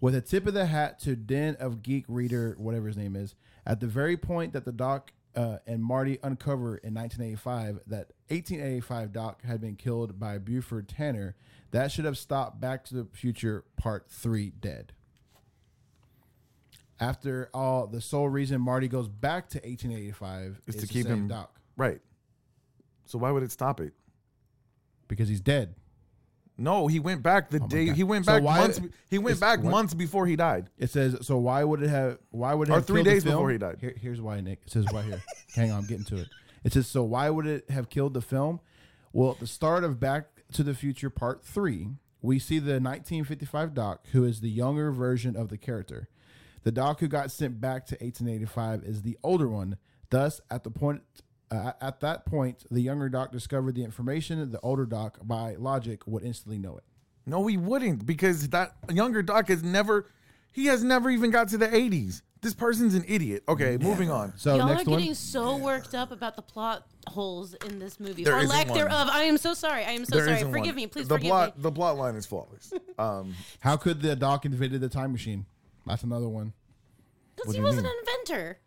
Speaker 6: With a tip of the hat to Den of Geek Reader, whatever his name is, at the very point that the doc uh, and Marty uncover in 1985 that 1885 Doc had been killed by Buford Tanner, that should have stopped Back to the Future Part 3 dead. After all, the sole reason Marty goes back to 1885
Speaker 1: Is
Speaker 6: is,
Speaker 1: to
Speaker 6: to
Speaker 1: keep
Speaker 6: save
Speaker 1: him-
Speaker 6: Doc
Speaker 1: Right. So why would it stop it?
Speaker 6: because he's dead.
Speaker 1: No, he went back the day
Speaker 6: Oh God.
Speaker 1: he went
Speaker 6: So
Speaker 1: back
Speaker 6: why-
Speaker 1: months he went
Speaker 6: it's-
Speaker 1: back
Speaker 6: what?
Speaker 1: months before he died.
Speaker 6: It says so. Why would it have? Why would it?
Speaker 1: Or
Speaker 6: have
Speaker 1: three
Speaker 6: killed the
Speaker 1: days
Speaker 6: film?
Speaker 1: before he died.
Speaker 6: Here- here's why, Nick. It says right here. Hang on, I'm getting to it. It says so. Why would it have killed the film? Well, at the start of Back to the Future Part Three, we see the 1955 Doc, who is the younger version of the character. The Doc who got sent back to 1885 is the older one. Thus, at the point. Uh, at that point, the younger doc discovered the information. The older doc, by logic, would instantly know it.
Speaker 1: No, he wouldn't because that younger Doc has never, he has never even got to the 80s. This person's an idiot. Okay, moving on.
Speaker 6: So
Speaker 4: Y'all
Speaker 6: next
Speaker 4: are getting
Speaker 6: one.
Speaker 4: so worked up about the plot holes in this movie,
Speaker 1: There
Speaker 4: or
Speaker 1: isn't
Speaker 4: lack
Speaker 1: one.
Speaker 4: thereof. I am so sorry. I am so
Speaker 1: There
Speaker 4: sorry.
Speaker 1: isn't
Speaker 4: Forgive
Speaker 1: one.
Speaker 4: me. Please
Speaker 1: the
Speaker 4: forgive
Speaker 1: plot,
Speaker 4: me.
Speaker 1: The plot line is flawless. Um,
Speaker 6: How could the doc invented the time machine? That's another one.
Speaker 4: Because he was an inventor.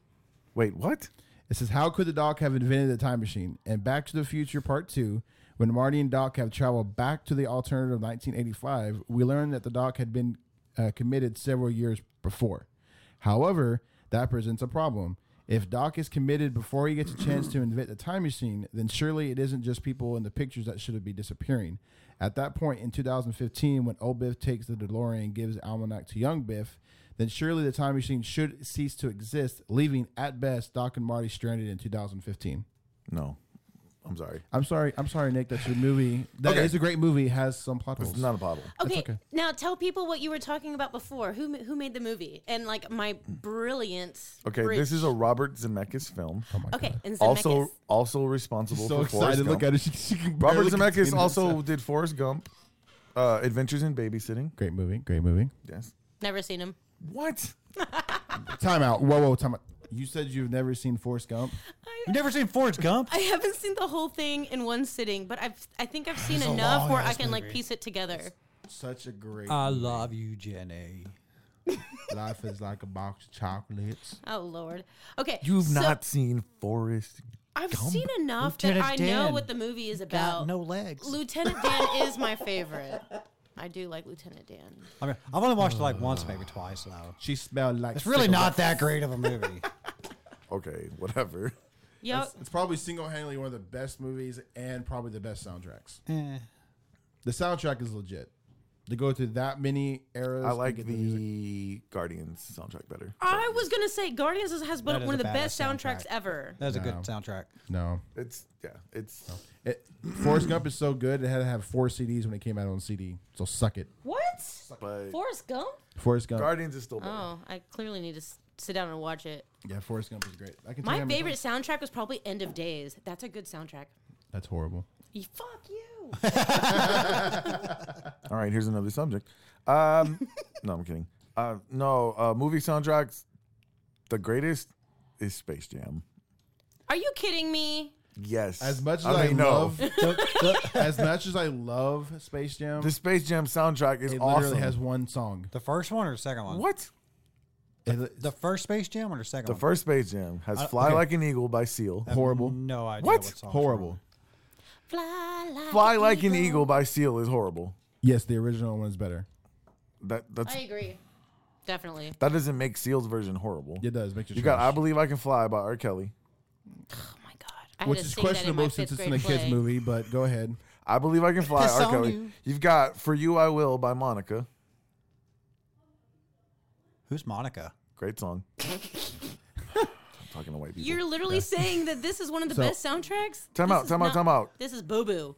Speaker 1: wait, what?
Speaker 6: It says, How could the doc have invented the time machine? And Back to the Future Part 2, when Marty and Doc have traveled back to the alternative 1985, we learn that the doc had been uh, committed several years before. However, that presents a problem. If Doc is committed before he gets a chance to invent the time machine, then surely it isn't just people in the pictures that should be disappearing. At that point in 2015, when old Biff takes the DeLorean and gives the Almanac to young Biff, then surely the time machine should cease to exist, leaving at best Doc and Marty stranded in 2015.
Speaker 1: No, I'm sorry.
Speaker 6: I'm sorry, I'm sorry, Nick, that your movie that is
Speaker 1: Okay.
Speaker 6: a great movie has some plot holes.
Speaker 1: It's not a bottle.
Speaker 4: Okay,
Speaker 6: okay.
Speaker 4: now tell people what you were talking about before. Who ma- who made the movie? And like my brilliant.
Speaker 1: Okay,
Speaker 4: bridge.
Speaker 1: this is a Robert Zemeckis film.
Speaker 4: okay. And Zemeckis.
Speaker 1: also, also responsible
Speaker 6: so
Speaker 1: for Forrest
Speaker 6: excited!
Speaker 1: Gump.
Speaker 6: Look at it. She, she can
Speaker 1: Robert
Speaker 6: barely
Speaker 1: Zemeckis
Speaker 6: contain
Speaker 1: also
Speaker 6: herself.
Speaker 1: did Forrest Gump, uh, Adventures in Babysitting.
Speaker 6: great movie, great movie.
Speaker 1: Yes.
Speaker 4: Never seen him.
Speaker 1: What?
Speaker 6: Time out. Whoa, whoa, time out. You said you've never seen Forrest Gump.
Speaker 5: You never seen Forrest Gump?
Speaker 4: I haven't seen the whole thing in one sitting, but I've I think I've seen
Speaker 7: It's a
Speaker 4: enough where I
Speaker 7: long-ass
Speaker 4: can like
Speaker 7: movie.
Speaker 5: Uh,
Speaker 4: piece it together.
Speaker 6: Such a great.
Speaker 7: I love you, Jenny.
Speaker 6: Life is like a box of chocolates.
Speaker 4: Oh Lord. Okay.
Speaker 1: You've
Speaker 4: so
Speaker 1: not seen Forrest.
Speaker 4: I've seen enough that I
Speaker 5: Lieutenant
Speaker 4: know
Speaker 5: Dan.
Speaker 4: what the movie is
Speaker 5: Got
Speaker 4: about.
Speaker 5: no legs.
Speaker 4: Lieutenant Dan is my favorite. I do like Lieutenant Dan.
Speaker 5: I mean, I've only watched it like once, maybe twice. So
Speaker 6: She smelled like.
Speaker 5: it's really not that great of a movie.
Speaker 1: Okay, whatever.
Speaker 4: Yep.
Speaker 6: It's probably single-handedly one of the best movies and probably the best soundtracks.
Speaker 5: Eh.
Speaker 6: The soundtrack is legit. To go through that many eras,
Speaker 1: I
Speaker 6: and
Speaker 1: like the,
Speaker 6: get music.
Speaker 1: Guardians soundtrack better.
Speaker 4: I was gonna say Guardians has
Speaker 5: That
Speaker 4: been
Speaker 5: is
Speaker 4: one of
Speaker 5: a
Speaker 4: the best
Speaker 5: badass
Speaker 4: soundtracks
Speaker 5: soundtrack.
Speaker 4: ever.
Speaker 5: That was a good
Speaker 6: No.
Speaker 5: soundtrack.
Speaker 6: No,
Speaker 1: It's yeah, it's
Speaker 6: it, Forrest Gump is so good. It had to have four CDs when it came out on CD. So suck it,
Speaker 4: What?
Speaker 1: but
Speaker 4: Forrest Gump?
Speaker 6: Forrest Gump.
Speaker 1: Guardians is still better.
Speaker 4: Oh, I clearly need to s- sit down and watch it.
Speaker 6: yeah, Forrest Gump is great. I can. tell you
Speaker 4: My
Speaker 6: how many
Speaker 4: favorite
Speaker 6: times-
Speaker 4: soundtrack was probably End of Days. That's a good soundtrack.
Speaker 6: That's horrible.
Speaker 4: Y- Fuck you.
Speaker 1: All right, here's another subject. Um, no, I'm kidding. Uh, no, uh, movie soundtracks. The greatest is Space Jam.
Speaker 4: Are you kidding me?
Speaker 1: Yes,
Speaker 6: As much as
Speaker 1: mean,
Speaker 6: I,
Speaker 1: no.
Speaker 6: love, as much as I love Space Jam,
Speaker 1: the Space Jam soundtrack is
Speaker 6: it literally
Speaker 1: awesome.
Speaker 6: has one song.
Speaker 5: The first one or the second one?
Speaker 1: what?
Speaker 6: It-
Speaker 5: The first Space Jam or the second
Speaker 1: The
Speaker 6: Oh.
Speaker 5: one?
Speaker 1: first Space Jam has
Speaker 5: I-
Speaker 1: "Fly
Speaker 5: okay.
Speaker 1: Like an Eagle" by Seal.
Speaker 5: I have
Speaker 6: horrible.
Speaker 5: No idea.
Speaker 1: What?
Speaker 5: What? songs were
Speaker 6: horrible.
Speaker 5: on.
Speaker 4: Fly like
Speaker 1: "Fly
Speaker 4: an
Speaker 1: Like an Eagle" by Seal is horrible.
Speaker 6: Yes, the original one is better.
Speaker 1: That that's
Speaker 4: I agree. Definitely.
Speaker 1: that doesn't make Seal's version horrible.
Speaker 6: It does make you.
Speaker 1: You got "I
Speaker 6: trash.
Speaker 1: Believe I Can Fly" by R. Kelly.
Speaker 4: Oh my god. I
Speaker 6: which
Speaker 4: had to
Speaker 6: is
Speaker 4: sing that in my
Speaker 6: questionable
Speaker 4: fifth
Speaker 6: since it's
Speaker 4: grade
Speaker 6: in a kids
Speaker 4: play.
Speaker 6: movie. But go ahead.
Speaker 1: I believe I can fly.
Speaker 5: Piss
Speaker 1: R.
Speaker 5: on
Speaker 1: Kelly.
Speaker 5: you.
Speaker 1: You. have got "For You I Will" by Monica.
Speaker 5: Who's Monica?
Speaker 1: Great song. I'm talking to white people.
Speaker 4: You're literally saying that this is one of the
Speaker 6: So-
Speaker 4: best soundtracks?
Speaker 1: Time
Speaker 4: This
Speaker 1: out,
Speaker 4: is
Speaker 1: time out,
Speaker 4: not-
Speaker 1: time out.
Speaker 4: This is boo boo.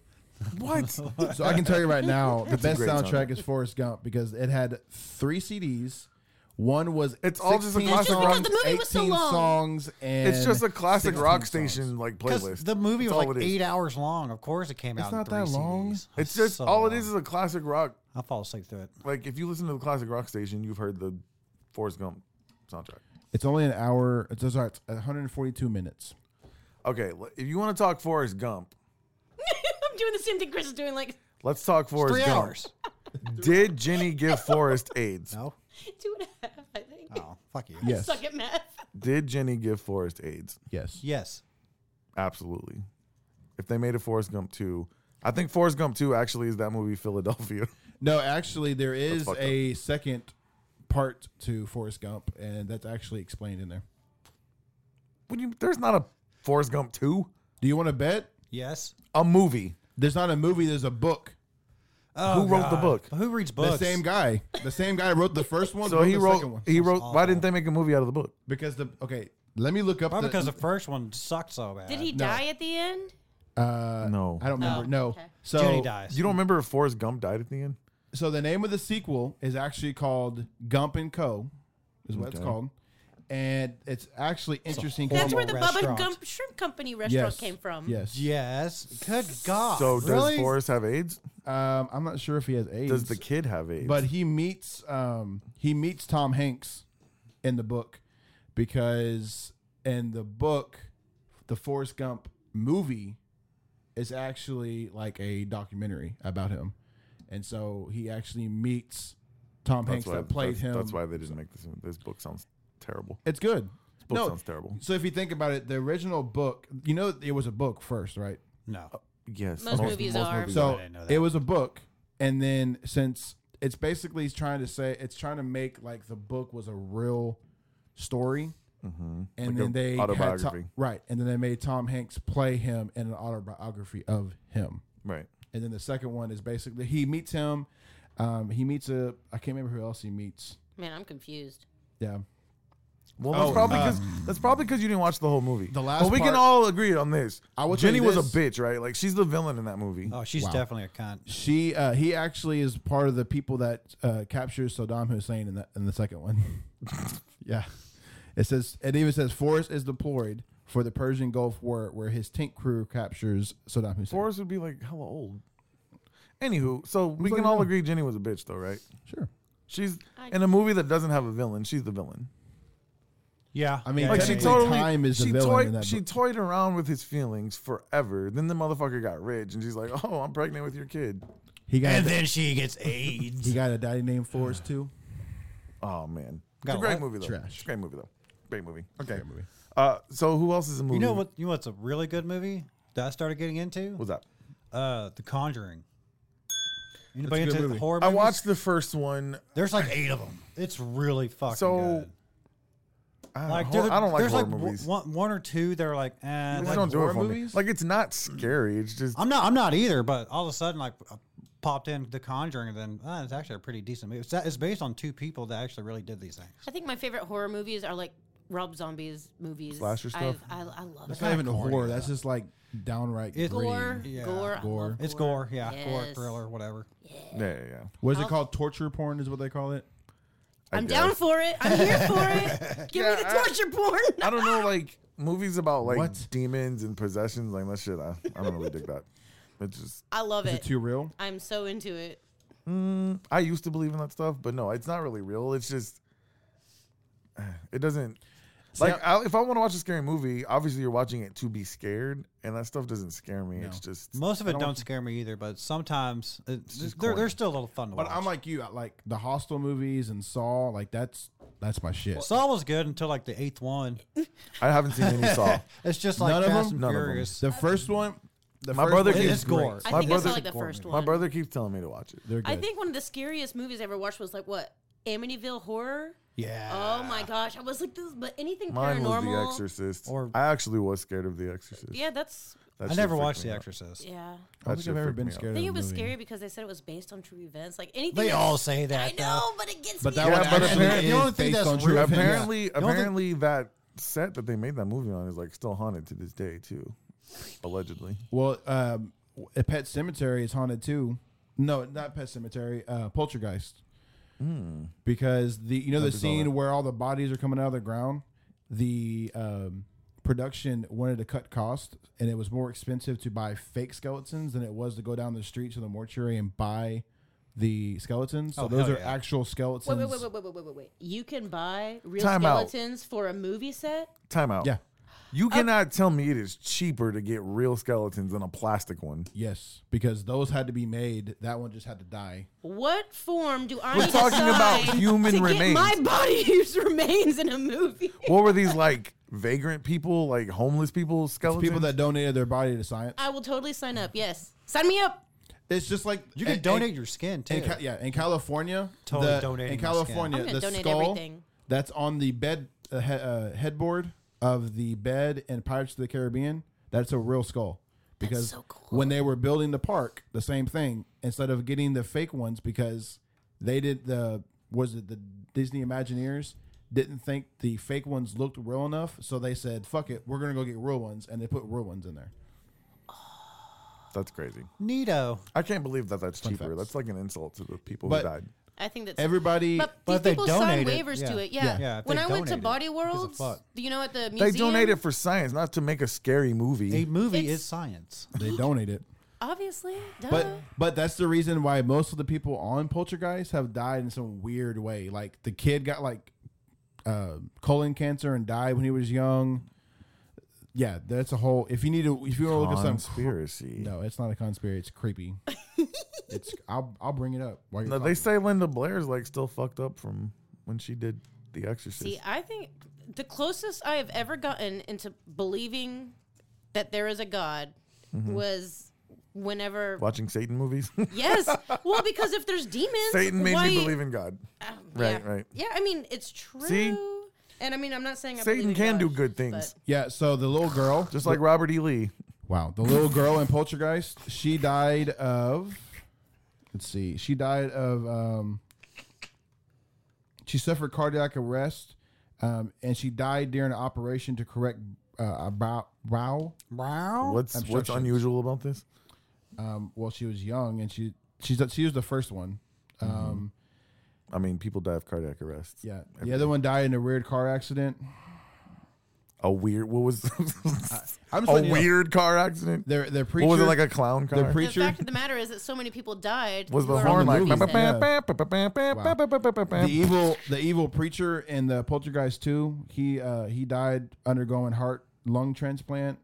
Speaker 1: what?
Speaker 6: So I can tell you right now, the best
Speaker 1: great
Speaker 6: soundtrack
Speaker 1: song.
Speaker 6: is Forrest Gump because it had three CDs. One was
Speaker 1: It's all just a
Speaker 6: 16
Speaker 1: classic
Speaker 6: songs,
Speaker 1: rock- It's
Speaker 4: just because the movie was so
Speaker 6: 18
Speaker 4: long.
Speaker 6: songs, and
Speaker 1: It's just a classic
Speaker 6: 16
Speaker 1: rock
Speaker 6: songs.
Speaker 1: station like playlist.
Speaker 5: Because the movie
Speaker 1: That's
Speaker 5: was
Speaker 1: all
Speaker 5: like
Speaker 1: it is.
Speaker 5: eight hours long. Of course, it came
Speaker 6: It's
Speaker 5: out. in
Speaker 6: not
Speaker 5: three
Speaker 6: that long.
Speaker 5: CDs.
Speaker 1: It's just
Speaker 5: So
Speaker 1: all it
Speaker 5: long.
Speaker 1: is is a classic rock.
Speaker 5: I fall asleep through it.
Speaker 1: Like if you listen to the classic rock station, you've heard the Forrest Gump soundtrack.
Speaker 6: It's only an hour. It's sorry, it's 142 minutes.
Speaker 1: Okay, l- if you want to talk Forrest Gump,
Speaker 4: I'm doing the same thing Chris is doing, like
Speaker 1: let's talk Forrest
Speaker 5: Three
Speaker 1: Gump.
Speaker 5: hours.
Speaker 1: Did Jenny give Forrest AIDS?
Speaker 5: No.
Speaker 4: two and a half, I think.
Speaker 5: Oh, fuck you.
Speaker 6: Yes, Uh,
Speaker 4: Suck at math.
Speaker 1: Did Jenny give Forrest AIDS?
Speaker 6: yes.
Speaker 5: Yes.
Speaker 1: Absolutely. If they made a Forrest Gump 2, I think Forrest Gump 2 actually is that movie Philadelphia.
Speaker 6: No, actually, there is
Speaker 1: fucked
Speaker 6: a second part to Forrest Gump, and that's actually explained in there.
Speaker 1: What do you, there's not a Forrest Gump 2,
Speaker 6: Do you want to bet?
Speaker 5: Yes.
Speaker 1: a movie.
Speaker 6: There's not a movie. There's a book.
Speaker 5: Oh,
Speaker 1: Who wrote the
Speaker 5: God.
Speaker 1: book?
Speaker 5: Who reads books?
Speaker 6: The same guy. The same guy wrote the first one.
Speaker 1: So he
Speaker 6: the
Speaker 1: wrote
Speaker 6: second one.
Speaker 1: he wrote why
Speaker 5: awful.
Speaker 1: didn't they make a movie out of the book?
Speaker 6: because the okay. Let me look up.
Speaker 5: Probably
Speaker 6: the,
Speaker 5: because the first one sucked so bad.
Speaker 4: Did he die at the end?
Speaker 6: Uh,
Speaker 1: No.
Speaker 6: I don't remember.
Speaker 4: Oh,
Speaker 6: no.
Speaker 4: okay.
Speaker 6: So
Speaker 5: Judy dies.
Speaker 1: You don't remember if Forrest Gump died at the end?
Speaker 6: so the name of the sequel is actually called Gump and Co. Is what it's
Speaker 1: Okay.
Speaker 6: called, and it's actually interesting.
Speaker 4: That's where
Speaker 5: Formal
Speaker 4: the Bubba
Speaker 5: restaurant.
Speaker 4: Gump Shrimp Company restaurant came from.
Speaker 6: Yes.
Speaker 5: Yes. Good God.
Speaker 1: So does
Speaker 6: Oh, really?
Speaker 1: Forrest have AIDS?
Speaker 6: Um, I'm not sure if he has AIDS.
Speaker 1: Does the kid have AIDS?
Speaker 6: but he meets um, he meets Tom Hanks in the book because in the book, the Forrest Gump movie is actually like a documentary about him, and so he actually meets Tom Hanks that played
Speaker 1: that's,
Speaker 6: him.
Speaker 1: that's why they didn't make this this book sounds terrible.
Speaker 6: it's good.
Speaker 1: Book
Speaker 6: no,
Speaker 1: sounds terrible.
Speaker 6: so if you think about it, the original book, you know, it was a book first, right?
Speaker 5: no.
Speaker 1: Yes.
Speaker 4: Most movies are.
Speaker 6: So
Speaker 5: I didn't know
Speaker 6: it
Speaker 5: that.
Speaker 6: was a book, and then since it's basically he's trying to say it's trying to make like the book was a real story, and
Speaker 1: Mm-hmm. Like a
Speaker 6: then they had Tom-
Speaker 1: autobiography.
Speaker 6: right? And then they made Tom Hanks play him in an autobiography of him,
Speaker 1: right.
Speaker 6: and then the second one is basically he meets him, um, he meets a I can't remember who else he meets.
Speaker 4: Man, I'm confused.
Speaker 6: Yeah,
Speaker 1: Well, that's
Speaker 6: Oh,
Speaker 1: probably
Speaker 6: uh,
Speaker 1: because that's probably because you didn't watch the whole movie.
Speaker 6: The last
Speaker 1: But we can
Speaker 6: part-
Speaker 1: all agree on this.
Speaker 6: I will tell
Speaker 1: Jenny
Speaker 6: you
Speaker 1: was a
Speaker 6: this. Uh,
Speaker 1: bitch, right? Like she's the villain in that movie.
Speaker 5: Oh, she's
Speaker 6: Wow.
Speaker 5: definitely a cunt.
Speaker 6: she uh, he actually is part of the people that uh, captures Saddam Hussein in the in the second one. yeah, it says it even says Forrest is deployed for the Persian Gulf War, where his tank crew captures Saddam Hussein.
Speaker 1: Forrest would be like hella old. Anywho, so we
Speaker 6: But
Speaker 1: can all
Speaker 6: yeah.
Speaker 1: agree Jenny was a bitch, though, right?
Speaker 6: Sure,
Speaker 1: She's in a movie that doesn't have a villain. She's the villain.
Speaker 5: Yeah.
Speaker 6: I mean,
Speaker 5: yeah,
Speaker 1: Like
Speaker 5: yeah,
Speaker 1: she
Speaker 6: Technically,
Speaker 5: yeah.
Speaker 1: totally
Speaker 6: time is the
Speaker 1: she
Speaker 6: villain
Speaker 1: toyed
Speaker 6: in that
Speaker 1: she
Speaker 6: book.
Speaker 1: toyed around with his feelings forever. Then the motherfucker got rich, and she's like, "Oh, I'm pregnant with your kid."
Speaker 6: he got
Speaker 5: And
Speaker 6: a,
Speaker 5: then she gets
Speaker 6: he
Speaker 5: AIDS.
Speaker 6: got a daddy named Forrest too.
Speaker 1: Oh man, it's a
Speaker 5: Got
Speaker 1: great
Speaker 5: what?
Speaker 1: movie though.
Speaker 6: Trash.
Speaker 1: It's a great movie though. Great movie. Okay.
Speaker 6: Great movie.
Speaker 1: Uh, so who else is in the
Speaker 5: You
Speaker 1: movie?
Speaker 5: know what? You know what's a really good movie that I started getting into?
Speaker 1: What's that?
Speaker 5: Uh, The Conjuring. Anybody
Speaker 6: good
Speaker 5: into
Speaker 6: movie.
Speaker 5: horror?
Speaker 1: I
Speaker 5: movies?
Speaker 1: watched the first one.
Speaker 5: There's like eight of them. It's really fucking
Speaker 1: So,
Speaker 5: good.
Speaker 1: I don't,
Speaker 5: Like
Speaker 1: know.
Speaker 5: there's-
Speaker 1: I don't like
Speaker 5: there's
Speaker 1: horror
Speaker 5: like
Speaker 1: movies.
Speaker 5: One, one or two. They're like, eh,
Speaker 1: They
Speaker 5: like-
Speaker 1: just don't do
Speaker 6: horror
Speaker 1: it for
Speaker 6: movies?
Speaker 1: me. Like it's not scary. It's just
Speaker 5: I'm not. I'm not either. But all of a sudden, like, I popped in The Conjuring. And then ah, it's actually a pretty decent movie. It's, it's based on two people that actually really did these things.
Speaker 4: I think my favorite horror movies are like Rob Zombie's movies.
Speaker 1: Slasher stuff?
Speaker 4: I've- I, I love
Speaker 6: That's
Speaker 4: it.
Speaker 6: not even a
Speaker 5: corny,
Speaker 6: horror.
Speaker 5: though.
Speaker 6: That's just like downright
Speaker 5: It's-
Speaker 6: gore.
Speaker 4: gore,
Speaker 5: Yeah.
Speaker 4: gore, I
Speaker 6: Gore.
Speaker 4: love
Speaker 5: It's gore. Yeah, gore
Speaker 4: Yes.
Speaker 5: thriller, whatever.
Speaker 1: yeah, yeah. yeah.
Speaker 6: What is it called? Torture porn is what they call it.
Speaker 1: I
Speaker 4: I'm
Speaker 1: guess.
Speaker 4: down for it. I'm here for it. Give me the
Speaker 1: Yeah, I-
Speaker 4: torture porn.
Speaker 1: I don't know, like movies about like
Speaker 6: What?
Speaker 1: demons and possessions, like that shit. I, I don't really dig that. It's just
Speaker 4: I love
Speaker 6: Is
Speaker 4: it.
Speaker 6: it too real?
Speaker 4: I'm so into it.
Speaker 1: I used to believe in that stuff, but no, it's not really real. It's just it doesn't. Like I, if I want to watch a scary movie, obviously you're watching it to be scared, and that stuff doesn't scare me. It's just
Speaker 5: Most of it don't, scare me either, but sometimes it's, they're, they're still a little fun to watch.
Speaker 6: But I'm like you. I like the Hostel movies and Saw. Like that's that's my shit.
Speaker 5: Saw was good until like the eighth one.
Speaker 1: I haven't seen any Saw.
Speaker 5: It's just like
Speaker 6: None of
Speaker 5: Fast
Speaker 6: them?
Speaker 5: and
Speaker 1: None of them.
Speaker 5: Furious.
Speaker 6: The first one. The
Speaker 1: My
Speaker 6: first
Speaker 1: brother
Speaker 6: one
Speaker 1: gave-
Speaker 6: is
Speaker 5: It's gore.
Speaker 6: great.
Speaker 4: I
Speaker 1: My
Speaker 4: think
Speaker 1: brother-
Speaker 4: I saw like the
Speaker 5: Gore
Speaker 4: first
Speaker 5: movie.
Speaker 4: one.
Speaker 1: My brother keeps telling me to watch it.
Speaker 6: They're good.
Speaker 4: I think one of the scariest movies I ever watched was like what Amityville Horror.
Speaker 5: Yeah.
Speaker 4: Oh my gosh, I was like this, but anything
Speaker 1: Mine was
Speaker 4: paranormal.
Speaker 1: The Exorcist.
Speaker 5: Or-
Speaker 1: I actually was scared of The Exorcist.
Speaker 4: Yeah, that's
Speaker 1: That
Speaker 5: I
Speaker 1: shit
Speaker 5: never
Speaker 1: freaked
Speaker 5: watched
Speaker 1: me
Speaker 5: The
Speaker 1: out.
Speaker 5: Exorcist.
Speaker 4: yeah.
Speaker 6: I
Speaker 1: That
Speaker 6: don't think I've
Speaker 1: shit
Speaker 6: ever
Speaker 1: freaked
Speaker 6: been
Speaker 1: me out.
Speaker 6: scared.
Speaker 4: I
Speaker 6: of
Speaker 4: think
Speaker 6: the
Speaker 4: it was
Speaker 6: movie.
Speaker 4: scary because they said it was based on true events. Like anything.
Speaker 5: They
Speaker 4: that's-
Speaker 5: all say that.
Speaker 4: I know,
Speaker 5: though.
Speaker 4: but it gets
Speaker 6: But
Speaker 4: me.
Speaker 6: that one
Speaker 4: every
Speaker 1: Yeah, but
Speaker 6: actually
Speaker 1: apparently-
Speaker 6: is
Speaker 5: The only thing
Speaker 6: based
Speaker 5: that's
Speaker 6: on true
Speaker 5: real-
Speaker 6: events.
Speaker 1: Apparently,
Speaker 5: The only thing-
Speaker 1: apparently that set that they made that movie on is like still haunted to this day too, allegedly.
Speaker 6: Well, um, a Pet Cemetery is haunted too. No, not Pet Cemetery. Uh, Poltergeist.
Speaker 4: Hmm.
Speaker 6: Because the you know the
Speaker 1: just saw that.
Speaker 6: scene where all the bodies are coming out of the ground, the um, production wanted to cut cost, and it was more expensive to buy fake skeletons than it was to go down the street to the mortuary and buy the skeletons. So
Speaker 5: Oh,
Speaker 6: those
Speaker 5: hell
Speaker 6: are
Speaker 5: yeah.
Speaker 6: actual skeletons.
Speaker 4: Wait, wait, wait, wait, wait, wait, wait, wait, wait. You can buy real
Speaker 1: Time out.
Speaker 4: skeletons for a movie set?
Speaker 1: Time out.
Speaker 6: Yeah.
Speaker 4: Oh.
Speaker 1: You cannot tell me it is cheaper to get real skeletons than a plastic one.
Speaker 6: Yes, because those had to be made. That one just had to die.
Speaker 4: What form do I
Speaker 1: We're
Speaker 4: need
Speaker 1: talking
Speaker 4: to
Speaker 1: about
Speaker 4: sign
Speaker 1: human
Speaker 4: to
Speaker 1: remains.
Speaker 4: Get my body's remains in a movie.
Speaker 1: What were these like vagrant people, like homeless people, skeletons?
Speaker 6: People that donated their body to science.
Speaker 4: I will totally sign up. Yes. Sign me up.
Speaker 6: It's just like
Speaker 5: You can
Speaker 6: and-
Speaker 5: donate
Speaker 6: and-
Speaker 5: your skin too.
Speaker 6: In Ca- yeah, in California,
Speaker 5: Totally
Speaker 6: the-
Speaker 5: donating
Speaker 6: in
Speaker 5: my skin.
Speaker 6: California,
Speaker 4: I'm gonna
Speaker 6: the
Speaker 4: donate
Speaker 6: skull
Speaker 4: everything.
Speaker 6: that's on the bed uh, he, uh, headboard of the bed in Pirates of the Caribbean, that's a real skull. Because
Speaker 4: so cool.
Speaker 6: when they were building the park, the same thing. Instead of getting the fake ones, because they did the was it the Disney Imagineers didn't think the fake ones looked real enough, so they said, "Fuck it, we're gonna go get real ones," and they put real ones in there.
Speaker 1: That's crazy.
Speaker 5: Neato.
Speaker 1: I can't believe that that's cheaper.
Speaker 6: facts.
Speaker 1: That's like an insult to the people
Speaker 6: But-
Speaker 1: who died.
Speaker 4: I think that's
Speaker 6: Everybody,
Speaker 4: But,
Speaker 5: But
Speaker 4: these
Speaker 5: if they
Speaker 4: people
Speaker 5: donate it,
Speaker 4: sign waivers
Speaker 5: yeah.
Speaker 4: to it. Yeah.
Speaker 6: Yeah.
Speaker 5: Yeah, if
Speaker 4: when
Speaker 5: they
Speaker 4: I went to
Speaker 5: donate it,
Speaker 4: Body
Speaker 5: who gives a
Speaker 4: Worlds,
Speaker 5: fuck?
Speaker 4: you know, at the
Speaker 1: They
Speaker 4: museum,
Speaker 1: donated for science, not to make a scary movie.
Speaker 5: A movie
Speaker 4: It's-
Speaker 5: is science.
Speaker 6: they donate it.
Speaker 4: Obviously, duh.
Speaker 6: But but that's the reason why most of the people on Poltergeist have died in some weird way. Like the kid got like uh, colon cancer and died when he was young. Yeah, that's a whole. If you need to, if you want to look at some,
Speaker 1: Conspiracy.
Speaker 6: no, it's not a conspiracy. It's creepy. it's I'll I'll bring it up. While you're
Speaker 1: No, they
Speaker 6: talking.
Speaker 1: say Linda Blair's like still fucked up from when she did The Exorcist.
Speaker 4: See, I think the closest I have ever gotten into believing that there is a God
Speaker 1: Mm-hmm.
Speaker 4: was whenever.
Speaker 1: Watching Satan movies.
Speaker 4: Yes. Well, because if there's demons,
Speaker 1: Satan made
Speaker 4: why-
Speaker 1: me believe in God.
Speaker 4: Um,
Speaker 1: Right,
Speaker 4: yeah.
Speaker 1: right.
Speaker 4: Yeah, I mean, it's true.
Speaker 1: See?
Speaker 4: And I mean, I'm not saying I
Speaker 1: Satan
Speaker 4: believe in
Speaker 1: can do
Speaker 4: God,
Speaker 1: good things,
Speaker 6: Yeah, so the little girl,
Speaker 1: just like Robert E. Lee.
Speaker 6: wow, the little girl in Poltergeist, she died of. Let's see, she died of. Um, she suffered cardiac arrest, um, and she died during an operation to correct uh, a brow. brow.
Speaker 5: Wow.
Speaker 1: What's what's
Speaker 6: Obstructions.
Speaker 1: unusual about this?
Speaker 6: Um, well, she was young, and she she's she was the first one.
Speaker 1: Mm-hmm.
Speaker 6: Um,
Speaker 1: I mean, people die of cardiac arrests.
Speaker 6: Yeah, the other one died in a weird car accident.
Speaker 1: A weird. What was?
Speaker 6: I'm just
Speaker 1: a
Speaker 6: letting you know.
Speaker 1: weird car accident.
Speaker 6: Their their preacher
Speaker 1: What was it like a clown car?
Speaker 6: their
Speaker 4: The
Speaker 6: preacher
Speaker 4: fact of the matter is that so many people died.
Speaker 1: was
Speaker 4: who
Speaker 1: the
Speaker 4: are-
Speaker 1: horn
Speaker 6: the
Speaker 1: like?
Speaker 6: movies, yeah. the
Speaker 1: The
Speaker 6: evil the evil preacher in the poltergeist 2 he uh he died undergoing heart lung transplant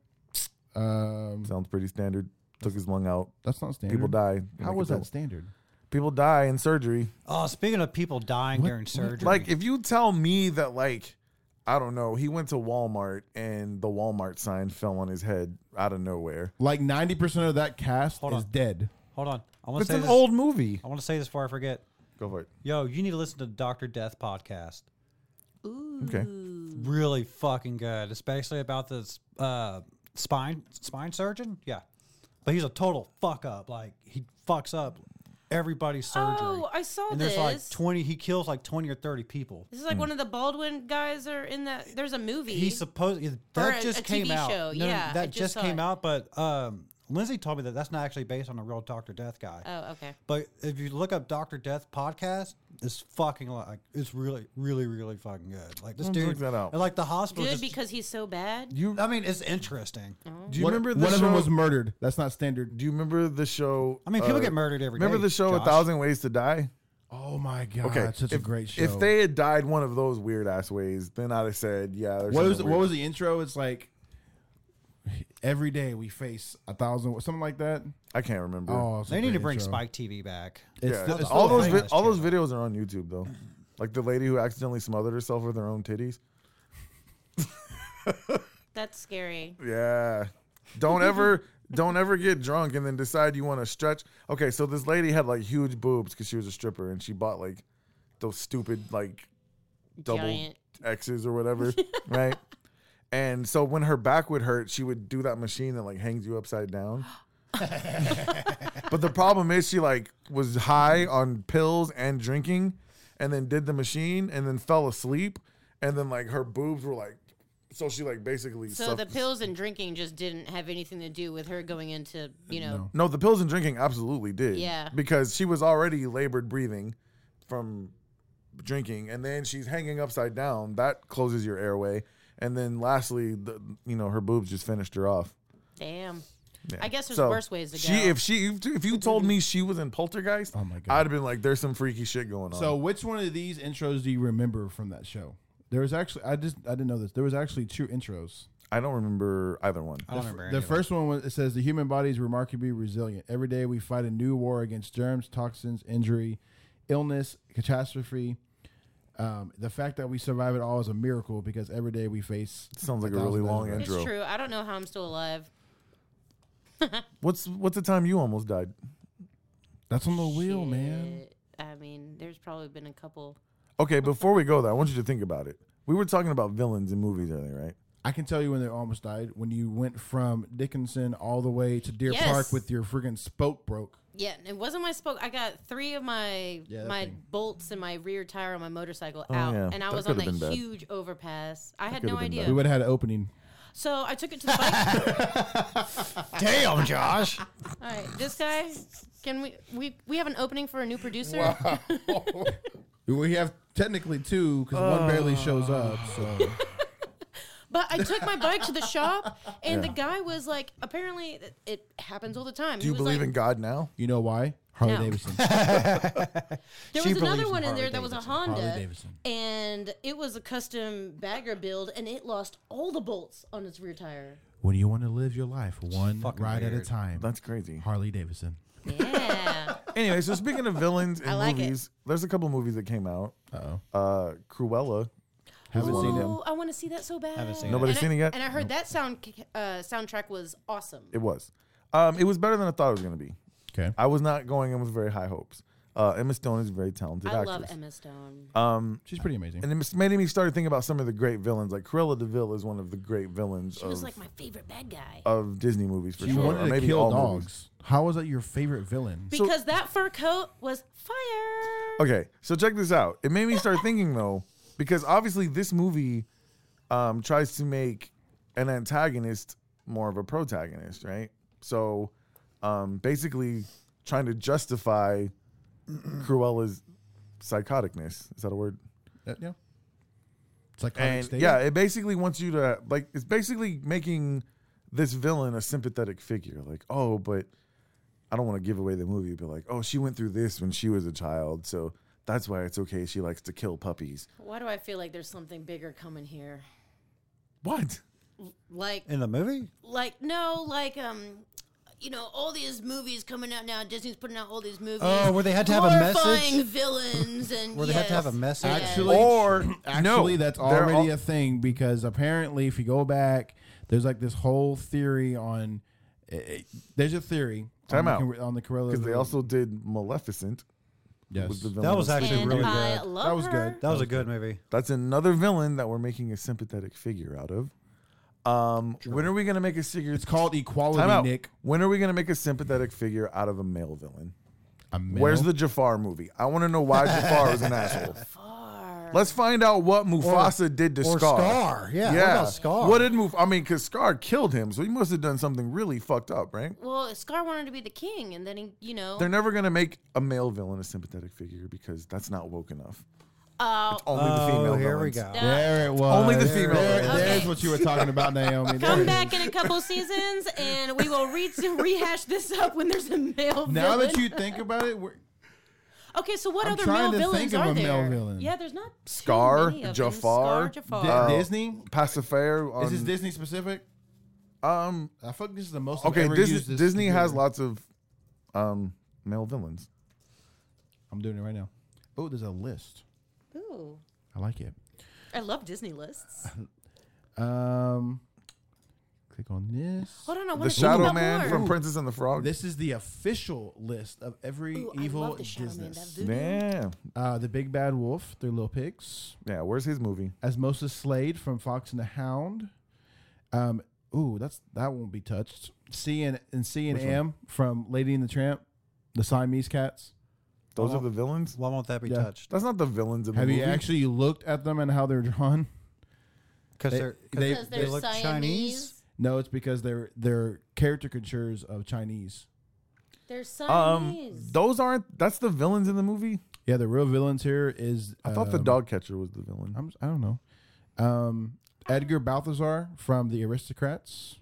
Speaker 6: um
Speaker 1: Sounds pretty standard. Took his lung out.
Speaker 6: that's not standard
Speaker 1: People die.
Speaker 6: how
Speaker 1: Like,
Speaker 6: was
Speaker 1: it's
Speaker 6: that standard
Speaker 1: all- People die in surgery.
Speaker 7: Oh, speaking of people dying during surgery,
Speaker 1: Like if you tell me that like I don't know, he went to Walmart and the Walmart sign fell on his head out of nowhere.
Speaker 6: Like ninety percent of that cast is dead.
Speaker 7: hold on, I want
Speaker 1: It's
Speaker 7: to say
Speaker 1: an
Speaker 7: this.
Speaker 1: old movie.
Speaker 7: I want to say this before I forget.
Speaker 1: Go for it.
Speaker 7: Yo, you need to listen to the Doctor Death podcast.
Speaker 1: Okay.
Speaker 7: Really fucking good, especially about this uh, spine spine surgeon. Yeah, but he's a total fuck up. Like he fucks up everybody's surgery.
Speaker 4: Oh, I saw
Speaker 7: and
Speaker 4: this.
Speaker 7: there's like twenty. He kills like twenty or thirty people.
Speaker 4: this is like one of the Baldwin guys are in that. There's a movie.
Speaker 7: He's supposed that
Speaker 4: a-
Speaker 7: just
Speaker 4: a
Speaker 7: came
Speaker 4: TV
Speaker 7: out.
Speaker 4: show,
Speaker 7: No, no,
Speaker 4: yeah, I
Speaker 7: that
Speaker 4: just
Speaker 7: just,
Speaker 4: saw
Speaker 7: came
Speaker 4: it.
Speaker 7: out. But um, Lindsay told me that that's not actually based on a real Doctor Death guy.
Speaker 4: oh, okay.
Speaker 7: But if you look up Doctor Death podcast, it's fucking like it's really, really, really fucking good. Like this
Speaker 1: I'll
Speaker 7: dude,
Speaker 1: check that out.
Speaker 7: and like the hospital.
Speaker 4: Good
Speaker 7: just-
Speaker 4: because he's so bad.
Speaker 1: You
Speaker 7: I mean, it's interesting.
Speaker 4: Oh.
Speaker 1: do you
Speaker 6: One-
Speaker 1: remember the
Speaker 6: one
Speaker 1: show?
Speaker 6: of them was murdered. That's not standard.
Speaker 1: do you remember the show? uh,
Speaker 7: I mean, people get murdered every
Speaker 1: Remember
Speaker 7: day,
Speaker 1: the show A
Speaker 7: Josh.
Speaker 1: Thousand Ways to Die?
Speaker 6: Oh my god,
Speaker 1: Okay,
Speaker 6: such
Speaker 1: if,
Speaker 6: a great show.
Speaker 1: If they had died one of those weird ass ways, then I'd have said, yeah. There's
Speaker 6: what was
Speaker 1: something
Speaker 6: what
Speaker 1: weird.
Speaker 6: was the intro? It's like every day we face a thousand, something like that.
Speaker 1: I can't remember.
Speaker 6: Oh, it's a
Speaker 7: They need
Speaker 6: great
Speaker 7: to bring
Speaker 6: intro.
Speaker 7: Spike TV back.
Speaker 6: It's
Speaker 1: yeah.
Speaker 6: the- it's
Speaker 1: all
Speaker 6: the
Speaker 1: those
Speaker 6: thing.
Speaker 1: vi-
Speaker 7: that's
Speaker 1: all those videos are on YouTube though. Like the lady who accidentally smothered herself with her own titties.
Speaker 4: That's scary.
Speaker 1: Yeah. Don't ever don't ever get drunk and then decide you want to stretch. Okay, so this lady had like huge boobs because she was a stripper and she bought like those stupid like double
Speaker 4: Giant.
Speaker 1: X's or whatever, right? And so when her back would hurt, she would do that machine that like hangs you upside down. but the problem is she like was high on pills and drinking and then did the machine and then fell asleep and then like her boobs were like so she like basically
Speaker 4: So
Speaker 1: sucked-
Speaker 4: the pills and drinking just didn't have anything to do with her going into, you know,
Speaker 1: No, the pills and drinking absolutely did.
Speaker 4: Yeah.
Speaker 1: Because she was already labored breathing from drinking and then she's hanging upside down. That closes your airway. And then lastly, the, you know, her boobs just finished her off.
Speaker 4: damn. I guess there's
Speaker 1: So,
Speaker 4: worse ways to go.
Speaker 1: She if she if, if you told me she was in Poltergeist, oh
Speaker 6: my God.
Speaker 1: I'd have been like there's some freaky shit going on.
Speaker 6: So, which one of these intros do you remember from that show? There was actually I just I didn't know this. There was actually two intros.
Speaker 1: I don't remember either one.
Speaker 7: I don't remember. any
Speaker 6: The
Speaker 7: of
Speaker 6: first one was, it says the human body is remarkably resilient. Every day we fight a new war against germs, toxins, injury, illness, catastrophe. Um, the fact that we survive it all is a miracle because every day we face.
Speaker 1: Sounds like a really
Speaker 6: thousand
Speaker 1: long
Speaker 6: dollars.
Speaker 4: it's
Speaker 1: intro.
Speaker 4: true. I don't know how I'm still alive.
Speaker 1: What's what's the time you almost died?
Speaker 6: That's on the wheel, man.
Speaker 4: Shit. I mean, there's probably been a couple.
Speaker 1: Okay, before we go though, I want you to think about it. We were talking about villains in movies earlier, right?
Speaker 6: I can tell you when they almost died. When you went from Dickinson all the way to Deer
Speaker 4: Yes.
Speaker 6: Park with your friggin' spoke broke.
Speaker 4: Yeah, it wasn't my spoke. I got three of my
Speaker 6: Yeah, that
Speaker 4: my
Speaker 6: thing.
Speaker 4: bolts in my rear tire on my motorcycle out,
Speaker 1: Oh, yeah.
Speaker 4: and I
Speaker 1: That
Speaker 4: was on
Speaker 1: could've
Speaker 4: that
Speaker 1: been bad.
Speaker 4: huge overpass. I had
Speaker 1: could've
Speaker 4: no
Speaker 1: been
Speaker 4: idea.
Speaker 1: bad.
Speaker 6: We would have had an opening.
Speaker 4: So I took it to the bike.
Speaker 7: it. Damn, Josh.
Speaker 4: All right, this guy. Can we we we have an opening for a new producer?
Speaker 6: We have technically two because one barely shows up. So
Speaker 4: But I took my bike to the shop, and the guy was like, apparently it- it happens all the time.
Speaker 1: Do you believe in God now?
Speaker 6: you know why Harley
Speaker 4: No.
Speaker 6: Davidson.
Speaker 4: There
Speaker 7: She
Speaker 4: was another
Speaker 7: believes in
Speaker 4: one in
Speaker 7: Harley
Speaker 4: there that was a
Speaker 7: Davidson.
Speaker 6: Harley
Speaker 4: Honda,
Speaker 6: Davidson.
Speaker 4: and it was a custom bagger build, and it lost all the bolts on its rear tire.
Speaker 6: When you want to live your life one
Speaker 7: fucking
Speaker 6: ride at a
Speaker 7: weird.
Speaker 6: time.
Speaker 1: That's crazy.
Speaker 6: Harley Davidson.
Speaker 4: Yeah.
Speaker 1: Anyway, so speaking of villains in
Speaker 4: I like it.
Speaker 1: movies, there's a couple movies that came out.
Speaker 6: Uh-oh.
Speaker 1: Uh, Cruella.
Speaker 6: Haven't seen it.
Speaker 4: Oh, I want to see that so bad.
Speaker 7: Haven't seen it.
Speaker 1: Nobody's
Speaker 4: and
Speaker 1: seen
Speaker 4: I,
Speaker 1: it yet?
Speaker 4: And I heard that sound ca- uh, soundtrack was awesome.
Speaker 1: It was. Um, it was better than I thought it was going to be.
Speaker 6: Okay.
Speaker 1: I was not going in with very high hopes. Uh, Emma Stone is a very talented
Speaker 4: I
Speaker 1: actress.
Speaker 4: love Emma Stone.
Speaker 1: Um,
Speaker 6: She's pretty amazing.
Speaker 1: And it mis- made me start thinking about some of the great villains. Like Cruella DeVille is one of the great villains
Speaker 4: she was
Speaker 1: of,
Speaker 4: like my favorite bad guy.
Speaker 1: of Disney movies for
Speaker 6: You
Speaker 1: sure. or
Speaker 6: wanted to
Speaker 1: maybe
Speaker 6: kill
Speaker 1: all movies.
Speaker 6: dogs. How was that your favorite villain?
Speaker 4: because that fur coat was fire.
Speaker 1: Okay, so check this out. It made me start thinking though, because obviously this movie um, tries to make an antagonist more of a protagonist, right? So um, basically, trying to justify Cruella's psychoticness. Is that a word?
Speaker 6: Uh, yeah. It's like
Speaker 1: And yeah, it basically wants you to like. It's basically making this villain a sympathetic figure. Like, oh, but I don't want to give away the movie, but like, oh, she went through this when she was a child, so that's why it's okay. She likes to kill puppies.
Speaker 4: Why do I feel like there's something bigger coming here?
Speaker 1: What?
Speaker 4: Like
Speaker 7: In the movie,
Speaker 4: like no like um you know, all these movies coming out now. Disney's putting out all these movies.
Speaker 5: Oh, where they had to have a message?
Speaker 4: glorifying villains and
Speaker 5: Where they had to have
Speaker 4: yes,
Speaker 5: a message?
Speaker 4: yes.
Speaker 6: Actually,
Speaker 1: Or-
Speaker 6: actually,
Speaker 1: no,
Speaker 6: that's
Speaker 1: they're
Speaker 6: already
Speaker 1: all-
Speaker 6: a thing because apparently, if you go back, there's like this whole theory on. eh, eh, there's a theory
Speaker 1: Time
Speaker 6: on,
Speaker 1: out.
Speaker 6: The, Cor- on the Cruella
Speaker 1: Because they
Speaker 6: movie.
Speaker 1: also did Maleficent.
Speaker 6: yes.
Speaker 1: was the villain
Speaker 7: That was
Speaker 1: of-
Speaker 7: actually
Speaker 4: and
Speaker 7: really
Speaker 4: I
Speaker 7: good.
Speaker 4: love
Speaker 6: That was
Speaker 4: her.
Speaker 6: good.
Speaker 7: That was a good movie.
Speaker 1: That's another villain that we're making a sympathetic figure out of. Um, when are we going to make a figure?
Speaker 6: It's called equality,
Speaker 1: Time out.
Speaker 6: Nick.
Speaker 1: When are we going to make a sympathetic figure out of a male villain?
Speaker 6: A
Speaker 1: Where's
Speaker 6: male.
Speaker 1: the Jafar movie? I want to know why Jafar was an asshole. Let's find out what Mufasa did to
Speaker 5: or
Speaker 1: Scar.
Speaker 5: Scar, yeah, what about Scar?
Speaker 1: What did Muf? I mean, because Scar killed him, so he must have done something really fucked up, right?
Speaker 4: Well, Scar wanted to be the king, and then he, you know,
Speaker 1: They're never gonna make a male villain a sympathetic figure because that's not woke enough.
Speaker 4: uh,
Speaker 1: Only the female.
Speaker 5: Oh, here we
Speaker 1: villains.
Speaker 5: go.
Speaker 4: that-
Speaker 6: There it was.
Speaker 1: Only the
Speaker 6: There-
Speaker 1: female
Speaker 6: there-
Speaker 1: villain.
Speaker 6: There's
Speaker 4: Okay.
Speaker 6: what you were talking about, Naomi. There it
Speaker 4: Come
Speaker 6: is.
Speaker 4: back in a couple seasons, and we will re- rehash this up when there's a male.
Speaker 6: Now that
Speaker 4: villain.
Speaker 6: you think about it, we're,
Speaker 4: okay, so what
Speaker 6: I'm
Speaker 4: other
Speaker 6: trying
Speaker 4: male
Speaker 6: to
Speaker 4: villains
Speaker 6: think of
Speaker 4: are
Speaker 6: a male
Speaker 4: there?
Speaker 6: villain.
Speaker 4: Yeah, there's not too
Speaker 1: Scar,
Speaker 4: many of
Speaker 1: Jafar,
Speaker 4: them. Scar, Jafar.
Speaker 6: Di- Disney.
Speaker 1: Pacifier. On,
Speaker 6: Is this Disney specific?
Speaker 1: um,
Speaker 6: I feel like this is the most. I've
Speaker 1: okay,
Speaker 6: ever
Speaker 1: Disney,
Speaker 6: used this
Speaker 1: Disney has
Speaker 6: computer.
Speaker 1: lots of um male villains.
Speaker 6: I'm doing it right now. Oh, there's a list.
Speaker 4: Ooh,
Speaker 6: I like it.
Speaker 4: I love Disney lists.
Speaker 6: Um, click on this.
Speaker 4: Hold on, I want
Speaker 1: The
Speaker 4: to think
Speaker 1: Shadow
Speaker 4: about
Speaker 1: Man
Speaker 4: more.
Speaker 1: from Princess and the Frog.
Speaker 6: This is the official list of every
Speaker 4: Ooh, I
Speaker 6: evil
Speaker 4: love the Shadow Man. That
Speaker 6: business.
Speaker 4: voodoo.
Speaker 1: yeah,
Speaker 6: Uh, the Big Bad Wolf, their little pigs.
Speaker 1: yeah. Where's his movie?
Speaker 6: Asmosis Slade from Fox and the Hound. Um, ooh, that's that won't be touched. C and and C and M from Lady and the Tramp, the Siamese cats.
Speaker 1: Those are the villains.
Speaker 7: Why won't that be
Speaker 6: Yeah.
Speaker 7: touched?
Speaker 1: That's not the villains of the
Speaker 6: Have
Speaker 1: movie.
Speaker 6: you actually looked at them and how they're drawn?
Speaker 7: Because
Speaker 6: They-
Speaker 7: they, are
Speaker 6: they-
Speaker 4: because they're
Speaker 7: look
Speaker 4: Siamese.
Speaker 7: Chinese.
Speaker 6: No, it's because they're they're caricatures of Chinese.
Speaker 4: They're
Speaker 1: Um,
Speaker 4: Siamese.
Speaker 1: those aren't. That's the villains in the movie.
Speaker 6: Yeah, the real villains here is
Speaker 1: I thought the
Speaker 6: um,
Speaker 1: dog catcher was the villain.
Speaker 6: I'm, I don't know. Um, Edgar Balthazar from The Aristocrats.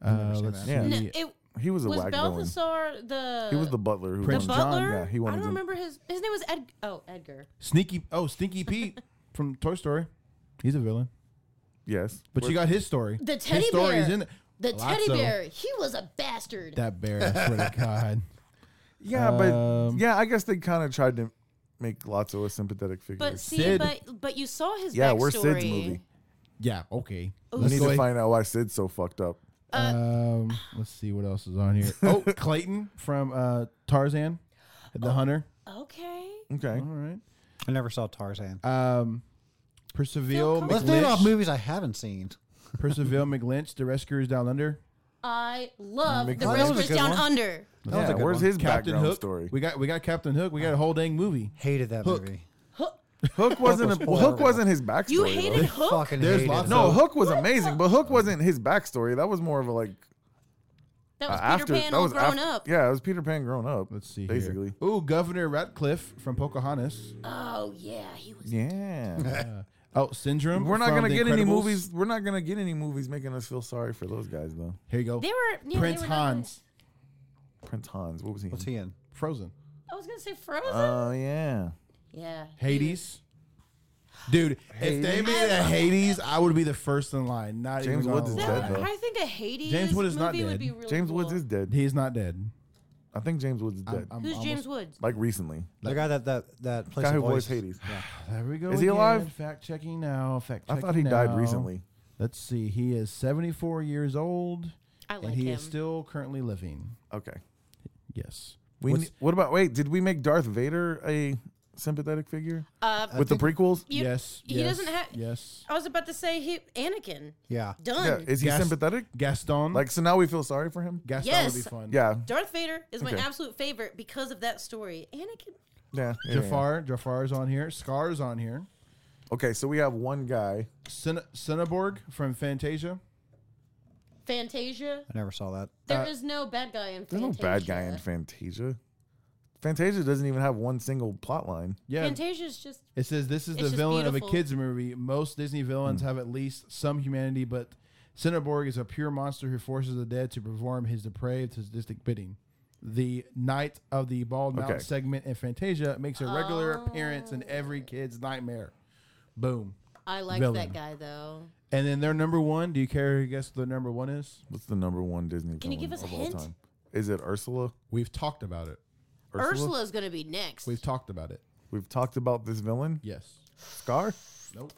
Speaker 6: Uh, let's see.
Speaker 1: Yeah.
Speaker 4: no,
Speaker 1: the-
Speaker 4: it
Speaker 1: He was a
Speaker 4: was
Speaker 1: whack villain.
Speaker 4: Balthasar the.
Speaker 1: He was the butler who
Speaker 4: the
Speaker 6: Prince
Speaker 1: wanted-
Speaker 6: John,
Speaker 4: butler.
Speaker 1: yeah, he
Speaker 4: I
Speaker 1: wanted
Speaker 4: don't
Speaker 1: to-
Speaker 4: remember his his name was Ed. Oh, Edgar.
Speaker 6: Sneaky. Oh, Stinky Pete from Toy Story. He's a villain,
Speaker 1: Yes,
Speaker 6: but you got his story.
Speaker 4: The
Speaker 6: His
Speaker 4: teddy
Speaker 6: story
Speaker 4: bear.
Speaker 6: is in it.
Speaker 4: The
Speaker 6: Lots
Speaker 4: teddy
Speaker 6: of 'em.
Speaker 4: bear. He was a bastard.
Speaker 6: That bear. I swear to God.
Speaker 1: Yeah, but
Speaker 6: Um,
Speaker 1: yeah, I guess they kind of tried to make Lotso a sympathetic figure.
Speaker 4: but see,
Speaker 6: Sid.
Speaker 4: but but you saw his
Speaker 1: yeah,
Speaker 4: backstory.
Speaker 1: we're Sid's movie.
Speaker 6: Yeah. Okay.
Speaker 1: We
Speaker 6: Let's
Speaker 1: need to
Speaker 6: go ahead-
Speaker 1: find out why Sid's so fucked up.
Speaker 6: um, let's see what else is on here. Oh, Clayton from uh, Tarzan,
Speaker 4: Oh.
Speaker 6: the hunter.
Speaker 4: Okay.
Speaker 1: Okay,
Speaker 6: All right.
Speaker 7: I never saw Tarzan.
Speaker 6: Um, Percival
Speaker 4: Phil
Speaker 5: Let's name off
Speaker 6: McLynch.
Speaker 5: movies I haven't seen.
Speaker 6: Percival McLynch, The Rescuers Down Under.
Speaker 4: I love
Speaker 1: Because-
Speaker 4: the
Speaker 1: Oh, that was a
Speaker 4: Rescuers
Speaker 7: good
Speaker 4: Down
Speaker 7: one.
Speaker 4: Under.
Speaker 7: That was
Speaker 1: yeah,
Speaker 7: a good
Speaker 1: where's
Speaker 7: one.
Speaker 1: his
Speaker 6: Captain
Speaker 1: background
Speaker 6: Hook.
Speaker 1: story?
Speaker 6: We got we got Captain Hook. We got a whole dang movie.
Speaker 7: Hated that
Speaker 6: Hook.
Speaker 7: movie.
Speaker 1: Hook wasn't a,
Speaker 7: was
Speaker 1: Hook
Speaker 7: horrible.
Speaker 1: wasn't his backstory.
Speaker 4: You
Speaker 1: though.
Speaker 4: hated Hook.
Speaker 7: Fucking
Speaker 6: There's
Speaker 7: hated
Speaker 6: lots
Speaker 7: it.
Speaker 1: No,
Speaker 6: So-
Speaker 1: Hook was amazing, but Hook wasn't his backstory. That was more of a like
Speaker 4: That
Speaker 1: uh,
Speaker 4: was Peter
Speaker 1: after.
Speaker 4: Pan
Speaker 1: that
Speaker 4: all
Speaker 1: was
Speaker 4: grown
Speaker 1: after,
Speaker 4: up.
Speaker 1: Yeah, it was Peter Pan grown up.
Speaker 6: Let's see.
Speaker 1: basically.
Speaker 6: Here. Ooh, Governor Ratcliffe from Pocahontas.
Speaker 4: Oh yeah, he was.
Speaker 1: Yeah,
Speaker 6: Oh, Syndrome.
Speaker 1: we're not
Speaker 6: from
Speaker 1: gonna
Speaker 6: The
Speaker 1: get any
Speaker 6: Incredibles.
Speaker 1: movies. We're not gonna get any movies making us feel sorry for those guys though.
Speaker 6: Here you go.
Speaker 4: They were- yeah, they
Speaker 6: Prince
Speaker 4: were not
Speaker 6: Hans,
Speaker 1: Prince Hans, what was he? in?
Speaker 5: What's he in?
Speaker 6: Frozen,
Speaker 4: I was gonna say Frozen.
Speaker 1: Oh yeah.
Speaker 4: yeah.
Speaker 6: Hades. Dude, if they made a Hades, I would be the first in line. Not
Speaker 1: James
Speaker 6: even
Speaker 1: Woods is
Speaker 6: gonna
Speaker 1: dead,
Speaker 6: lie.
Speaker 1: though.
Speaker 4: I think a Hades
Speaker 6: James Wood is
Speaker 4: movie
Speaker 6: not
Speaker 4: would
Speaker 6: dead.
Speaker 4: be really
Speaker 1: James Woods
Speaker 4: cool.
Speaker 1: is dead.
Speaker 6: He's not dead.
Speaker 1: I think James Woods is dead.
Speaker 6: I'm
Speaker 4: Who's
Speaker 6: almost-
Speaker 4: James Woods?
Speaker 1: like recently.
Speaker 7: The guy that that that plays
Speaker 1: Guy
Speaker 7: the
Speaker 1: who voiced
Speaker 7: voice.
Speaker 1: Hades.
Speaker 6: There we go.
Speaker 1: Is he
Speaker 6: again.
Speaker 1: alive?
Speaker 6: Fact checking now. Fact
Speaker 1: I
Speaker 6: checking
Speaker 1: thought he died
Speaker 6: now.
Speaker 1: recently.
Speaker 6: Let's see. He is 74 years old.
Speaker 4: I like
Speaker 6: and he
Speaker 4: him.
Speaker 6: is still currently living.
Speaker 1: Okay.
Speaker 6: Yes.
Speaker 1: We
Speaker 6: What's-
Speaker 1: ne- what about wait, did we make Darth Vader a sympathetic figure?
Speaker 4: Uh,
Speaker 1: With the prequels?
Speaker 4: you-
Speaker 6: yes.
Speaker 4: He
Speaker 6: yes,
Speaker 4: doesn't have.
Speaker 6: Yes.
Speaker 4: I was about to say he Anakin.
Speaker 1: Yeah.
Speaker 5: Yeah.
Speaker 4: Done.
Speaker 1: Is he
Speaker 6: Gas-
Speaker 1: sympathetic?
Speaker 6: Gaston.
Speaker 1: Like so now we feel sorry for him?
Speaker 6: Gaston would
Speaker 4: Yes.
Speaker 6: be fun.
Speaker 1: Yeah.
Speaker 4: Darth Vader is my
Speaker 1: Okay.
Speaker 4: absolute favorite because of that story. Anakin.
Speaker 1: Yeah. yeah, yeah.
Speaker 6: Jafar. Jafar's on here. Scar's on here.
Speaker 1: Okay, so we have one guy.
Speaker 6: Cin- Cinnaborg from Fantasia.
Speaker 4: Fantasia.
Speaker 7: I never saw that.
Speaker 4: There is no bad guy in
Speaker 1: There's
Speaker 4: Fantasia.
Speaker 1: no bad guy in Fantasia. Fantasia doesn't even have one single plot line.
Speaker 6: Yeah.
Speaker 4: Fantasia's just
Speaker 6: it says this is
Speaker 4: It's
Speaker 6: the
Speaker 4: just
Speaker 6: villain of
Speaker 4: beautiful.
Speaker 6: a kids movie. Most Disney villains have at least some humanity, but Cinnaborg is a pure monster who forces the dead to perform his depraved, sadistic bidding. The Knight of the Bald Mountain
Speaker 1: Okay.
Speaker 4: Oh.
Speaker 6: segment in Fantasia makes a regular appearance in every kid's nightmare. Boom.
Speaker 8: I liked
Speaker 6: villain.
Speaker 8: that guy though.
Speaker 6: And then their number one. Do you care who guess the number one is?
Speaker 1: What's the number one Disney
Speaker 4: Can you
Speaker 1: villain
Speaker 4: give us a
Speaker 1: of all
Speaker 4: hint?
Speaker 1: time? Is it Ursula?
Speaker 6: We've talked about it.
Speaker 8: Ursula's gonna be next.
Speaker 6: We've talked about it.
Speaker 1: We've talked about this villain,
Speaker 6: Yes.
Speaker 1: Scar.
Speaker 6: Nope.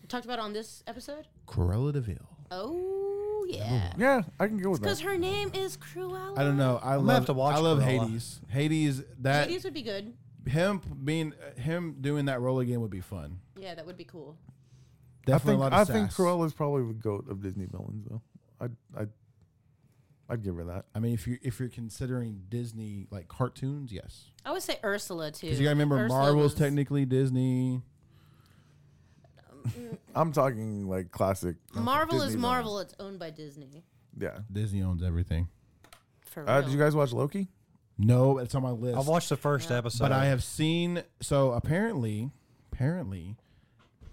Speaker 8: We talked about it on this episode.
Speaker 6: Cruella Deville.
Speaker 8: Oh yeah,
Speaker 1: Yeah, I can go with
Speaker 4: Because
Speaker 1: that.
Speaker 4: her name is Cruella.
Speaker 6: I don't know. I
Speaker 5: gonna
Speaker 6: love.
Speaker 5: have to watch
Speaker 6: I love
Speaker 5: Cruella.
Speaker 6: Hades. Hades. That
Speaker 4: These would be good.
Speaker 6: him being him doing that role again would be fun.
Speaker 8: yeah, that would be cool.
Speaker 1: I
Speaker 6: Definitely
Speaker 1: think
Speaker 6: a lot
Speaker 1: I
Speaker 6: of
Speaker 1: think
Speaker 6: sass.
Speaker 1: Cruella's probably the goat of Disney villains though. I I I'd give her that.
Speaker 6: I mean, if you if you're considering Disney like cartoons, yes.
Speaker 4: I would say Ursula too.
Speaker 6: Because you gotta remember,
Speaker 4: Ursula
Speaker 6: Marvel's
Speaker 4: was-
Speaker 6: technically Disney.
Speaker 1: I'm talking like classic.
Speaker 4: Marvel
Speaker 1: Disney
Speaker 4: is
Speaker 1: villains.
Speaker 4: Marvel. It's owned by Disney.
Speaker 1: Yeah.
Speaker 6: Disney owns everything.
Speaker 4: For real.
Speaker 1: Uh, did you guys watch Loki?
Speaker 6: No, it's on my list.
Speaker 7: I watched the first episode.
Speaker 6: But I have seen. So apparently, apparently,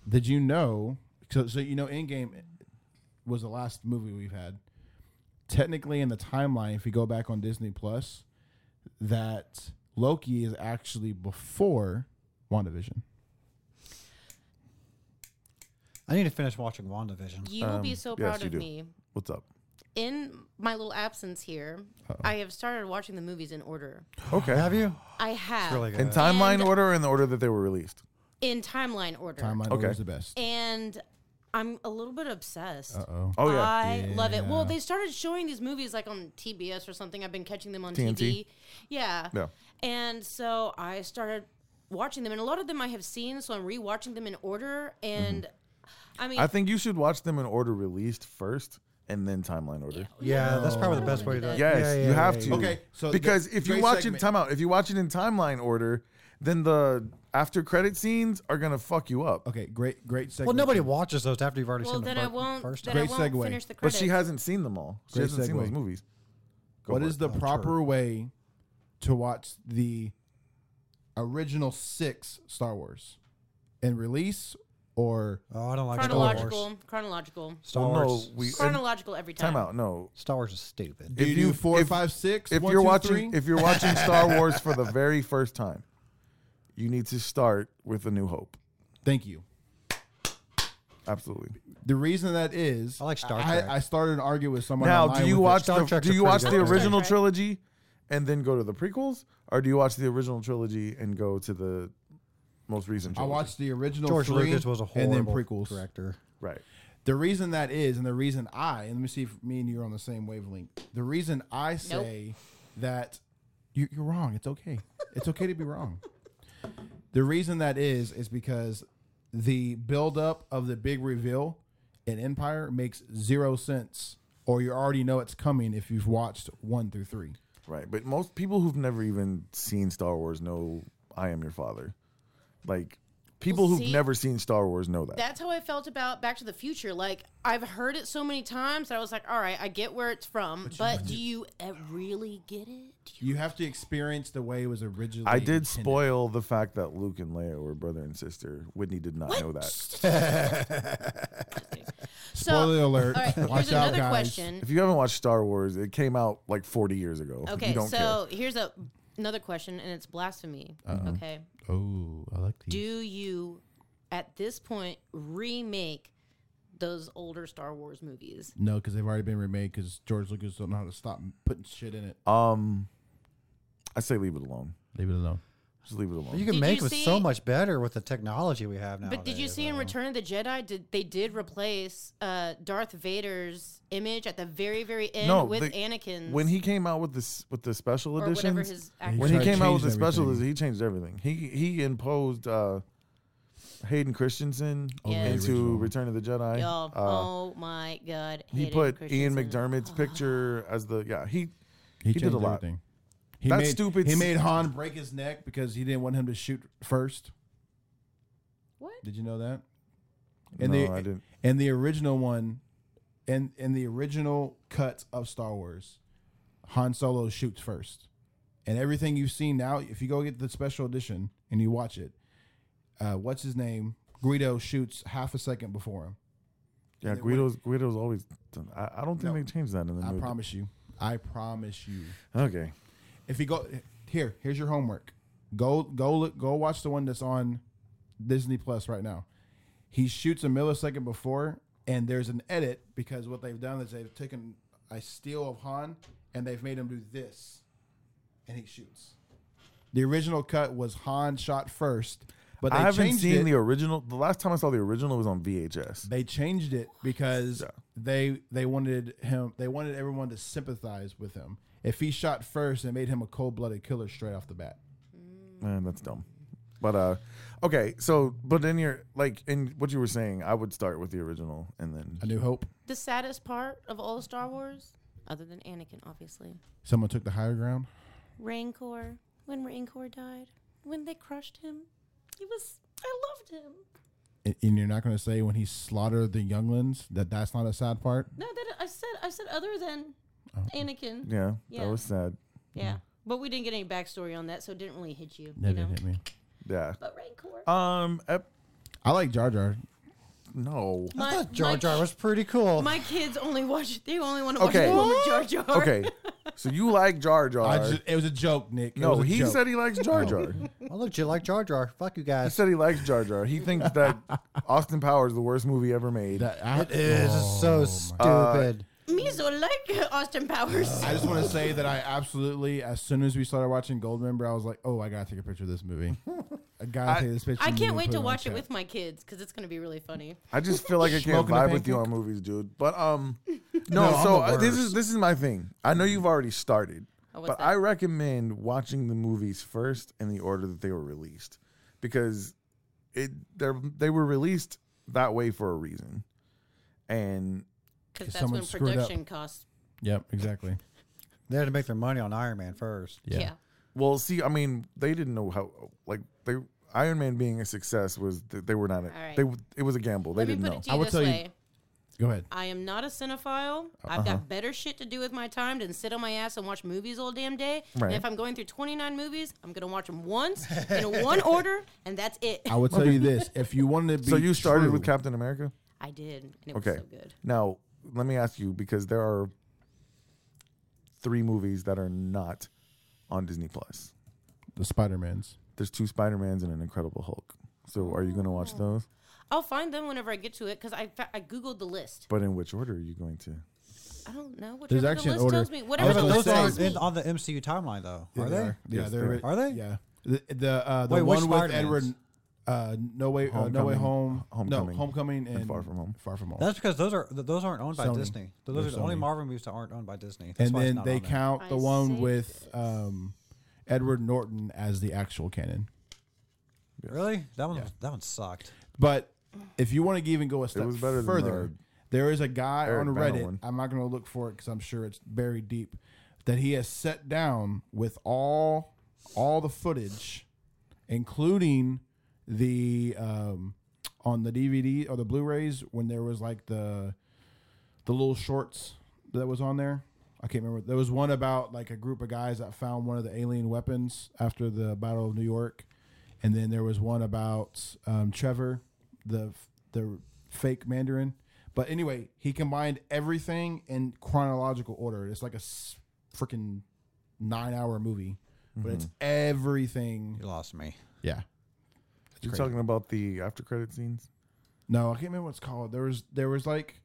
Speaker 6: did you know? So, so you know, Endgame was the last movie we've had. Technically, in the timeline, if you go back on Disney Plus, that Loki is actually before WandaVision.
Speaker 7: I need to finish watching WandaVision.
Speaker 4: You will be so
Speaker 1: yes,
Speaker 4: proud
Speaker 1: you
Speaker 4: of
Speaker 1: do.
Speaker 4: me.
Speaker 1: What's up?
Speaker 4: In my little absence here, I have started watching the movies in order.
Speaker 1: Okay.
Speaker 7: Have you?
Speaker 4: I have
Speaker 7: Really good.
Speaker 1: in timeline
Speaker 4: And-
Speaker 1: order or in the order that they were released?
Speaker 4: in timeline order.
Speaker 6: Timeline
Speaker 1: Okay.
Speaker 6: was the best.
Speaker 4: And I'm a little bit obsessed.
Speaker 6: Oh,
Speaker 1: Oh yeah.
Speaker 4: I love it. Well,
Speaker 6: Yeah.
Speaker 4: they started showing these movies like on TBS or something. I've been catching them on
Speaker 1: TNT.
Speaker 4: TV. Yeah.
Speaker 1: Yeah.
Speaker 4: And so I started watching them, and a lot of them I have seen, so I'm rewatching them in order. And I mean,
Speaker 1: I think you should watch them in order released first and then timeline order.
Speaker 7: Yeah, that's probably the best way to do it.
Speaker 1: Yes,
Speaker 7: Yeah, yeah,
Speaker 1: you
Speaker 7: yeah,
Speaker 1: have
Speaker 7: yeah,
Speaker 1: to.
Speaker 7: yeah.
Speaker 6: Okay, so
Speaker 1: because
Speaker 6: the-
Speaker 1: if you
Speaker 6: great
Speaker 1: watch
Speaker 6: segment.
Speaker 1: it time out, if you watch it in timeline order, then the after credit scenes are gonna fuck you up.
Speaker 6: okay, great, great segment.
Speaker 7: Well, nobody watches those after you've already
Speaker 4: well,
Speaker 7: seen
Speaker 4: then
Speaker 7: the
Speaker 4: I
Speaker 7: fir-
Speaker 4: won't.
Speaker 7: first.
Speaker 4: then
Speaker 7: one.
Speaker 4: I
Speaker 6: Great
Speaker 4: won't
Speaker 6: segue.
Speaker 4: finish the
Speaker 1: But
Speaker 4: credits.
Speaker 1: she hasn't seen them all. She
Speaker 6: Great
Speaker 1: hasn't seen those
Speaker 6: segue.
Speaker 1: movies. Go
Speaker 6: What
Speaker 1: for
Speaker 6: is
Speaker 1: it.
Speaker 7: Oh,
Speaker 6: the proper way to watch the original six Star Wars in release or
Speaker 7: Oh, I don't like Star Wars.
Speaker 4: chronological, chronological,
Speaker 7: Star
Speaker 1: Well, no,
Speaker 7: Wars.
Speaker 1: we-
Speaker 4: chronological every time.
Speaker 1: time out? No.
Speaker 7: Star Wars is stupid.
Speaker 6: do
Speaker 1: If
Speaker 6: you,
Speaker 1: you-
Speaker 6: do four,
Speaker 1: if-
Speaker 6: five, six?
Speaker 1: If
Speaker 6: one,
Speaker 1: you're
Speaker 6: two,
Speaker 1: watching,
Speaker 6: three?
Speaker 1: if you're watching Star Wars for the very first time, you need to start with A New Hope.
Speaker 6: thank you.
Speaker 1: Absolutely.
Speaker 6: The reason that is,
Speaker 7: I like Star Trek.
Speaker 6: I, started an argument with someone.
Speaker 1: now,
Speaker 6: online
Speaker 1: do you
Speaker 6: with it.
Speaker 1: watch
Speaker 7: Star
Speaker 1: the,
Speaker 7: Trek's
Speaker 1: do
Speaker 7: a
Speaker 1: you
Speaker 7: pretty
Speaker 1: watch
Speaker 7: good
Speaker 1: the
Speaker 7: one.
Speaker 1: original
Speaker 4: Trek.
Speaker 1: trilogy and then go to the prequels, or do you watch the original trilogy and go to the most recent?
Speaker 6: I
Speaker 1: Trilogy?
Speaker 6: watched the original.
Speaker 7: George
Speaker 6: three
Speaker 7: Lucas was a horrible
Speaker 6: and then prequels.
Speaker 7: director.
Speaker 1: right.
Speaker 6: The reason that is, and the reason I, and let me see if me and you are on the same wavelength. The reason I say that you, you're wrong. It's okay. It's okay to be wrong. The reason that is is because the buildup of the big reveal in Empire makes zero sense, or you already know it's coming if you've watched one through three.
Speaker 1: Right, but most people who've never even seen Star Wars know I am your father. Like people
Speaker 4: Well,
Speaker 1: who've
Speaker 4: see-
Speaker 1: never seen Star Wars know that.
Speaker 4: That's how I felt about Back to the Future. Like I've heard it so many times that I was like, "All right, I get where it's from, but, do you uh, really get it?" Do you-
Speaker 6: You have to experience the way it was originally.
Speaker 1: I did
Speaker 6: intended.
Speaker 1: spoil the fact that Luke and Leia were brother and sister. Whitney did not know that.
Speaker 4: So,
Speaker 6: Spoiler alert!
Speaker 4: all right,
Speaker 6: Watch
Speaker 4: here's
Speaker 6: out,
Speaker 4: another
Speaker 6: guys.
Speaker 4: question.
Speaker 1: If you haven't watched Star Wars, it came out like 40 years ago.
Speaker 4: Okay,
Speaker 1: you don't
Speaker 4: so here's a another question, and it's blasphemy. Okay,
Speaker 6: Oh, I like
Speaker 4: do
Speaker 6: these.
Speaker 4: you at this point remake those older Star Wars movies?
Speaker 6: No, because they've already been remade. Because George Lucas don't know how to stop putting shit in it.
Speaker 1: care. Um, I say leave it alone.
Speaker 6: Leave it alone.
Speaker 1: Just leave it
Speaker 7: But you
Speaker 1: alone.
Speaker 7: can
Speaker 4: Did
Speaker 7: make
Speaker 4: you
Speaker 7: it
Speaker 4: see-
Speaker 7: so much better with the technology we have now.
Speaker 4: But did you see in Return of the Jedi? Did they did replace uh, Darth Vader's image at the very very end with
Speaker 1: the-
Speaker 4: Anakin's?
Speaker 1: When he came out with this with the special
Speaker 4: or whatever
Speaker 1: editions,
Speaker 4: his
Speaker 6: He
Speaker 1: when he
Speaker 6: tried to
Speaker 1: came out
Speaker 6: change
Speaker 1: with the special,
Speaker 6: everything.
Speaker 1: he changed everything. He he imposed uh, Hayden Christensen
Speaker 4: Oh, Yeah.
Speaker 1: into
Speaker 6: Original.
Speaker 1: Return of the Jedi.
Speaker 4: Y'all,
Speaker 1: Uh,
Speaker 4: oh my God!
Speaker 1: he
Speaker 4: Hayden
Speaker 1: put Ian
Speaker 4: Christensen.
Speaker 1: McDermott's picture as the yeah. He
Speaker 6: He,
Speaker 1: did
Speaker 6: changed
Speaker 1: a lot.
Speaker 6: Everything. He
Speaker 1: That
Speaker 6: made,
Speaker 1: stupid
Speaker 6: He
Speaker 1: s-
Speaker 6: made Han break his neck because he didn't want him to shoot first.
Speaker 4: What?
Speaker 6: Did you know that?
Speaker 1: No,
Speaker 6: the,
Speaker 1: I didn't.
Speaker 6: And the original one, and in the original cut of Star Wars, Han Solo shoots first, and everything you've seen now. If you go get the special edition and you watch it, uh, what's his name? Greedo shoots half a second before him.
Speaker 1: yeah.
Speaker 6: they
Speaker 1: Guido's Guido's always. Done. I, I don't think
Speaker 6: No.
Speaker 1: they changed that in the
Speaker 6: I
Speaker 1: movie.
Speaker 6: promise you. I promise you.
Speaker 1: Okay.
Speaker 6: If you go here, here's your homework. Go go look, go watch the one that's on Disney Plus right now. He shoots a millisecond before, and there's an edit because what they've done is they've taken a steal of Han and they've made him do this, and he shoots. The original cut was Han shot first, but they
Speaker 1: I haven't
Speaker 6: changed
Speaker 1: seen
Speaker 6: it.
Speaker 1: the original. The last time I saw the original was on VHS.
Speaker 6: They changed it because they they wanted him they wanted everyone to sympathize with him. If he shot first, it made him a cold blooded killer straight off the bat.
Speaker 1: Man, that's dumb. But uh, okay. So, but in your like in what you were saying, I would start with the original and then
Speaker 6: A New Hope.
Speaker 8: The saddest part of all of Star Wars, other than Anakin, obviously,
Speaker 6: Someone took the higher ground.
Speaker 4: Rancor. When Rancor died, when they crushed him, he was. I loved him.
Speaker 6: And and you're not going to say when he slaughtered the younglings that that's not a sad part.
Speaker 4: No, that I said. I said other than Anakin. Yeah.
Speaker 1: yeah,
Speaker 4: Yeah.
Speaker 1: that was sad.
Speaker 4: but we didn't get any backstory on that, so it didn't really hit you.
Speaker 6: That
Speaker 4: you know,
Speaker 6: didn't hit me.
Speaker 1: Yeah.
Speaker 4: but Rancor.
Speaker 1: Um. ep-
Speaker 6: I like Jar Jar.
Speaker 1: no.
Speaker 5: I thought Jar Jar was pretty cool.
Speaker 4: My kids only watch. They only want to
Speaker 1: Okay.
Speaker 4: watch the one with Jar Jar.
Speaker 1: Okay. So you like Jar
Speaker 6: I
Speaker 1: Jar?
Speaker 6: ju- it was a joke, Nick. It
Speaker 1: no,
Speaker 6: was a
Speaker 1: he
Speaker 6: joke.
Speaker 1: said he likes Jar Jar.
Speaker 5: I looked you like Jar Jar. Fuck you
Speaker 1: He
Speaker 5: guys.
Speaker 1: said he likes Jar Jar. He thinks that Austin Powers is the worst movie ever made.
Speaker 6: That- I, Oh.
Speaker 5: It is so stupid.
Speaker 4: Me so like Austin Powers.
Speaker 6: I just want to say that I absolutely, as soon as we started watching Goldmember, I was like, "Oh, I gotta take a picture of this movie. I gotta take this picture."
Speaker 4: I
Speaker 6: and
Speaker 4: can't
Speaker 6: put
Speaker 4: wait to
Speaker 6: on
Speaker 4: watch it
Speaker 6: chat."
Speaker 4: with my kids because it's gonna be really funny.
Speaker 1: I just feel like I can't
Speaker 6: Smoking a
Speaker 1: vibe with you on
Speaker 6: pancake?
Speaker 1: movies, dude. But um, no.
Speaker 6: No, I'm
Speaker 1: so
Speaker 6: the
Speaker 1: uh, this
Speaker 6: worst.
Speaker 1: is this is my thing. I know you've already started,
Speaker 4: what's
Speaker 1: but
Speaker 4: that?
Speaker 1: I recommend watching the movies first in the order that they were released, because it they they were released that way for a reason, and
Speaker 4: Because that's
Speaker 6: someone
Speaker 4: when
Speaker 6: screwed up.
Speaker 4: production costs.
Speaker 6: Yep, exactly.
Speaker 5: They had to make their money on Iron Man first.
Speaker 4: Yeah.
Speaker 1: well, see, I mean, they didn't know how like they Iron Man being a success was th- they were not a,
Speaker 4: right.
Speaker 1: they it was a gamble. They
Speaker 4: Let me
Speaker 1: didn't
Speaker 4: put
Speaker 1: know.
Speaker 4: it to you
Speaker 6: I would
Speaker 4: this
Speaker 6: tell you- Uh-huh.
Speaker 4: way.
Speaker 6: Go ahead.
Speaker 4: I am not a cinephile. I've got better shit to do with my time than sit on my ass and watch movies all damn day.
Speaker 1: Right.
Speaker 4: And if I'm going through 29 movies, I'm gonna watch them once in one order, and that's it.
Speaker 6: I would tell you this: if you wanted to be,
Speaker 1: So you started with
Speaker 6: true-
Speaker 1: Captain America.
Speaker 4: I did, and it
Speaker 1: Okay.
Speaker 4: was so good.
Speaker 1: Now, let me ask you because there are three movies that are not on Disney Plus.
Speaker 6: the Spider Mans.
Speaker 1: There's two Spider Mans and an Incredible Hulk. So, are you going to
Speaker 4: Oh.
Speaker 1: watch those?
Speaker 4: I'll find them whenever I get to it because I fa- I googled the list.
Speaker 1: But in which order are you going to?
Speaker 4: I don't know. Whatever
Speaker 6: There's
Speaker 4: the
Speaker 6: actually an
Speaker 4: list
Speaker 6: order.
Speaker 4: tells me.
Speaker 6: I
Speaker 4: Whatever
Speaker 6: was
Speaker 5: But
Speaker 4: the
Speaker 6: gonna
Speaker 4: list
Speaker 5: those
Speaker 6: say-
Speaker 4: tells
Speaker 5: aren't
Speaker 4: me.
Speaker 5: in, on the MCU timeline though, are they?
Speaker 6: Yeah,
Speaker 1: Yes,
Speaker 6: they're,
Speaker 5: they are. Are they?
Speaker 6: Yeah. The the uh, the
Speaker 5: Wait, which
Speaker 6: one with
Speaker 5: Spider-Mans?
Speaker 6: Edward. Uh, no way. Uh, no way
Speaker 1: Homecoming.
Speaker 6: home.
Speaker 1: Homecoming.
Speaker 6: No, homecoming and,
Speaker 1: Far From Home.
Speaker 6: Far from home.
Speaker 7: That's because those are th- those aren't owned by
Speaker 6: Sony.
Speaker 7: Disney. Those
Speaker 6: They're
Speaker 7: are the only
Speaker 6: Sony.
Speaker 7: Marvel movies that aren't owned by Disney. That's
Speaker 6: and
Speaker 7: why it's
Speaker 6: then
Speaker 7: not
Speaker 6: they
Speaker 7: on there.
Speaker 6: count the
Speaker 4: I
Speaker 6: one
Speaker 4: saved
Speaker 6: with um, Edward Norton as the actual canon.
Speaker 7: Really? That one that one sucked.
Speaker 6: But if you want to even go a step
Speaker 1: was better than
Speaker 6: further,
Speaker 1: the
Speaker 6: there is a guy
Speaker 1: Eric
Speaker 6: on
Speaker 1: Bana
Speaker 6: Reddit.
Speaker 1: one.
Speaker 6: I'm not going to look for it because I'm sure it's buried deep. That he has set down with all all the footage, including the um, on the DVD or the Blu-rays when there was like the the little shorts that was on there. I can't remember. There was one about like a group of guys that found one of the alien weapons after the Battle of New York, and then there was one about um, Trevor, the the fake Mandarin. But anyway, he combined everything in chronological order. It's like a freaking nine hour movie, but it's everything.
Speaker 7: You lost me.
Speaker 6: Yeah.
Speaker 1: You're talking about the after credit scenes?
Speaker 6: No, I can't remember what it's called. There was there was like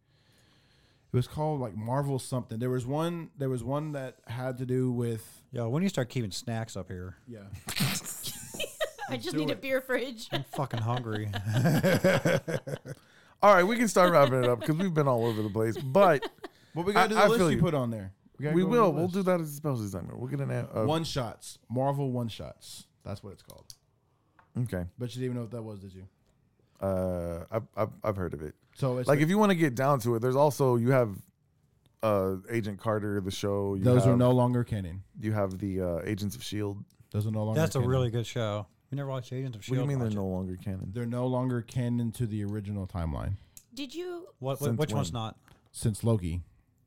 Speaker 6: it was called like Marvel something. There was one there was one that had to do with
Speaker 7: Yo, when you start keeping snacks up here,
Speaker 6: yeah.
Speaker 4: I just need a beer fridge.
Speaker 7: I'm fucking hungry.
Speaker 1: All right, we can start wrapping it up because we've been all over the place. But
Speaker 6: But we gotta do
Speaker 1: I-
Speaker 6: the
Speaker 1: I
Speaker 6: list
Speaker 1: feel
Speaker 6: you
Speaker 1: you.
Speaker 6: put on there. gotta
Speaker 1: we
Speaker 6: go over the
Speaker 1: will. We'll
Speaker 6: list.
Speaker 1: do that as a special segment. We're going to. Uh,
Speaker 6: one shots. Marvel one shots. That's what it's called.
Speaker 1: Okay.
Speaker 6: But you didn't even know what that was, did you?
Speaker 1: Uh, I've, I've, I've heard of it.
Speaker 6: So it's
Speaker 1: Like, if you want to get down to it, there's also, you have uh, Agent Carter, the show. You
Speaker 6: those
Speaker 1: have,
Speaker 6: are no longer canon.
Speaker 1: You have the uh, Agents of S.H.I.E.L.D.
Speaker 6: Those are no longer
Speaker 7: That's a
Speaker 6: canon.
Speaker 7: really good show. You never watched Agents of
Speaker 1: What
Speaker 7: Shield?
Speaker 1: do you mean they're
Speaker 7: E watch it.
Speaker 1: no longer canon?
Speaker 6: they're no longer canon to the original timeline.
Speaker 4: Did you?
Speaker 7: What, what,
Speaker 1: Since
Speaker 7: which one's
Speaker 1: when?
Speaker 7: not?
Speaker 6: Since Loki.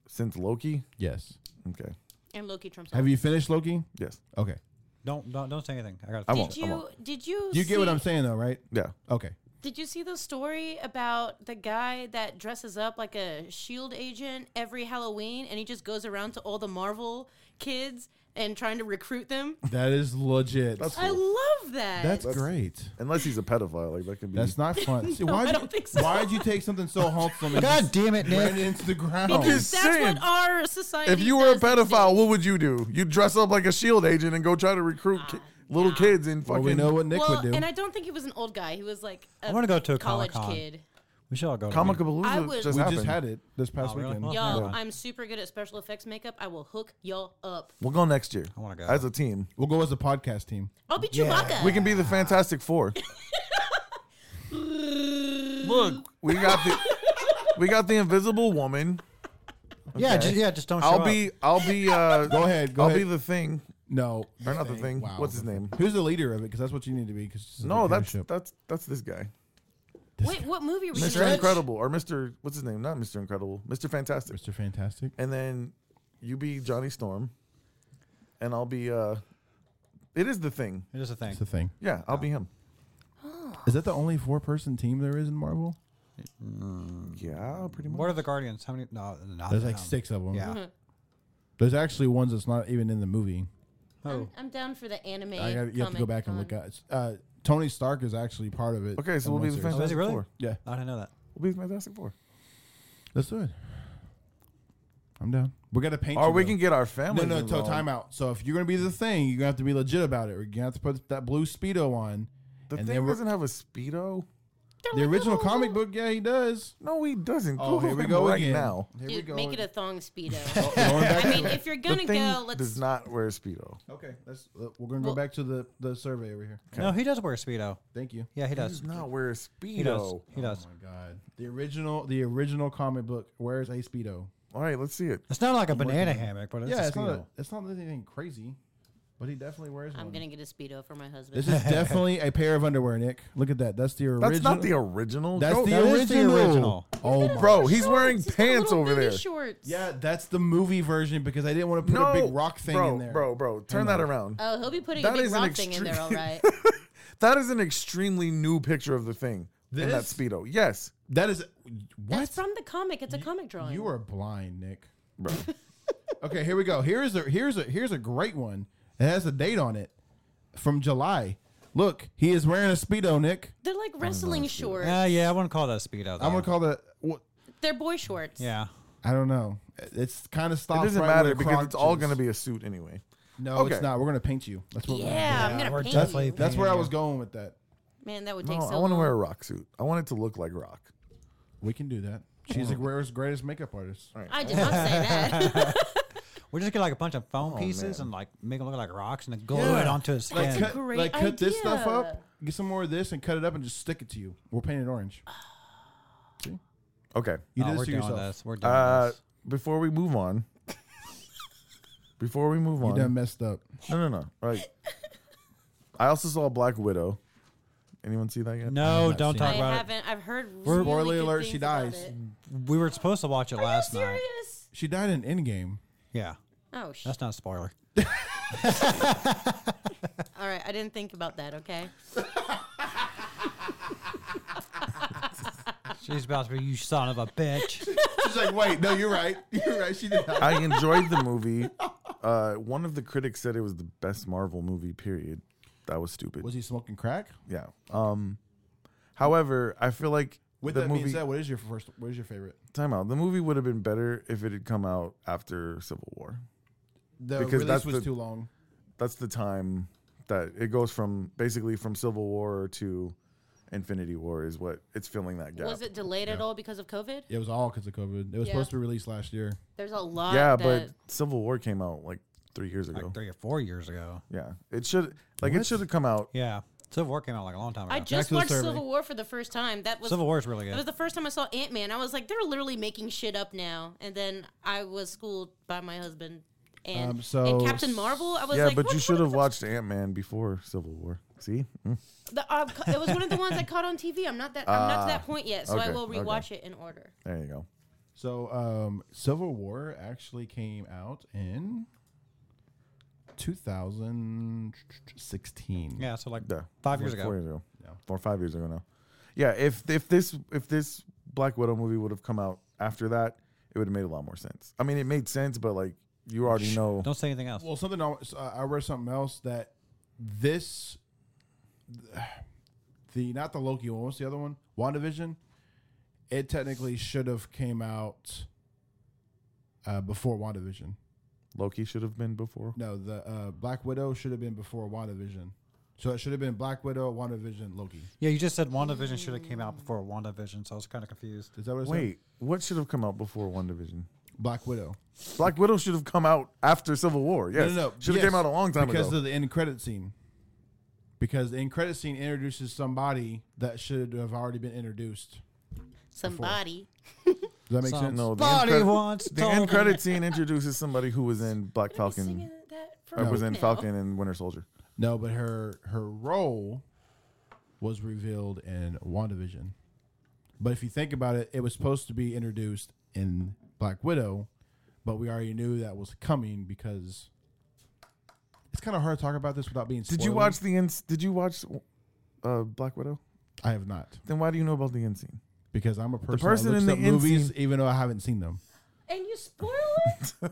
Speaker 1: Since Loki?
Speaker 6: Yes.
Speaker 1: Okay.
Speaker 4: And Loki Trump's.
Speaker 6: Have you finished Loki?
Speaker 1: Yes.
Speaker 6: Okay.
Speaker 7: Don't don't don't say anything. I got.
Speaker 1: I
Speaker 7: to
Speaker 1: won't.
Speaker 4: Did you? Did you?
Speaker 6: You get what
Speaker 4: see-
Speaker 6: I'm saying though, right?
Speaker 1: Yeah.
Speaker 6: Okay.
Speaker 4: Did you see the story about the guy that dresses up like a shield agent every Halloween and he just goes around to all the Marvel kids and trying to recruit them?
Speaker 6: That is legit. That's,
Speaker 4: I love that.
Speaker 6: great.
Speaker 1: Unless he's a pedophile, like that could be.
Speaker 6: That's not fun. See, why'd
Speaker 4: I don't
Speaker 6: you,
Speaker 4: think so.
Speaker 6: Why'd you take something so wholesome and
Speaker 5: God
Speaker 6: just
Speaker 5: damn it,
Speaker 6: ran
Speaker 5: Nick.
Speaker 6: into the ground?
Speaker 1: Because-
Speaker 4: That's
Speaker 1: Same.
Speaker 4: what our society.
Speaker 1: if you were a
Speaker 4: does these
Speaker 1: pedophile, what would you do? You'd dress up like a shield E agent and go try to recruit ki- little
Speaker 4: Ah.
Speaker 1: kids in
Speaker 6: well,
Speaker 1: fucking.
Speaker 6: we know what Nick
Speaker 4: days. Well,
Speaker 6: would do.
Speaker 4: and I don't think he was an old guy. He was like a
Speaker 7: wanna go to a
Speaker 4: college
Speaker 7: Comic-Con.
Speaker 4: kid.
Speaker 7: We should all go. to
Speaker 1: Comic
Speaker 7: one.
Speaker 1: Palooza
Speaker 4: I would-
Speaker 1: just
Speaker 6: we
Speaker 1: happened.
Speaker 6: just had it this past
Speaker 7: Oh, really?
Speaker 6: weekend.
Speaker 7: Well,
Speaker 4: Y'all,
Speaker 7: Yeah.
Speaker 4: I'm super good at special effects makeup. I will hook y'all up.
Speaker 1: We'll go next year. I
Speaker 7: wanna go.
Speaker 1: as a team.
Speaker 6: We'll go as a podcast team.
Speaker 4: I'll be Chewbacca.
Speaker 1: We can be the Fantastic Four. Look, we got the we got the Invisible Woman.
Speaker 5: Yeah, just, yeah, just don't show
Speaker 1: I'll
Speaker 5: up.
Speaker 1: be I'll be uh
Speaker 6: Go ahead. Go
Speaker 1: I'll
Speaker 6: ahead.
Speaker 1: be the thing
Speaker 6: no,
Speaker 1: or not the thing. What's his name?
Speaker 6: Who's the leader of it? Because that's what you need to be. Because
Speaker 1: No, that's that's that's this guy.
Speaker 4: Wait, what movie are we
Speaker 1: Mr.
Speaker 4: gonna watch?
Speaker 1: Incredible or Mr. What's his name? Not Mr. Incredible. Mr. Fantastic.
Speaker 6: Mr. Fantastic.
Speaker 1: And then you be Johnny Storm, and I'll be uh, it is the thing.
Speaker 7: It is a thing.
Speaker 6: That's the thing.
Speaker 1: Yeah, I'll be him.
Speaker 6: Is that the only four-person team there is in Marvel?
Speaker 1: Yeah, pretty much.
Speaker 7: What are the Guardians? How many? No, not
Speaker 6: There's like
Speaker 7: them.
Speaker 6: six of them.
Speaker 7: Yeah.
Speaker 6: There's actually ones that's not even in the movie.
Speaker 4: I'm, I'm down for the anime.
Speaker 6: I gotta, you have to go back and look at. Uh, Tony Stark is actually part of it.
Speaker 1: Okay, so
Speaker 6: in
Speaker 1: we'll
Speaker 6: one
Speaker 1: be the
Speaker 6: series.
Speaker 7: Oh, is
Speaker 1: Fantastic
Speaker 7: he really?
Speaker 1: Four.
Speaker 6: Yeah,
Speaker 7: I didn't know that.
Speaker 1: We'll be the Fantastic Four.
Speaker 6: let's do it. I'm down. We gotta paint.
Speaker 1: Or
Speaker 6: you,
Speaker 1: we
Speaker 6: though.
Speaker 1: can get our
Speaker 6: No,
Speaker 1: family.
Speaker 6: no, to time out. So if you're gonna be the thing, you're gonna have to be legit about it. You're gonna have to put that blue speedo on.
Speaker 1: The
Speaker 6: And then
Speaker 1: thing
Speaker 6: we're-
Speaker 1: doesn't have a speedo.
Speaker 6: The original comic book, yeah, he does.
Speaker 1: No, he doesn't.
Speaker 6: Oh, here
Speaker 1: Google
Speaker 6: we
Speaker 1: him
Speaker 6: go
Speaker 1: right
Speaker 6: again.
Speaker 1: now.
Speaker 6: Here we
Speaker 4: Dude,
Speaker 6: go.
Speaker 4: make it a thong speedo.
Speaker 6: Oh, Going back
Speaker 4: I
Speaker 6: to
Speaker 4: mean,
Speaker 6: the-
Speaker 4: if you're
Speaker 1: The
Speaker 4: gonna
Speaker 1: thing
Speaker 4: go, let's.
Speaker 1: does not wear a speedo.
Speaker 6: okay, that's, uh, we're gonna go back to the the survey over here.
Speaker 7: No, he does wear a speedo.
Speaker 6: Thank you.
Speaker 7: Yeah, he
Speaker 1: He
Speaker 7: does.
Speaker 1: does not wear a
Speaker 7: He does.
Speaker 1: speedo.
Speaker 7: He does.
Speaker 6: Oh my god, the original, the original comic book. Where's a speedo?
Speaker 1: All right, let's see it.
Speaker 7: It's not like a banana hammock, but it's
Speaker 6: yeah,
Speaker 7: a
Speaker 6: it's not,
Speaker 7: speedo.
Speaker 6: a, it's not anything crazy, but he definitely wears
Speaker 4: I'm
Speaker 6: one.
Speaker 4: gonna get a speedo for my husband.
Speaker 6: This is definitely a pair of underwear, Nick. Look at that. That's the original.
Speaker 1: That's not the original.
Speaker 6: That's
Speaker 1: Go-
Speaker 6: the,
Speaker 7: that
Speaker 6: original.
Speaker 7: is the original.
Speaker 6: Oh my.
Speaker 1: bro, he's wearing
Speaker 4: He's got little
Speaker 1: pants over
Speaker 4: baby
Speaker 1: there.
Speaker 4: Shorts.
Speaker 6: Yeah, that's the movie version because I didn't want to put
Speaker 1: No,
Speaker 6: a big rock thing
Speaker 1: bro,
Speaker 6: in there.
Speaker 1: bro, bro. Turn that around.
Speaker 4: Oh, he'll be putting
Speaker 1: That
Speaker 4: a big
Speaker 1: is an
Speaker 4: rock thing in there, all
Speaker 1: extreme-
Speaker 4: right.
Speaker 1: That is an extremely new picture of the thing in that
Speaker 6: This?
Speaker 1: speedo. Yes,
Speaker 6: That is what?
Speaker 4: That's from the comic. It's a comic drawing.
Speaker 6: you are blind, Nick.
Speaker 1: bro.
Speaker 6: Okay, here we go. Here's a here's a here's a great one. It has a date on it from July. Look, he is wearing a speedo, Nick.
Speaker 4: They're like wrestling shorts.
Speaker 7: Yeah, yeah, I wouldn't call that a speedo. Though.
Speaker 6: I'm
Speaker 1: Oh.
Speaker 6: gonna call that. What?
Speaker 4: They're boy shorts.
Speaker 7: Yeah.
Speaker 6: I don't know. It's kind of
Speaker 1: it
Speaker 6: stopped.
Speaker 1: doesn't
Speaker 6: right
Speaker 1: matter
Speaker 6: where
Speaker 1: because it's all
Speaker 6: crotch is.
Speaker 1: gonna be a suit anyway.
Speaker 6: No,
Speaker 1: Okay.
Speaker 6: it's not. We're gonna paint you. That's what.
Speaker 4: Yeah,
Speaker 6: we're gonna
Speaker 4: I'm
Speaker 7: Yeah, we're
Speaker 4: gonna paint
Speaker 7: definitely
Speaker 4: you.
Speaker 6: That's where I was going with that.
Speaker 4: Man, that would
Speaker 1: No,
Speaker 4: take
Speaker 1: I
Speaker 4: so
Speaker 1: want to
Speaker 4: long.
Speaker 1: wear a rock suit. I want it to look like rock.
Speaker 6: We can do that. She's
Speaker 1: Oh.
Speaker 6: the world's greatest makeup artist.
Speaker 4: I did not say that.
Speaker 7: We're just gonna like a bunch of foam pieces and like make them look like rocks and then glue it onto his skin.
Speaker 6: Like, cut,
Speaker 4: great
Speaker 6: like cut this stuff
Speaker 4: idea.
Speaker 6: up, get some more of this, and cut it up and just stick it to you. We're painted orange.
Speaker 1: Okay.
Speaker 6: You
Speaker 7: Oh,
Speaker 6: did
Speaker 7: we're
Speaker 6: this to
Speaker 7: doing
Speaker 6: yourself.
Speaker 7: this. We're doing
Speaker 1: Uh,
Speaker 7: this.
Speaker 1: before we move on, before we move
Speaker 6: You done
Speaker 1: on,
Speaker 6: messed up.
Speaker 1: no, no, no. Right. I also saw Black Widow. Anyone see that yet?
Speaker 7: No, don't
Speaker 6: seen
Speaker 7: talk
Speaker 4: I
Speaker 7: about
Speaker 4: haven't. I've heard.
Speaker 7: We're-
Speaker 4: Really
Speaker 6: Spoiler
Speaker 4: good
Speaker 6: alert,
Speaker 4: things
Speaker 6: she
Speaker 4: about
Speaker 6: dies.
Speaker 4: it.
Speaker 7: it. We were supposed to watch it
Speaker 4: Are you
Speaker 7: last night.
Speaker 4: serious?
Speaker 6: She died in Endgame.
Speaker 7: Yeah,
Speaker 4: Oh shit!
Speaker 7: that's not a spoiler.
Speaker 4: All right, I didn't think about that. Okay.
Speaker 7: She's about to be you son of a bitch.
Speaker 6: She's like, wait, no, you're right. You're right. She did. Not.
Speaker 1: I enjoyed the movie. Uh, one of the critics said it was the best Marvel movie. Period. That was stupid.
Speaker 6: Was he smoking crack?
Speaker 1: yeah. Um. However, I feel like
Speaker 6: With
Speaker 1: the
Speaker 6: that
Speaker 1: movie
Speaker 6: being said, what is your first? What is your favorite?
Speaker 1: time out. The movie would have been better if it had come out after Civil War.
Speaker 6: The
Speaker 1: Because
Speaker 6: release
Speaker 1: that's
Speaker 6: was
Speaker 1: the-
Speaker 6: too long.
Speaker 1: That's the time that it goes from basically from Civil War to Infinity War is what it's filling that gap.
Speaker 4: Was it delayed at all because of COVID?
Speaker 6: It was all because of COVID. It was
Speaker 4: Yeah.
Speaker 6: supposed to be released last year.
Speaker 4: There's a lot.
Speaker 1: yeah, but
Speaker 4: that,
Speaker 1: Civil War came out like three years ago.
Speaker 7: Like three or four years ago.
Speaker 1: Yeah, it should like it should have come out.
Speaker 7: Yeah, Civil War came out like a long time ago.
Speaker 4: I
Speaker 6: to
Speaker 4: just
Speaker 6: the
Speaker 4: watched
Speaker 6: survey.
Speaker 4: Civil War for the first time. That was
Speaker 7: Civil War is really
Speaker 4: That was
Speaker 7: good.
Speaker 4: the first time I saw Ant Man. I was like, they're literally making shit up now. And then I was schooled by my husband. And,
Speaker 6: Um, so-
Speaker 4: and Captain Marvel, I was
Speaker 1: Yeah,
Speaker 4: like,
Speaker 1: but
Speaker 4: what
Speaker 1: you
Speaker 4: the
Speaker 1: should have
Speaker 4: fuck?
Speaker 1: watched Ant Man before Civil War. See, Mm.
Speaker 4: The, uh, it was one of the ones I caught on TV. I'm not that I'm not to that point yet, so
Speaker 1: Ah,
Speaker 4: I
Speaker 1: okay,
Speaker 4: will
Speaker 1: okay.
Speaker 4: rewatch it in order.
Speaker 1: there you go.
Speaker 6: So, um, Civil War actually came out in 2016.
Speaker 7: Yeah, so like
Speaker 1: Yeah,
Speaker 7: five
Speaker 1: it was
Speaker 7: years ago.
Speaker 1: Four years ago. Four or five years ago now. yeah, if if this if this Black Widow movie would have come out after that, it would have made a lot more sense. I mean, it made sense, but like you already know.
Speaker 7: Don't say anything else.
Speaker 6: Well, something I, uh, I read something else that this the not the Loki one, what's the other one? WandaVision. It technically should have came out uh, before WandaVision.
Speaker 1: Loki should have been before.
Speaker 6: No, the uh, Black Widow should have been before WandaVision. So it should have been Black Widow, WandaVision, Loki.
Speaker 7: yeah, you just said WandaVision should have came out before WandaVision, so I was kind of confused.
Speaker 6: Is that what it said?
Speaker 1: Wait, what should have come out before One Division?
Speaker 6: Black Widow.
Speaker 1: Black Widow should have come out after Civil War. Yes,
Speaker 6: No, no, no.
Speaker 1: should have
Speaker 6: Yes,
Speaker 1: came out a long time
Speaker 6: because
Speaker 1: ago.
Speaker 6: of the end credit scene. Because the end credit scene introduces somebody that should have already been introduced.
Speaker 8: Somebody.
Speaker 6: Does that make
Speaker 7: Sounds-
Speaker 6: sense?
Speaker 1: no, the end,
Speaker 7: Body
Speaker 1: credit,
Speaker 7: wants
Speaker 1: the end
Speaker 7: Tony.
Speaker 1: credit scene introduces somebody who was in Black Falcon, or was in Falcon and Winter Soldier.
Speaker 6: No, but her her role was revealed in WandaVision. But if you think about it, it was supposed to be introduced in Black Widow, but we already knew that was coming because it's kind of hard to talk about this without being.
Speaker 1: Did you
Speaker 6: spoilery.
Speaker 1: watch the end? Did you watch uh, Black Widow?
Speaker 6: I have not
Speaker 1: Then why do you know about the end scene?
Speaker 6: because I'm a person,
Speaker 1: person
Speaker 6: that looks
Speaker 1: in the
Speaker 6: up
Speaker 1: end
Speaker 6: movies
Speaker 1: scene-
Speaker 6: even though I haven't seen them.
Speaker 4: And you spoil it?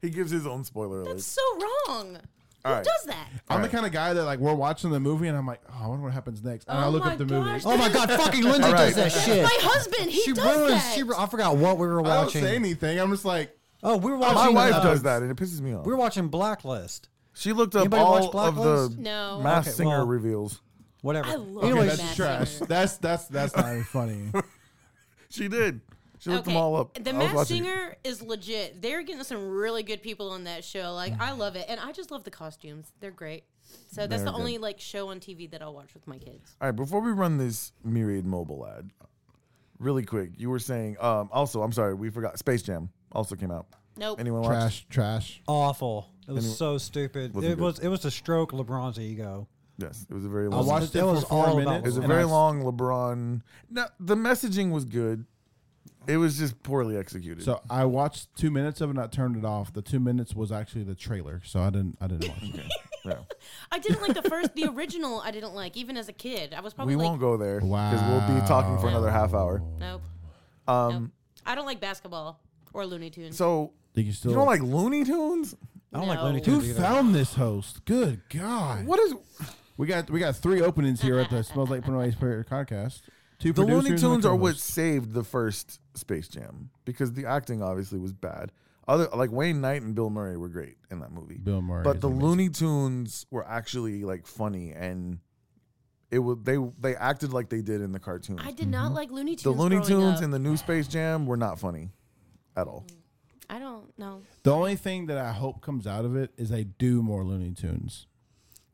Speaker 1: He gives his own spoiler alert.
Speaker 4: That's so wrong.
Speaker 1: All
Speaker 4: Who
Speaker 1: right.
Speaker 4: does that?
Speaker 6: I'm the kind of guy that like we're watching the movie and I'm like, oh, I wonder what happens next, and I
Speaker 4: Oh
Speaker 6: look
Speaker 4: my
Speaker 6: up the movie.
Speaker 4: gosh, Oh
Speaker 7: Oh
Speaker 4: my
Speaker 7: my God! Fucking Lindsay
Speaker 1: All right.
Speaker 7: does that shit.
Speaker 4: My husband, he
Speaker 7: she
Speaker 4: does
Speaker 7: ruined.
Speaker 4: that.
Speaker 7: She. ru- I forgot what we were
Speaker 6: I don't say
Speaker 7: watching.
Speaker 6: anything. I'm just like,
Speaker 7: Oh, we were
Speaker 1: My
Speaker 7: watching.
Speaker 1: wife
Speaker 7: uh,
Speaker 1: does that, and it pisses me off.
Speaker 7: We were watching Blacklist.
Speaker 1: she looked up
Speaker 7: Anybody watch
Speaker 1: all
Speaker 7: Black
Speaker 1: of the
Speaker 7: List?
Speaker 8: No.
Speaker 1: mass
Speaker 7: Okay,
Speaker 1: singer
Speaker 7: well-
Speaker 1: reveals.
Speaker 7: Whatever.
Speaker 8: I love
Speaker 6: okay,
Speaker 7: Anyways,
Speaker 8: Matt
Speaker 6: that's trash.
Speaker 8: Singer.
Speaker 6: That's that's that's not even funny.
Speaker 1: She did. She looked them all up. I
Speaker 4: The
Speaker 1: was
Speaker 4: Masked
Speaker 1: watching it.
Speaker 4: Singer is legit. They're getting some really good people on that show. Like I love it, and I just love the costumes. They're great. So that's
Speaker 1: They're
Speaker 4: the
Speaker 1: good.
Speaker 4: only like show on TV that I'll watch with my kids.
Speaker 1: All right, before we run this myriad mobile ad, really quick, you were saying. Um, also, I'm sorry, we forgot. Space Jam also came out.
Speaker 4: Nope.
Speaker 1: Anyone watch?
Speaker 6: trash, trash.
Speaker 7: awful. It was so stupid.
Speaker 1: wasn't
Speaker 7: It
Speaker 1: good.
Speaker 7: was. It was to stroke LeBron's ego.
Speaker 1: Yes, it was a very
Speaker 6: I
Speaker 1: long.
Speaker 6: watched it,
Speaker 7: That was
Speaker 6: for four
Speaker 7: all about
Speaker 1: it was
Speaker 6: minutes.
Speaker 1: a
Speaker 6: and
Speaker 1: very
Speaker 6: I-
Speaker 1: long LeBron. No, the messaging was good. It was just poorly executed.
Speaker 6: So I watched two minutes of it and I turned it off. The two minutes was actually the trailer, so I didn't I didn't watch it.
Speaker 1: yeah.
Speaker 4: I didn't like the first, the original. I didn't like even as a kid. I was probably
Speaker 1: we
Speaker 4: like,
Speaker 1: won't go there because we'll be talking for another half hour. Um,
Speaker 4: nope. nope. I don't like basketball or Looney Tunes.
Speaker 1: So
Speaker 6: Did you still
Speaker 1: you don't like Looney Tunes?
Speaker 7: I don't like
Speaker 4: No.
Speaker 7: Looney
Speaker 6: Who
Speaker 7: Tunes either.
Speaker 6: found this host? Good God!
Speaker 1: What is
Speaker 6: we got? We got three openings here at the Smells Like Pinoy's podcast. Two
Speaker 1: the Looney
Speaker 6: producers and a
Speaker 1: Tunes are what
Speaker 6: co-host.
Speaker 1: saved the first Space Jam because the acting obviously was bad. Other like Wayne Knight and Bill Murray were great in that movie.
Speaker 6: Bill Murray
Speaker 1: but
Speaker 6: is
Speaker 1: the
Speaker 6: amazing.
Speaker 1: Looney Tunes were actually like funny and it was they they acted like they did in the cartoon.
Speaker 4: I did not like Looney Tunes.
Speaker 1: The Looney Tunes
Speaker 4: up.
Speaker 1: and the new Space Jam were not funny at all.
Speaker 4: I don't know.
Speaker 6: The only thing that I hope comes out of it is they do more Looney Tunes.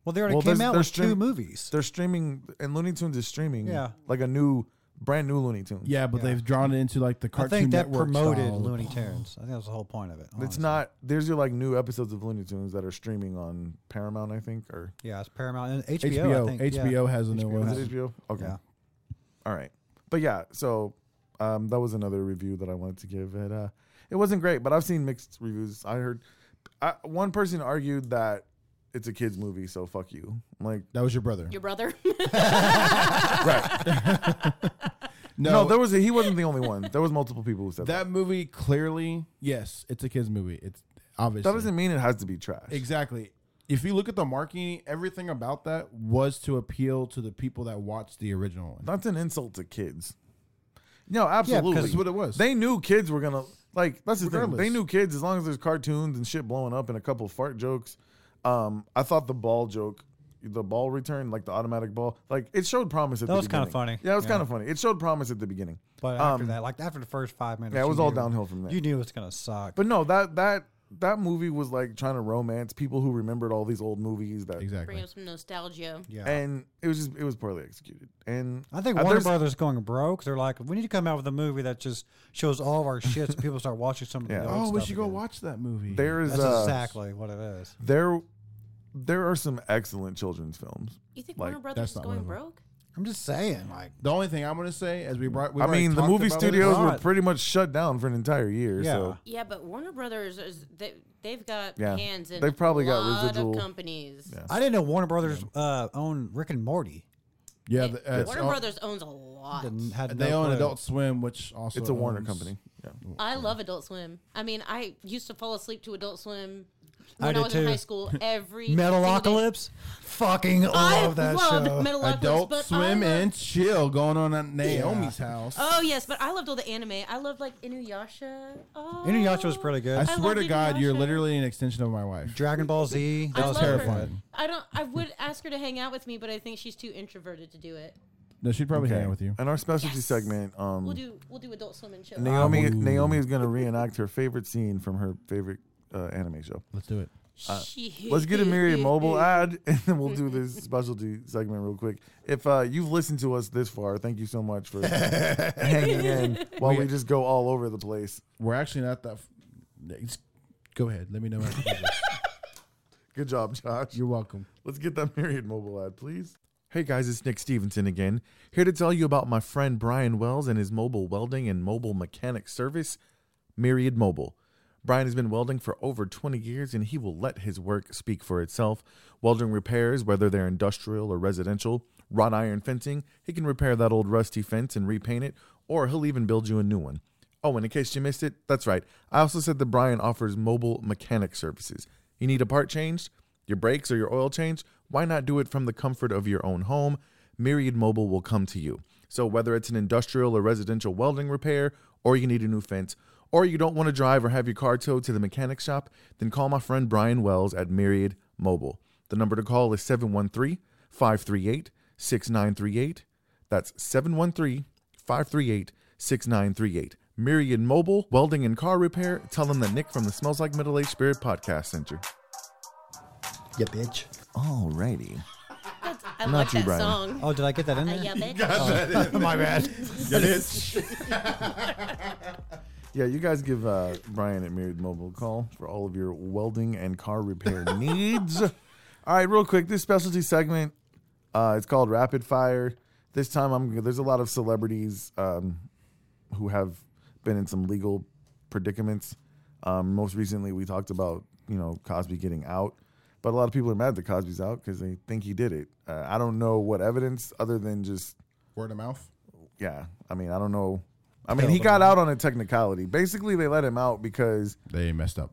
Speaker 7: Well, they already
Speaker 1: Well,
Speaker 7: came
Speaker 1: there's-
Speaker 7: out
Speaker 1: there's
Speaker 7: with
Speaker 1: stream-
Speaker 7: two movies.
Speaker 1: They're streaming and Looney Tunes is streaming
Speaker 7: Yeah.
Speaker 1: like a new brand new Looney Tunes.
Speaker 6: Yeah, but they've drawn it into like the
Speaker 7: I
Speaker 6: cartoon
Speaker 7: think that
Speaker 6: network
Speaker 7: promoted
Speaker 6: style.
Speaker 7: Looney Tunes. I think that was the whole point of it.
Speaker 1: uh, It's
Speaker 7: honestly.
Speaker 1: not there's your like new episodes of Looney Tunes that are streaming on Paramount, I think, or
Speaker 7: Yeah, it's Paramount and HBO.
Speaker 6: HBO.
Speaker 7: I think, yeah.
Speaker 6: HBO has a new one.
Speaker 1: Is it HBO? Okay.
Speaker 7: Yeah.
Speaker 1: All right. But yeah, so um, that was another review that I wanted to give. It uh, it wasn't great, but I've seen mixed reviews. I heard I, one person argued that it's a kids movie, so fuck you. I'm like
Speaker 6: That was your brother.
Speaker 4: Your brother?
Speaker 1: no, there was a, he wasn't the only one. There was multiple people who said that.
Speaker 6: That movie clearly, yes, it's a kids movie. It's obviously
Speaker 1: That doesn't mean it has to be trash.
Speaker 6: exactly. If you look at the marketing, everything about that was to appeal to the people that watched the original one.
Speaker 1: That's an insult to kids. No, absolutely.
Speaker 6: that's what it was.
Speaker 1: They knew kids were gonna like. That's the
Speaker 6: Regardless.
Speaker 1: thing. They knew kids as long as there's cartoons and shit blowing up and a couple fart jokes. Um, I thought the ball joke, the ball return, like the automatic ball, like it showed promise at
Speaker 7: That
Speaker 1: the
Speaker 7: was kinda
Speaker 1: beginning.
Speaker 7: funny.
Speaker 1: Yeah, it was
Speaker 7: Yeah.
Speaker 1: kind of funny. It showed promise at the beginning.
Speaker 7: But after that, like after the first five minutes,
Speaker 1: Um, yeah, it
Speaker 7: you
Speaker 1: was all
Speaker 7: knew-
Speaker 1: downhill from there.
Speaker 7: You knew it was gonna suck.
Speaker 1: But no, that that that movie was like trying to romance people who remembered all these old movies that.
Speaker 4: Bring
Speaker 6: Exactly.
Speaker 4: up some nostalgia.
Speaker 7: yeah,
Speaker 1: And it was just it was poorly executed. And
Speaker 7: I think
Speaker 1: uh,
Speaker 7: Warner
Speaker 1: there's-
Speaker 7: Brothers going broke. They're like, we need to come out with a movie that just shows all of our shits. and people start watching some of
Speaker 1: Yeah.
Speaker 7: the old
Speaker 6: Oh, we
Speaker 7: stuff
Speaker 6: should go
Speaker 7: again.
Speaker 6: watch that movie.
Speaker 1: There is
Speaker 7: That's
Speaker 1: uh,
Speaker 7: exactly what it is.
Speaker 1: there there are some excellent children's films.
Speaker 4: You think
Speaker 1: Like,
Speaker 4: Warner Brothers
Speaker 6: that's
Speaker 4: is
Speaker 6: not one
Speaker 4: going
Speaker 6: of them.
Speaker 4: broke?
Speaker 7: I'm just saying, like,
Speaker 6: The only thing I'm gonna say is we brought. we
Speaker 1: I
Speaker 6: already
Speaker 1: mean, the
Speaker 6: talked
Speaker 1: movie
Speaker 6: about
Speaker 1: studios
Speaker 6: it. uh,
Speaker 1: were
Speaker 7: Right.
Speaker 1: pretty much shut down for an entire year.
Speaker 7: yeah,
Speaker 1: So
Speaker 4: Yeah, but Warner Brothers is they, they've got
Speaker 1: Yeah.
Speaker 4: hands in
Speaker 1: They've probably
Speaker 4: a
Speaker 1: got
Speaker 4: lot
Speaker 1: residual-
Speaker 4: of companies.
Speaker 1: Yeah.
Speaker 7: I didn't know Warner Brothers uh, owned Rick and Morty.
Speaker 6: Yeah, the, uh, it's
Speaker 4: Warner
Speaker 6: all-
Speaker 4: Brothers owns a lot.
Speaker 5: Didn't- had
Speaker 6: They
Speaker 5: no
Speaker 6: own
Speaker 5: clue.
Speaker 6: Adult Swim, which also
Speaker 1: It's a Warner
Speaker 6: owns-
Speaker 1: company. Yeah.
Speaker 4: I love Adult Swim. I mean, I used to fall asleep to Adult Swim
Speaker 7: I
Speaker 4: when I,
Speaker 7: did
Speaker 4: was in
Speaker 7: too.
Speaker 4: high school every single day.
Speaker 7: Metalocalypse? Fucking
Speaker 4: I
Speaker 7: love that
Speaker 4: loved
Speaker 7: show.
Speaker 4: Metalocalypse,
Speaker 6: Adult
Speaker 4: but I
Speaker 6: Swim
Speaker 4: loved-
Speaker 6: and Chill going on at Naomi's house.
Speaker 4: Oh yes, but I loved all the anime. I loved like Inuyasha. Oh.
Speaker 7: Inuyasha was pretty good.
Speaker 6: I swear
Speaker 4: love
Speaker 6: to God, you're
Speaker 4: Inuyasha.
Speaker 6: literally an extension of my wife.
Speaker 7: Dragon Ball Z.
Speaker 4: I
Speaker 7: That was
Speaker 4: love her.
Speaker 7: terrifying.
Speaker 4: I don't. I would ask her to hang out with me, but I think she's too introverted to do it.
Speaker 6: No, she'd probably hang out with you.
Speaker 1: And our specialty segment, um,
Speaker 4: We'll do. We'll do Adult Swim and chill.
Speaker 1: Naomi Naomi is going to reenact her favorite scene from her favorite uh, anime show.
Speaker 6: Let's do it.
Speaker 4: She-
Speaker 1: Let's get a Miriam mobile ad, and then we'll do this specialty segment real quick. If uh, you've listened to us this far, thank you so much for hanging in while we just go all over the place.
Speaker 6: We're actually not that. F- Yeah, just Go ahead. Let me know. after this.
Speaker 1: Good job, Josh.
Speaker 6: You're welcome.
Speaker 1: Let's get that Myriad mobile ad, please. Hey guys, it's Nick Stevenson again, here to tell you about my friend Brian Wells and his mobile welding and mobile mechanic service, Myriad Mobile. Brian has been welding for over 20 years and he will let his work speak for itself. Welding repairs, whether they're industrial or residential, wrought iron fencing, he can repair that old rusty fence and repaint it, or he'll even build you a new one. Oh, and in case you missed it, that's right. I also said that Brian offers mobile mechanic services. You need a part changed, your brakes, or your oil change? Why not do it from the comfort of your own home? Myriad Mobile will come to you. So, whether it's an industrial or residential welding repair, or you need a new fence, or you don't want to drive or have your car towed to the mechanic shop, then call my friend Brian Wells at Myriad Mobile. The number to call is 713 538 6938. That's 713 538 6938. Myriad Mobile, Welding and Car Repair. Tell them that Nick from the Smells Like Middle Age Spirit Podcast sent you.
Speaker 5: Yeah, bitch.
Speaker 1: Alrighty.
Speaker 4: That's, I
Speaker 1: Not
Speaker 4: like
Speaker 1: you,
Speaker 4: that
Speaker 1: Brian.
Speaker 4: song.
Speaker 7: Oh, did I get that in
Speaker 4: Uh,
Speaker 7: there?
Speaker 4: yeah, bitch.
Speaker 7: My bad.
Speaker 1: Yeah, you guys give uh, Brian at Myriad Mobile a call for all of your welding and car repair needs. All right, real quick, this specialty segment, uh, it's called Rapid Fire. This time, I'm there's a lot of celebrities um, who have been in some legal predicaments. Um, most recently, we talked about you know Cosby getting out, but a lot of people are mad that Cosby's out because they think he did it. Uh, I don't know what evidence other than just
Speaker 6: Word of mouth.
Speaker 1: yeah. I mean, I don't know. I mean, he got out on a technicality. Basically, they let him out because
Speaker 6: They messed up.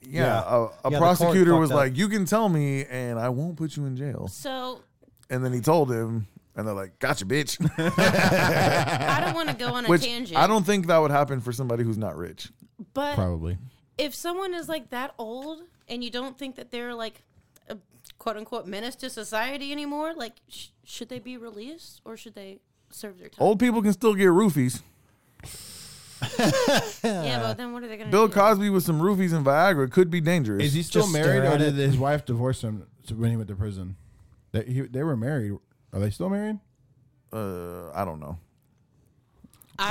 Speaker 1: yeah,
Speaker 7: Yeah.
Speaker 1: a, a
Speaker 7: Yeah, the
Speaker 1: prosecutor
Speaker 7: court
Speaker 1: was
Speaker 7: fucked up.
Speaker 1: like, "You can tell me, and I won't put you in jail."
Speaker 4: So
Speaker 1: And then he told him, and they're like, "Gotcha, bitch."
Speaker 4: I don't want to go on a
Speaker 1: Which
Speaker 4: tangent.
Speaker 1: I don't think that would happen for somebody who's not rich.
Speaker 4: But
Speaker 6: Probably.
Speaker 4: if someone is like that old and you don't think that they're like a quote unquote menace to society anymore, like sh- should they be released or should they serve their time?
Speaker 1: Old people can still get roofies.
Speaker 4: yeah, but then what are they gonna
Speaker 1: Bill
Speaker 4: do?
Speaker 1: Cosby with some roofies and Viagra could be dangerous.
Speaker 6: Is he still
Speaker 7: Just
Speaker 6: married,
Speaker 7: stare
Speaker 6: or
Speaker 7: at
Speaker 6: did
Speaker 7: it.
Speaker 6: his wife divorce him to- when he went to prison? They, he, they were married. Are they still married?
Speaker 1: uh, I don't know.
Speaker 4: I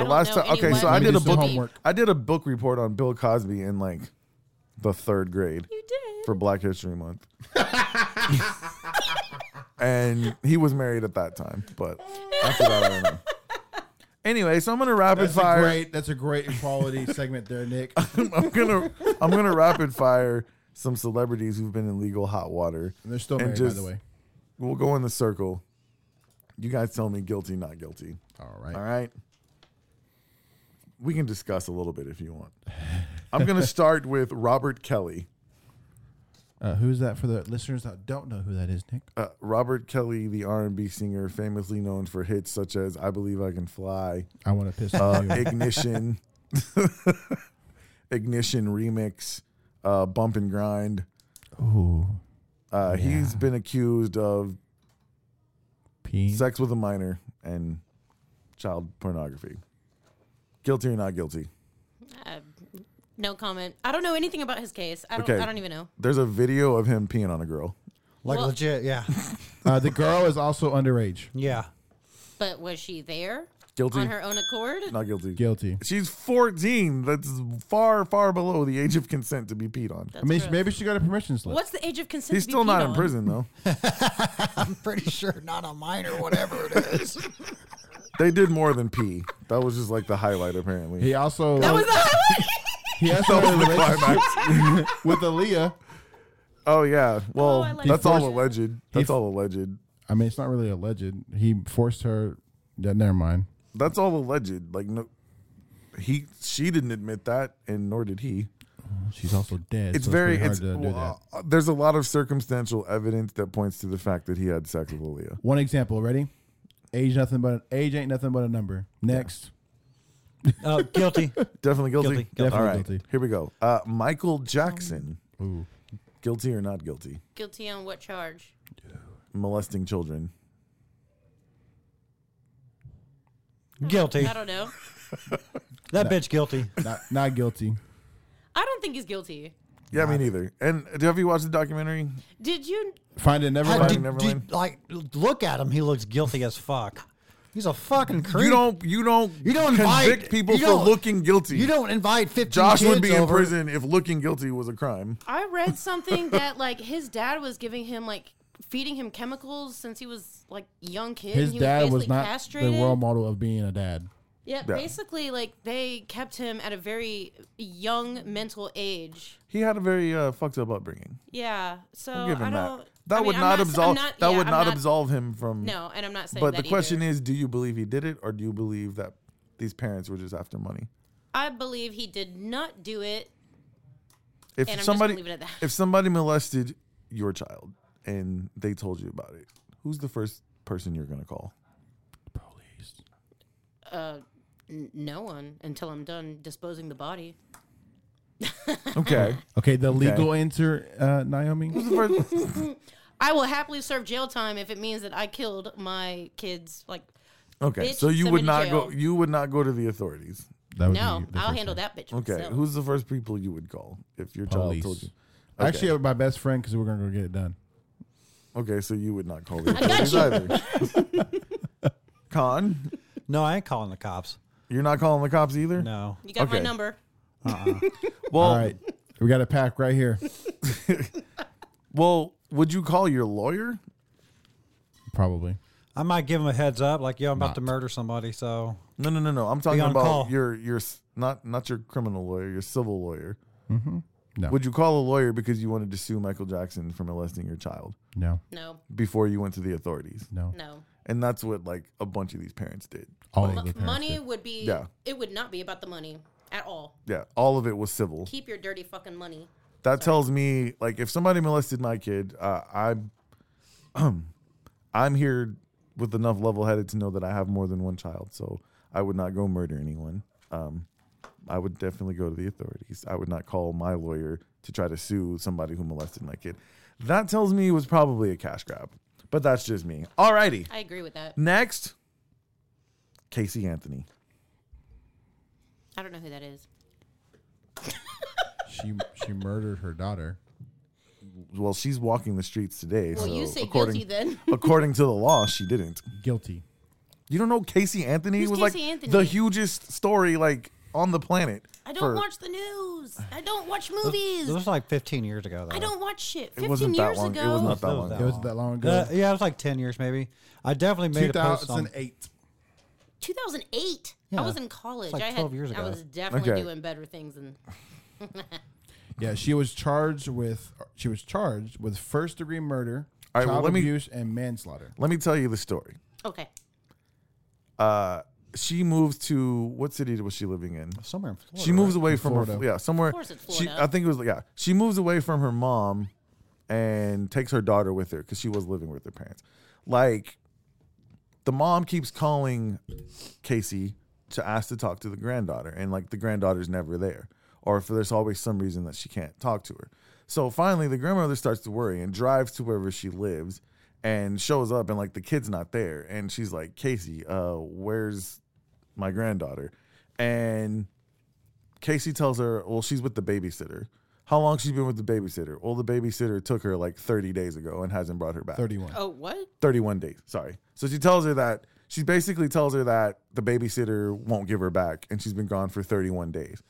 Speaker 1: The
Speaker 4: don't
Speaker 1: last
Speaker 4: know
Speaker 1: time, okay,
Speaker 4: anyone
Speaker 1: so I
Speaker 6: Let me
Speaker 1: did
Speaker 6: do
Speaker 1: a
Speaker 6: some
Speaker 1: book.
Speaker 6: homework.
Speaker 1: I did a book report on Bill Cosby in like the third grade.
Speaker 4: You did.
Speaker 1: for Black History Month. and he was married at that time, but after that, I don't know. Anyway, so I'm gonna rapid
Speaker 6: That's a
Speaker 1: fire.
Speaker 6: great. That's a great quality segment there, Nick. And
Speaker 1: I'm gonna I'm gonna rapid fire some celebrities who've been in legal hot water.
Speaker 6: they're still
Speaker 1: And
Speaker 6: married,
Speaker 1: just-
Speaker 6: by the way.
Speaker 1: We'll go in the circle. You guys tell me guilty, not guilty.
Speaker 6: All right.
Speaker 1: All right. We can discuss a little bit if you want. I'm gonna start with Robert Kelly.
Speaker 6: Uh, who's that for the listeners that don't know who that is, Nick?
Speaker 1: Uh, Robert Kelly, the R&B singer, famously known for hits such as "I Believe I Can Fly,"
Speaker 6: I want to piss
Speaker 1: uh,
Speaker 6: on you.
Speaker 1: ignition ignition remix uh bump and grind
Speaker 6: Ooh,
Speaker 1: uh he's been accused of
Speaker 6: pee.
Speaker 1: sex with a minor and child pornography guilty or not guilty
Speaker 4: Uh, no comment. I don't know anything about his case. I don't.
Speaker 1: Okay.
Speaker 4: Oh, I don't even know.
Speaker 1: there's a video of him peeing on a girl
Speaker 7: Like
Speaker 4: Well-
Speaker 7: legit, yeah.
Speaker 6: Uh, the girl is also underage.
Speaker 7: Yeah.
Speaker 4: But was she there
Speaker 1: guilty
Speaker 4: on her own accord?
Speaker 1: not guilty
Speaker 6: Guilty.
Speaker 1: she's 14 that's far far below the age of consent to be peed on
Speaker 6: I mean,
Speaker 4: gross.
Speaker 6: maybe she got a permission slip.
Speaker 4: What's the age of consent?
Speaker 1: he's
Speaker 4: to be
Speaker 1: still not
Speaker 4: peed
Speaker 1: in
Speaker 4: on?
Speaker 1: prison though
Speaker 7: I'm pretty sure not a minor, whatever it is.
Speaker 1: they did more than pee that was just like the highlight apparently
Speaker 6: He also
Speaker 4: That was the highlight.
Speaker 6: he also had a relationship
Speaker 1: Climax.
Speaker 6: with Aaliyah.
Speaker 1: Oh yeah. Well,
Speaker 4: I like
Speaker 1: that's all
Speaker 6: that.
Speaker 1: alleged. That's
Speaker 6: He-
Speaker 1: all alleged.
Speaker 6: I mean, it's not really alleged. He forced her. Yeah, never mind.
Speaker 1: That's all alleged. Like no, he she didn't admit that, and nor did he.
Speaker 6: She's also dead.
Speaker 1: It's
Speaker 6: so
Speaker 1: very
Speaker 6: pretty
Speaker 1: it's well, uh, there's a lot of circumstantial evidence that points to the fact that he had sex with Aaliyah.
Speaker 6: One example. Ready? Age nothing but age ain't nothing but a number. Next,
Speaker 7: Oh, guilty.
Speaker 1: Definitely guilty.
Speaker 7: Guilty.
Speaker 6: Definitely
Speaker 1: all right,
Speaker 6: guilty. Um,
Speaker 1: here we go. Uh, Michael Jackson, guilty or not guilty?
Speaker 4: Guilty on what charge?
Speaker 1: Molesting children.
Speaker 7: guilty.
Speaker 4: I don't know.
Speaker 7: That bitch guilty.
Speaker 6: not, not guilty.
Speaker 4: I don't think he's guilty.
Speaker 1: Yeah, me neither. And do have you watched the documentary?
Speaker 4: Did you?
Speaker 6: Find it
Speaker 7: How
Speaker 6: never.
Speaker 1: Finding
Speaker 7: did-
Speaker 1: Neverland.
Speaker 7: did- like, look at him. He looks guilty as fuck. He's a fucking creep.
Speaker 1: You don't. You don't.
Speaker 5: You don't
Speaker 1: convict
Speaker 5: invite-
Speaker 1: people
Speaker 5: you
Speaker 1: for
Speaker 5: don't-
Speaker 1: looking guilty.
Speaker 5: You don't invite 15
Speaker 1: Josh
Speaker 5: kids
Speaker 1: would be in
Speaker 5: over.
Speaker 1: prison if looking guilty was a crime.
Speaker 4: I read something that like his dad was giving him like feeding him chemicals since he was like a young kid. and
Speaker 6: His
Speaker 4: he
Speaker 6: dad was
Speaker 4: basically
Speaker 6: not
Speaker 4: castrated.
Speaker 6: the role model of being a dad.
Speaker 4: Yeah,
Speaker 1: Yeah.
Speaker 4: basically, like they kept him at a very young mental age.
Speaker 1: He had a very uh, fucked up upbringing.
Speaker 4: Yeah, so
Speaker 1: I'll give
Speaker 4: I
Speaker 1: him
Speaker 4: don't.
Speaker 1: that. That
Speaker 4: I mean,
Speaker 1: would
Speaker 4: I'm
Speaker 1: not,
Speaker 4: s- I'm
Speaker 1: absolve. that
Speaker 4: yeah,
Speaker 1: would
Speaker 4: I'm
Speaker 1: not, absolve him from.
Speaker 4: No, and I'm not saying.
Speaker 1: But
Speaker 4: that
Speaker 1: the question
Speaker 4: either.
Speaker 1: is, do you believe he did it, or do you believe that these parents were just after money?
Speaker 4: I believe he did not do it.
Speaker 1: If
Speaker 4: And I'm just gonna
Speaker 1: somebody,
Speaker 4: leave it at that.
Speaker 1: if somebody molested your child and they told you about it, who's the first person you're gonna call?
Speaker 6: Police.
Speaker 4: N- No one until I'm done disposing the body.
Speaker 1: Okay.
Speaker 6: Okay, the legal answer, uh, Naomi.
Speaker 1: Who's the first-
Speaker 4: I will happily serve jail time if it means that I killed my kids. Like,
Speaker 1: okay.
Speaker 4: Bitch,
Speaker 1: so you
Speaker 4: send me
Speaker 1: would
Speaker 4: to
Speaker 1: not go.
Speaker 4: jail.
Speaker 1: You would not go to the authorities.
Speaker 6: That would
Speaker 4: no,
Speaker 6: be the
Speaker 4: I'll
Speaker 6: first
Speaker 4: handle
Speaker 6: one.
Speaker 4: that bitch.
Speaker 1: Okay.
Speaker 4: myself.
Speaker 1: Who's the first people you would call if your child
Speaker 6: Police.
Speaker 1: Oh, told you?
Speaker 6: Actually, my best friend because we're gonna go get it done.
Speaker 1: Okay, so you would not call the authorities either. Con,
Speaker 7: No, I ain't calling the cops.
Speaker 1: you're not calling the cops either.
Speaker 7: No.
Speaker 4: You got
Speaker 1: Okay.
Speaker 4: my number.
Speaker 1: Well,
Speaker 6: All right, we got a pack right here.
Speaker 1: well, would you call your lawyer?
Speaker 6: Probably.
Speaker 7: I might give him a heads up, like, yo, I'm about to murder somebody, so
Speaker 1: No, no, no, no. I'm talking
Speaker 7: on
Speaker 1: about
Speaker 7: call.
Speaker 1: your your s- not not your criminal lawyer, your civil lawyer.
Speaker 6: Mm-hmm. No.
Speaker 1: Would you call a lawyer because you wanted to sue Michael Jackson for molesting your child
Speaker 6: No.
Speaker 4: No,
Speaker 1: before you went to the authorities?
Speaker 6: No.
Speaker 4: no.
Speaker 1: And that's what like a bunch of these parents did.
Speaker 6: All
Speaker 4: Mo-
Speaker 6: of the parents
Speaker 4: money
Speaker 6: did.
Speaker 4: would be.
Speaker 1: Yeah.
Speaker 4: It would not be about the money at all.
Speaker 1: Yeah, all of it was civil.
Speaker 4: Keep your dirty fucking money.
Speaker 1: that tells me like if somebody molested my kid uh, i'm i'm here with enough level-headed to know that i have more than one child so i would not go murder anyone um, i would definitely go to the authorities i would not call my lawyer to try to sue somebody who molested my kid that tells me it was probably a cash grab but that's just me alrighty
Speaker 4: I agree with that.
Speaker 1: next casey anthony
Speaker 4: I don't know who that is.
Speaker 6: She she murdered her daughter.
Speaker 1: well she's walking the streets today
Speaker 4: Well,
Speaker 1: so
Speaker 4: you say
Speaker 1: according,
Speaker 4: guilty then.
Speaker 1: according to the law she didn't
Speaker 6: Guilty.
Speaker 1: You don't know Casey Anthony
Speaker 4: Who's
Speaker 1: was
Speaker 4: Casey
Speaker 1: like
Speaker 4: Anthony?
Speaker 1: the hugest story like on the planet.
Speaker 4: I don't
Speaker 1: for-
Speaker 4: watch the news. I don't watch
Speaker 7: it
Speaker 4: movies.
Speaker 7: was like 15 years ago, though.
Speaker 4: I don't watch shit.
Speaker 1: It
Speaker 4: 15
Speaker 1: wasn't that
Speaker 4: years
Speaker 1: long.
Speaker 4: ago.
Speaker 1: It was not that
Speaker 7: It
Speaker 1: long.
Speaker 7: was
Speaker 6: It was that long ago.
Speaker 7: Uh, yeah, it was like 10 years, maybe. I definitely made a post on
Speaker 6: 2008.
Speaker 4: 2008.
Speaker 7: Yeah.
Speaker 4: I was in college.
Speaker 7: like
Speaker 4: I had,
Speaker 7: 12 years
Speaker 4: I
Speaker 7: ago.
Speaker 4: was definitely
Speaker 1: Okay.
Speaker 4: doing better things than
Speaker 6: Yeah, she was charged with she was charged with first degree murder,
Speaker 1: All right, well,
Speaker 6: child
Speaker 1: let me-
Speaker 6: abuse, and manslaughter.
Speaker 1: Let me tell you the story.
Speaker 4: Okay.
Speaker 1: Uh, she moves to what city was she living in?
Speaker 7: somewhere in Florida.
Speaker 1: She moves away from her
Speaker 6: Florida.
Speaker 1: yeah somewhere.
Speaker 4: course it's
Speaker 1: she,
Speaker 4: Florida.
Speaker 1: I think it was yeah. She moves away from her mom and takes her daughter with her because she was living with her parents. Like the mom keeps calling Casey to ask to talk to the granddaughter, and like the granddaughter's never there, or if there's always some reason that she can't talk to her. So finally, the grandmother starts to worry and drives to wherever she lives, and shows up, and like the kid's not there, and she's like, "Casey, uh, where's my granddaughter?" And Casey tells her, well, she's with the babysitter. How long she been with the babysitter? Well, the babysitter took her like 30 days ago and hasn't brought her back.
Speaker 6: Thirty one.
Speaker 4: Oh, what?
Speaker 1: 31 days, sorry. So she tells her that, she basically tells her that the babysitter won't give her back and she's been gone for 31 days.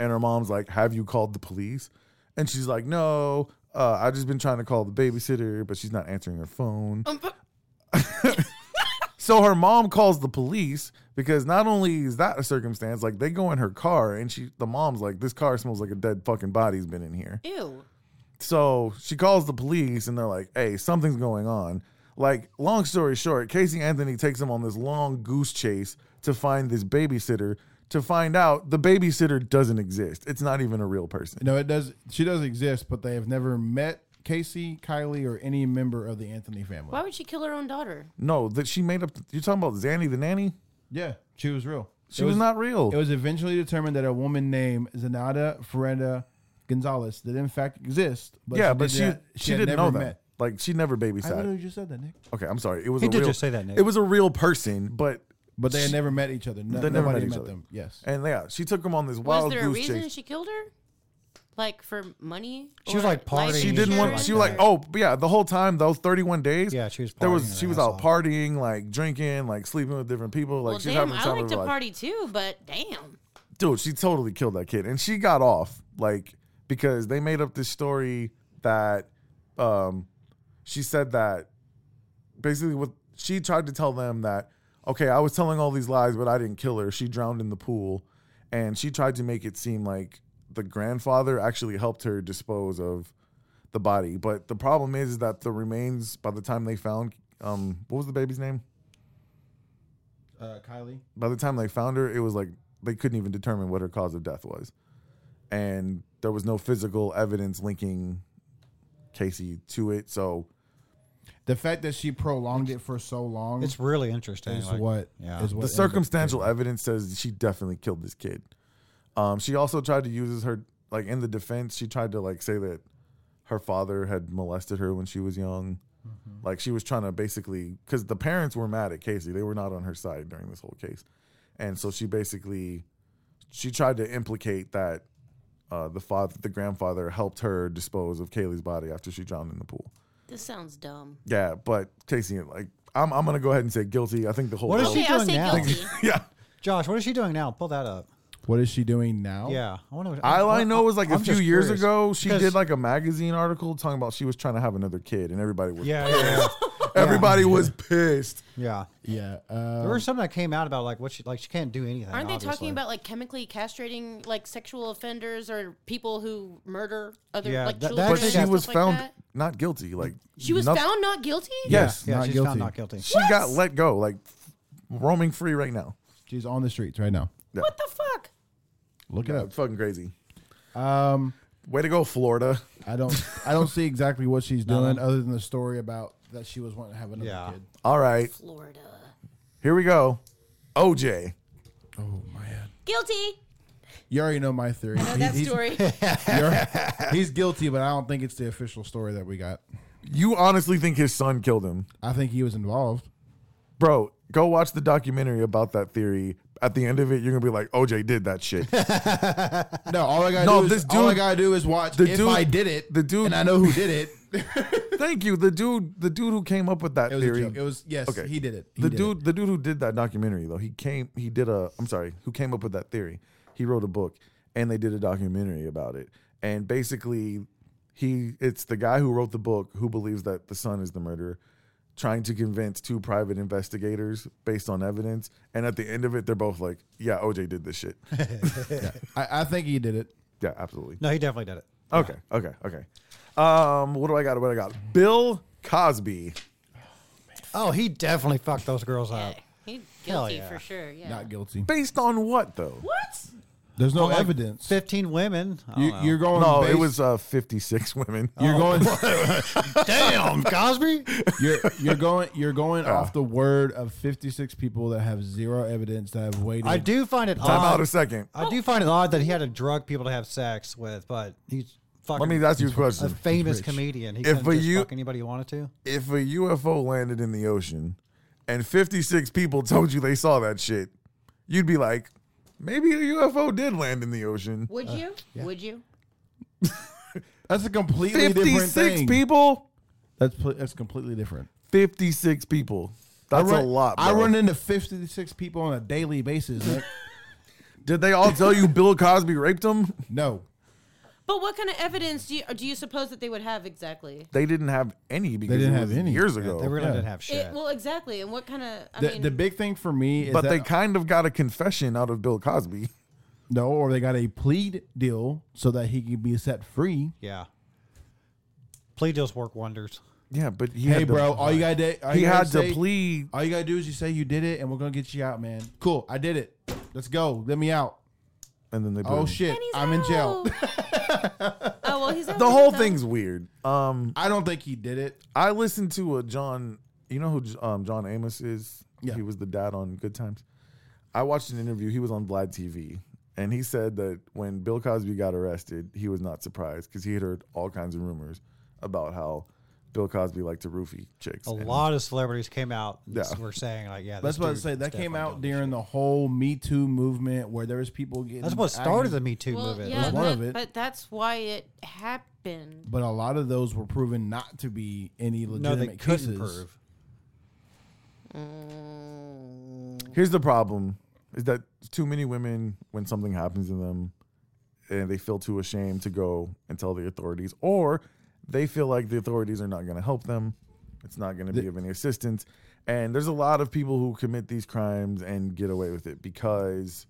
Speaker 1: And her mom's like, have you called the police? And she's like, no, uh, I've just been trying to call the babysitter, but she's not answering her phone.
Speaker 4: Um,
Speaker 1: So her mom calls the police because not only is that a circumstance, like they go in her car and she, the mom's like, this car smells like a dead fucking body's been in here.
Speaker 4: Ew.
Speaker 1: So she calls the police and they're like, hey, something's going on. Like, long story short, Casey Anthony takes him on this long goose chase to find this babysitter. To find out the babysitter doesn't exist. It's not even a real person.
Speaker 6: No, it does. She does exist, but they have never met Casey, Kylie, or any member of the Anthony family.
Speaker 8: Why would she kill her own daughter?
Speaker 1: No, that she made up. You're talking about Zanny the nanny.
Speaker 6: Yeah, she was real.
Speaker 1: She was, not real.
Speaker 6: It was eventually determined that a woman named Zenata Ferenda Gonzalez did in fact exist. But
Speaker 1: yeah,
Speaker 6: did
Speaker 1: but she
Speaker 6: not-
Speaker 1: she,
Speaker 6: had
Speaker 1: didn't know
Speaker 6: never
Speaker 1: that.
Speaker 6: met.
Speaker 1: Like she never
Speaker 6: I
Speaker 1: babysat.
Speaker 6: literally just said that, Nick.
Speaker 1: Okay, I'm sorry. It was
Speaker 7: He
Speaker 1: a
Speaker 7: did
Speaker 1: real,
Speaker 7: just say that, Nick.
Speaker 1: It was a real person, but
Speaker 6: But they had never met each other. No,
Speaker 1: They never
Speaker 6: nobody
Speaker 1: met each
Speaker 6: met
Speaker 1: other.
Speaker 6: them. Yes.
Speaker 1: and yeah, she took him on this
Speaker 8: Was
Speaker 1: wild
Speaker 8: there a
Speaker 1: goose
Speaker 8: reason
Speaker 1: chase.
Speaker 8: she killed her? Like for money?
Speaker 7: She was,
Speaker 8: Or
Speaker 7: like,
Speaker 8: life
Speaker 7: partying.
Speaker 1: She didn't want.
Speaker 8: insurance?
Speaker 1: She was like, oh but yeah, the whole time those 31 days.
Speaker 7: Yeah, she was
Speaker 1: There
Speaker 7: partying her
Speaker 1: was she was
Speaker 7: ass
Speaker 1: out
Speaker 7: off.
Speaker 1: partying, like drinking, like sleeping with different people. Like
Speaker 8: well,
Speaker 1: she's
Speaker 8: damn,
Speaker 1: having the
Speaker 8: I
Speaker 1: time
Speaker 8: like
Speaker 1: of
Speaker 8: to
Speaker 1: her life.
Speaker 8: party too, but damn.
Speaker 1: dude, she totally killed that kid, and she got off like because they made up this story that um, she said that basically what she tried to tell them that okay, I was telling all these lies, but I didn't kill her. She drowned in the pool, and she tried to make it seem like the grandfather actually helped her dispose of the body. But the problem is, is that the remains by the time they found um, what was the baby's name?
Speaker 6: Uh, Kylie.
Speaker 1: by the time they found her, it was like they couldn't even determine what her cause of death was. And there was no physical evidence linking Casey to it. So
Speaker 6: The fact that she prolonged it for so long
Speaker 7: It's really interesting.
Speaker 6: is
Speaker 7: like-
Speaker 6: what.
Speaker 7: yeah.
Speaker 6: is what
Speaker 1: the
Speaker 6: ended-
Speaker 1: circumstantial evidence says she definitely killed this kid. Um, she also tried to use her like in the defense. She tried to like say that her father had molested her when she was young.
Speaker 7: Mm-hmm.
Speaker 1: Like she was trying to basically because the parents were mad at Casey. They were not on her side during this whole case, and so she basically she tried to implicate that uh, the father, the grandfather, helped her dispose of Kaylee's body after she drowned in the pool.
Speaker 8: This sounds dumb.
Speaker 1: Yeah, but Casey, like, I'm, I'm gonna go ahead and say guilty. I think the whole
Speaker 7: What is
Speaker 1: world-
Speaker 7: she
Speaker 8: Okay, I'll
Speaker 7: doing
Speaker 8: say
Speaker 7: now?
Speaker 8: guilty.
Speaker 1: yeah.
Speaker 7: Josh, what is she doing now? Pull that up.
Speaker 6: What is she doing now?
Speaker 7: Yeah, I want to.
Speaker 1: All I know is like a
Speaker 7: I'm
Speaker 1: few
Speaker 7: just
Speaker 1: years
Speaker 7: curious.
Speaker 1: ago, she
Speaker 7: Because-
Speaker 1: did like a magazine article talking about she was trying to have another kid, and everybody was
Speaker 7: Yeah, yeah,
Speaker 1: everybody was pissed.
Speaker 7: yeah.
Speaker 6: Yeah.
Speaker 7: There
Speaker 6: Uh,
Speaker 7: was something that came out about like what she like she can't do anything.
Speaker 8: Aren't they
Speaker 7: obviously.
Speaker 8: talking about like chemically castrating like sexual offenders or people who murder other
Speaker 7: Yeah,
Speaker 8: like
Speaker 7: that- that
Speaker 8: children?
Speaker 1: But
Speaker 7: think
Speaker 8: and
Speaker 1: she
Speaker 7: that's-
Speaker 8: stuff
Speaker 1: was
Speaker 8: like
Speaker 1: found
Speaker 8: that?
Speaker 1: not guilty. Like
Speaker 8: She was
Speaker 1: noth-
Speaker 8: found not guilty.
Speaker 1: Yes,
Speaker 7: Yeah,
Speaker 6: Not
Speaker 7: she's
Speaker 6: guilty.
Speaker 7: found not guilty.
Speaker 1: she got let go. Like roaming free right now.
Speaker 6: she's on the streets right now.
Speaker 8: What the fuck?
Speaker 6: Look it
Speaker 1: Yeah, fucking crazy.
Speaker 6: up. Um,
Speaker 1: Way to go, Florida.
Speaker 6: I don't. I don't see exactly what she's doing other than the story about that she was wanting to have another
Speaker 7: Yeah.
Speaker 6: kid.
Speaker 1: All right,
Speaker 8: Florida.
Speaker 1: here we go. OJ.
Speaker 8: Guilty.
Speaker 6: You already know my theory. He-
Speaker 8: That
Speaker 6: he's-
Speaker 8: story.
Speaker 6: you're- he's guilty, but I don't think it's the official story that we got.
Speaker 1: You honestly think his son killed him?
Speaker 6: I think he was involved.
Speaker 1: Bro, go watch the documentary about that theory. At the end of it, you're gonna be like, OJ did that shit.
Speaker 6: No, all I gotta
Speaker 1: No,
Speaker 6: do is
Speaker 1: this
Speaker 6: all I
Speaker 1: dude-
Speaker 6: gotta do is watch
Speaker 1: the
Speaker 6: if
Speaker 1: dude-
Speaker 6: I did it.
Speaker 1: the dude-
Speaker 6: and I know who did it. it
Speaker 1: Thank you. The dude, the dude who came up with that
Speaker 6: was
Speaker 1: theory.
Speaker 6: a joke. It was yes,
Speaker 1: Okay.
Speaker 6: he did it. He
Speaker 1: the
Speaker 6: did
Speaker 1: dude,
Speaker 6: it.
Speaker 1: the dude who did that documentary though, he came, he did a, I'm sorry, who came up with that theory. He wrote a book, and they did a documentary about it. And basically, he, it's the guy who wrote the book who believes that the son is the murderer, trying to convince two private investigators based on evidence. And at the end of it, they're both like, "Yeah, OJ did this shit."
Speaker 6: I, I think he did it.
Speaker 1: yeah, absolutely.
Speaker 7: No, he definitely did it.
Speaker 1: Okay, okay, okay. Um, what do I got? What do I got? Bill Cosby.
Speaker 7: Oh, he definitely fucked those girls up.
Speaker 8: He's
Speaker 7: Hell
Speaker 8: guilty
Speaker 7: yeah.
Speaker 8: for sure. Yeah.
Speaker 6: Not guilty.
Speaker 1: Based on what though?
Speaker 8: what?
Speaker 6: There's no
Speaker 7: Like,
Speaker 6: evidence.
Speaker 7: Fifteen women. I don't
Speaker 6: You,
Speaker 7: know.
Speaker 6: you're going.
Speaker 1: No, it
Speaker 6: based- Oh
Speaker 1: was Oh. uh, 56 women.
Speaker 6: You're going.
Speaker 7: Oh. damn Cosby.
Speaker 6: You're you're going. You're going off the word of 56 people that have zero evidence that have waited.
Speaker 7: I do find it
Speaker 1: Time out
Speaker 7: odd.
Speaker 1: a second.
Speaker 7: I do find it odd that he had to drug people to have sex with, but he's fucking
Speaker 1: Let me ask you a
Speaker 7: a
Speaker 1: question.
Speaker 7: famous comedian. He
Speaker 1: If
Speaker 7: couldn't
Speaker 1: a
Speaker 7: just
Speaker 1: you-
Speaker 7: fuck anybody he wanted to.
Speaker 1: If a UFO landed in the ocean and 56 people told you they saw that shit, you'd be like, maybe a UFO did land in the ocean.
Speaker 8: Would you? Would you?
Speaker 6: That's a completely different
Speaker 1: 56
Speaker 6: thing.
Speaker 1: people?
Speaker 6: That's pl- that's completely different.
Speaker 1: 56 people. That's
Speaker 6: I run,
Speaker 1: a lot.
Speaker 6: I
Speaker 1: bro.
Speaker 6: run into 56 people on a daily basis. Nick.
Speaker 1: Did they all tell you Bill Cosby raped them?
Speaker 6: no,
Speaker 4: But what kind of evidence do you, do you suppose that they would have exactly?
Speaker 1: They didn't have any because
Speaker 6: didn't
Speaker 1: it
Speaker 6: have
Speaker 1: was
Speaker 6: any.
Speaker 1: years
Speaker 6: Yeah,
Speaker 1: ago.
Speaker 7: They really
Speaker 6: yeah.
Speaker 7: didn't have shit.
Speaker 4: It, well, exactly. And what kind of? I
Speaker 6: the,
Speaker 4: mean,
Speaker 6: the big thing for me is
Speaker 1: but
Speaker 6: that
Speaker 1: they kind of got a confession out of Bill Cosby.
Speaker 6: no, or they got a plea deal so that he could be set free.
Speaker 7: yeah. Plea deals work wonders.
Speaker 1: Yeah, but he had
Speaker 6: Hey,
Speaker 1: to-
Speaker 6: bro, all you gotta do, all
Speaker 1: He
Speaker 6: you gotta
Speaker 1: had to
Speaker 6: say-
Speaker 1: plead.
Speaker 6: All you gotta do is you say you did it, and we're gonna get you out, man. Cool, I did it. Let's go. Let me out.
Speaker 1: and then they. put
Speaker 6: Oh
Speaker 1: him-
Speaker 6: shit, I'm in jail.
Speaker 4: Oh well, he's out
Speaker 1: The
Speaker 4: of
Speaker 1: whole
Speaker 4: town.
Speaker 1: thing's weird. Um,
Speaker 6: I don't think he did it.
Speaker 1: I listened to a John. You know who J- um, John Amos is?
Speaker 6: Yeah.
Speaker 1: He was the dad on Good Times. I watched an interview. He was on Vlad TV, and he said that when Bill Cosby got arrested, he was not surprised because he had heard all kinds of rumors about how Bill Cosby liked to roofie chicks.
Speaker 7: A
Speaker 1: and-
Speaker 7: lot of celebrities came out and
Speaker 1: Yeah.
Speaker 7: were saying like, yeah.
Speaker 6: That's
Speaker 7: this
Speaker 6: what I
Speaker 7: dude
Speaker 6: was saying.
Speaker 7: is
Speaker 6: That came
Speaker 7: definitely doing
Speaker 6: out
Speaker 7: this
Speaker 6: during
Speaker 7: shit.
Speaker 6: the whole Me Too movement, where there was people getting.
Speaker 7: That's what started the Me Too
Speaker 8: Well,
Speaker 7: movement.
Speaker 8: yeah,
Speaker 6: one
Speaker 8: that-
Speaker 6: of it.
Speaker 8: but that's why it happened.
Speaker 6: But a lot of those were proven not to be any
Speaker 7: no,
Speaker 6: legitimate
Speaker 7: they couldn't
Speaker 6: cases.
Speaker 7: prove.
Speaker 1: Here's the problem: is that too many women, when something happens to them, and they feel too ashamed to go and tell the authorities, or they feel like the authorities are not going to help them. It's not going to be of any assistance. And there's a lot of people who commit these crimes and get away with it because,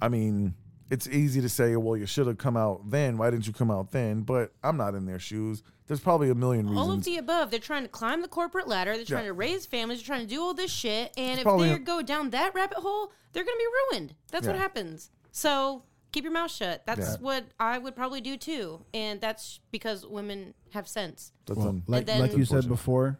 Speaker 1: I mean, it's easy to say, well, you should have come out then. Why didn't you come out then? But I'm not in their shoes. There's probably a million reasons.
Speaker 4: All of the above. They're trying to climb the corporate ladder. They're trying to raise families. They're trying to do all this shit. And if
Speaker 1: probably-
Speaker 4: they go down that rabbit hole, they're going to be ruined. That's what
Speaker 1: Yeah.
Speaker 4: happens. So keep your mouth shut. That's
Speaker 1: Yeah.
Speaker 4: what I would probably do too. And that's because women have sense.
Speaker 1: That's un-
Speaker 6: Like
Speaker 4: then-
Speaker 6: like you said before,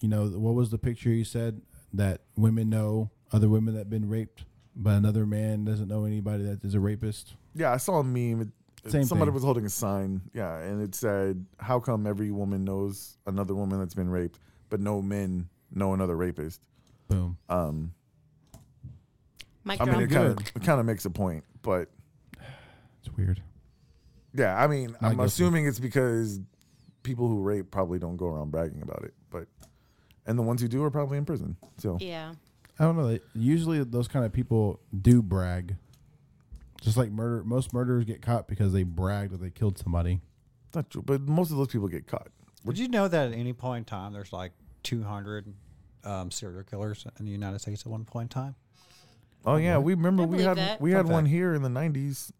Speaker 6: you know what was the picture you said that women know other women that have been raped, but another man doesn't know anybody that is a rapist.
Speaker 1: Yeah, I saw a meme. It-
Speaker 6: Same
Speaker 1: Somebody
Speaker 6: thing.
Speaker 1: was holding a sign. Yeah, and it said, "How come every woman knows another woman that's been raped, but no men know another rapist?"
Speaker 6: Boom.
Speaker 7: Uh,
Speaker 4: Mike
Speaker 1: I mean, it
Speaker 4: drop.
Speaker 1: kind of it kind of makes a point, but
Speaker 6: It's weird.
Speaker 1: yeah, I mean, I'm
Speaker 6: guilty.
Speaker 1: assuming it's because people who rape probably don't go around bragging about it, but and the ones who do are probably in prison. So
Speaker 4: Yeah.
Speaker 6: I don't know. they- Usually those kind of people do brag. Just like murder, most murderers get caught because they brag that they killed somebody.
Speaker 1: not true, but most of those people get caught. Oh,
Speaker 7: Would you know that at any point in time, there's like 200 um, serial killers in the United States at one point in time?
Speaker 1: Oh yeah, we remember we
Speaker 4: believe
Speaker 1: had
Speaker 4: that.
Speaker 1: we had
Speaker 7: Fun
Speaker 1: one
Speaker 7: fact.
Speaker 1: here in the '90s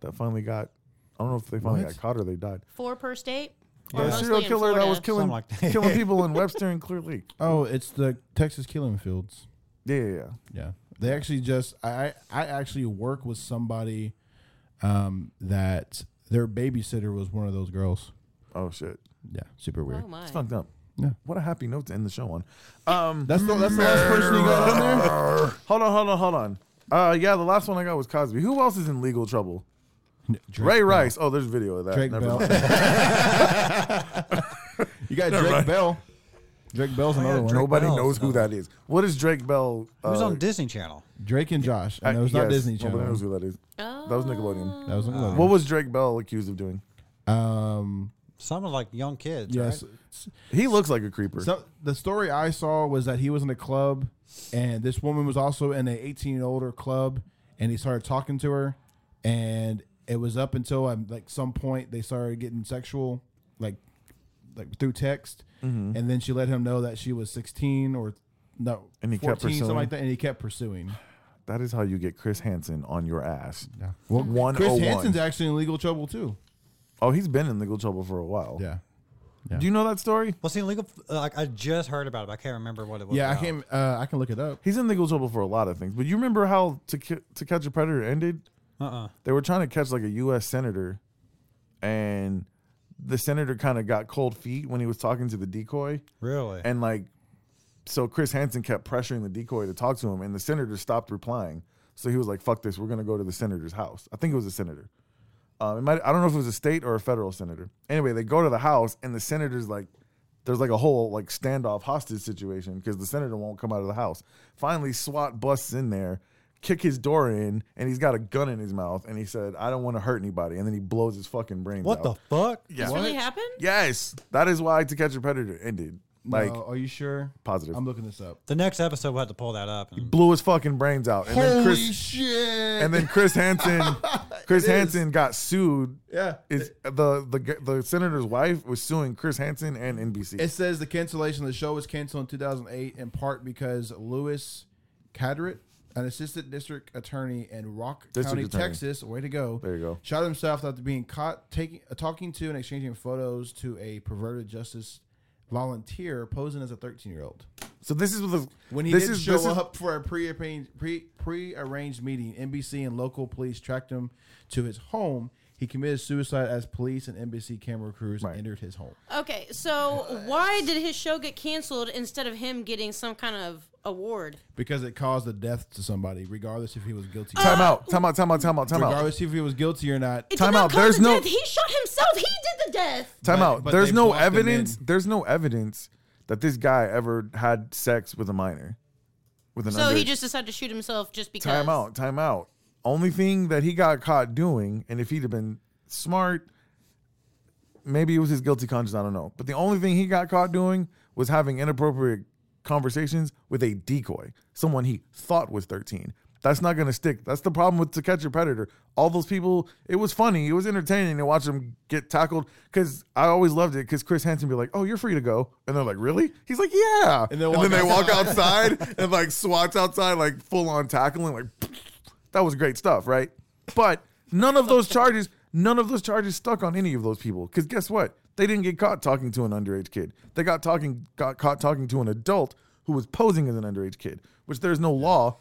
Speaker 1: that finally got. I don't know if they finally
Speaker 6: What?
Speaker 1: got caught or they died.
Speaker 4: Four per state.
Speaker 1: Yeah, a
Speaker 4: Mostly
Speaker 1: serial
Speaker 4: in
Speaker 1: killer that
Speaker 4: Florida.
Speaker 1: was killing
Speaker 7: Something like that.
Speaker 1: killing people in Webster and Clear Lake.
Speaker 6: Oh, it's the Texas killing fields.
Speaker 1: Yeah, yeah, yeah.
Speaker 6: Yeah, they actually just I I I actually work with somebody um, that their babysitter was one of those girls.
Speaker 1: Oh shit,
Speaker 6: Yeah, super weird.
Speaker 4: Oh, my.
Speaker 1: it's fucked up.
Speaker 6: Yeah.
Speaker 1: What a happy note to end the show on. Um,
Speaker 6: That's the that's the last person you got on there.
Speaker 1: hold on, hold on, hold on. Uh, yeah, the last one I got was Cosby. Who else is in legal trouble? Ray Rice. Oh, there's video of that.
Speaker 6: Drake
Speaker 1: Never
Speaker 6: Bell.
Speaker 1: mind.
Speaker 6: you got Drake Bell. Drake Bell's another one.
Speaker 1: Nobody
Speaker 7: Bell's
Speaker 1: knows who
Speaker 7: another
Speaker 1: that is. What is Drake Bell?
Speaker 7: It was
Speaker 1: uh,
Speaker 7: on Disney Channel.
Speaker 6: Drake and Josh. And
Speaker 1: I-
Speaker 6: that was not
Speaker 1: Uh, yes,
Speaker 6: Disney
Speaker 1: Nobody
Speaker 6: Channel.
Speaker 1: knows who that is. That was Nickelodeon.
Speaker 6: That was another
Speaker 1: What was Drake Bell accused of doing?
Speaker 6: Um,
Speaker 7: Some of like young kids.
Speaker 6: yes.
Speaker 7: right?
Speaker 1: He looks like a creeper.
Speaker 6: So the story I saw was that he was in a club, and this woman was also in an 18 and older club, and he started talking to her, and it was up until um, like some point they started getting sexual, like like through text,
Speaker 1: Mm-hmm.
Speaker 6: and then she let him know that she was 16 or no,
Speaker 1: And he
Speaker 6: 14,
Speaker 1: kept
Speaker 6: something like
Speaker 1: pursuing? Oh,
Speaker 6: that, and he kept pursuing.
Speaker 1: that is how you get Chris Hansen on your ass. Yeah.
Speaker 6: Well,
Speaker 1: One
Speaker 6: Chris
Speaker 1: oh one.
Speaker 6: Hansen's actually in legal trouble too.
Speaker 1: Oh, he's been in legal trouble for a while.
Speaker 6: Yeah,
Speaker 1: Do you know that story?
Speaker 7: Well, see, legal. Like I just heard about it. But I can't remember what it was.
Speaker 6: yeah. I
Speaker 7: about.
Speaker 6: can uh, I can look it up.
Speaker 1: He's in legal trouble for a lot of things. But you remember how to Ki- to catch a predator ended?
Speaker 7: Uh-uh.
Speaker 1: They were trying to catch like a U.S. senator, and the senator kind of got cold feet when he was talking to the decoy,
Speaker 7: Really?
Speaker 1: and like, so Chris Hansen kept pressuring the decoy to talk to him, and the senator stopped replying. So he was like, "Fuck this, we're gonna go to the senator's house." I think it was a senator. Um, it might, I don't know if it was a state or a federal senator. Anyway, they go to the house, and the senator's like, there's like a whole like standoff hostage situation because the senator won't come out of the house. Finally, SWAT busts in there, kick his door in, and he's got a gun in his mouth, and he said, "I don't want to hurt anybody," and then he blows his fucking brains
Speaker 7: what the
Speaker 1: out.
Speaker 7: fuck?
Speaker 1: yeah.
Speaker 4: This really happened?
Speaker 1: Yes, that is why To Catch a Predator ended. Like,
Speaker 6: No, Uh, are you sure?
Speaker 1: Positive.
Speaker 6: I'm looking this up.
Speaker 7: The next episode, we'll have to pull that up. And,
Speaker 1: blew his fucking brains out, and then Chris
Speaker 6: shit!
Speaker 1: and then Chris Hansen, Chris Hansen got sued.
Speaker 6: Yeah.
Speaker 1: is the the g- the senator's wife was suing Chris Hansen and NBC.
Speaker 6: It says the cancellation of the show was canceled in 2008 in part because Lewis Cadrett, an assistant district attorney in Rock
Speaker 1: District
Speaker 6: County,
Speaker 1: attorney.
Speaker 6: Texas, way to go.
Speaker 1: There you go.
Speaker 6: Shot himself after being caught taking uh, talking to and exchanging photos to a perverted justice volunteer posing as a 13 year old.
Speaker 1: So this is the
Speaker 6: When he
Speaker 1: this
Speaker 6: did
Speaker 1: is-
Speaker 6: show
Speaker 1: this is-
Speaker 6: up for a pre-arranged, pre pre-arranged meeting, NBC and local police tracked him to his home. He committed suicide as police and NBC camera crews entered his home.
Speaker 4: Okay, so why did his show get canceled instead of him getting some kind of award?
Speaker 6: because it caused the death to somebody, regardless if he was guilty. Or
Speaker 1: time
Speaker 6: not.
Speaker 1: out, time out, time out, time out, time out,
Speaker 6: Regardless if he was guilty or not.
Speaker 4: It
Speaker 1: Time
Speaker 4: did not
Speaker 1: out,
Speaker 4: cause
Speaker 1: there's
Speaker 4: the
Speaker 1: no-
Speaker 4: death. He shot himself. He did the death.
Speaker 1: time
Speaker 6: But-
Speaker 1: out.
Speaker 6: but
Speaker 1: There's
Speaker 6: they
Speaker 1: no
Speaker 6: blocked him
Speaker 1: evidence.
Speaker 6: in.
Speaker 1: There's no evidence that this guy ever had sex with a minor, with an.
Speaker 4: So he
Speaker 1: underage-
Speaker 4: just decided to shoot himself just because.
Speaker 1: time out, time out. Only thing that he got caught doing, and if he'd have been smart, maybe it was his guilty conscience. I don't know. But the only thing he got caught doing was having inappropriate conversations with a decoy, someone he thought was 13. That's not going to stick. That's the problem with To Catch a Predator. All those people, it was funny. It was entertaining to watch them get tackled because I always loved it because Chris Hansen be like, oh, you're free to go. And they're like, really? He's like, yeah. And,
Speaker 6: And they'll
Speaker 1: then they
Speaker 6: walk
Speaker 1: walk outside and like swats outside, like full on tackling, like that was great stuff, right? But none of those charges, none of those charges stuck on any of those people. Because guess what? They didn't get caught talking to an underage kid. They got talking got caught talking to an adult who was posing as an underage kid, which there's no law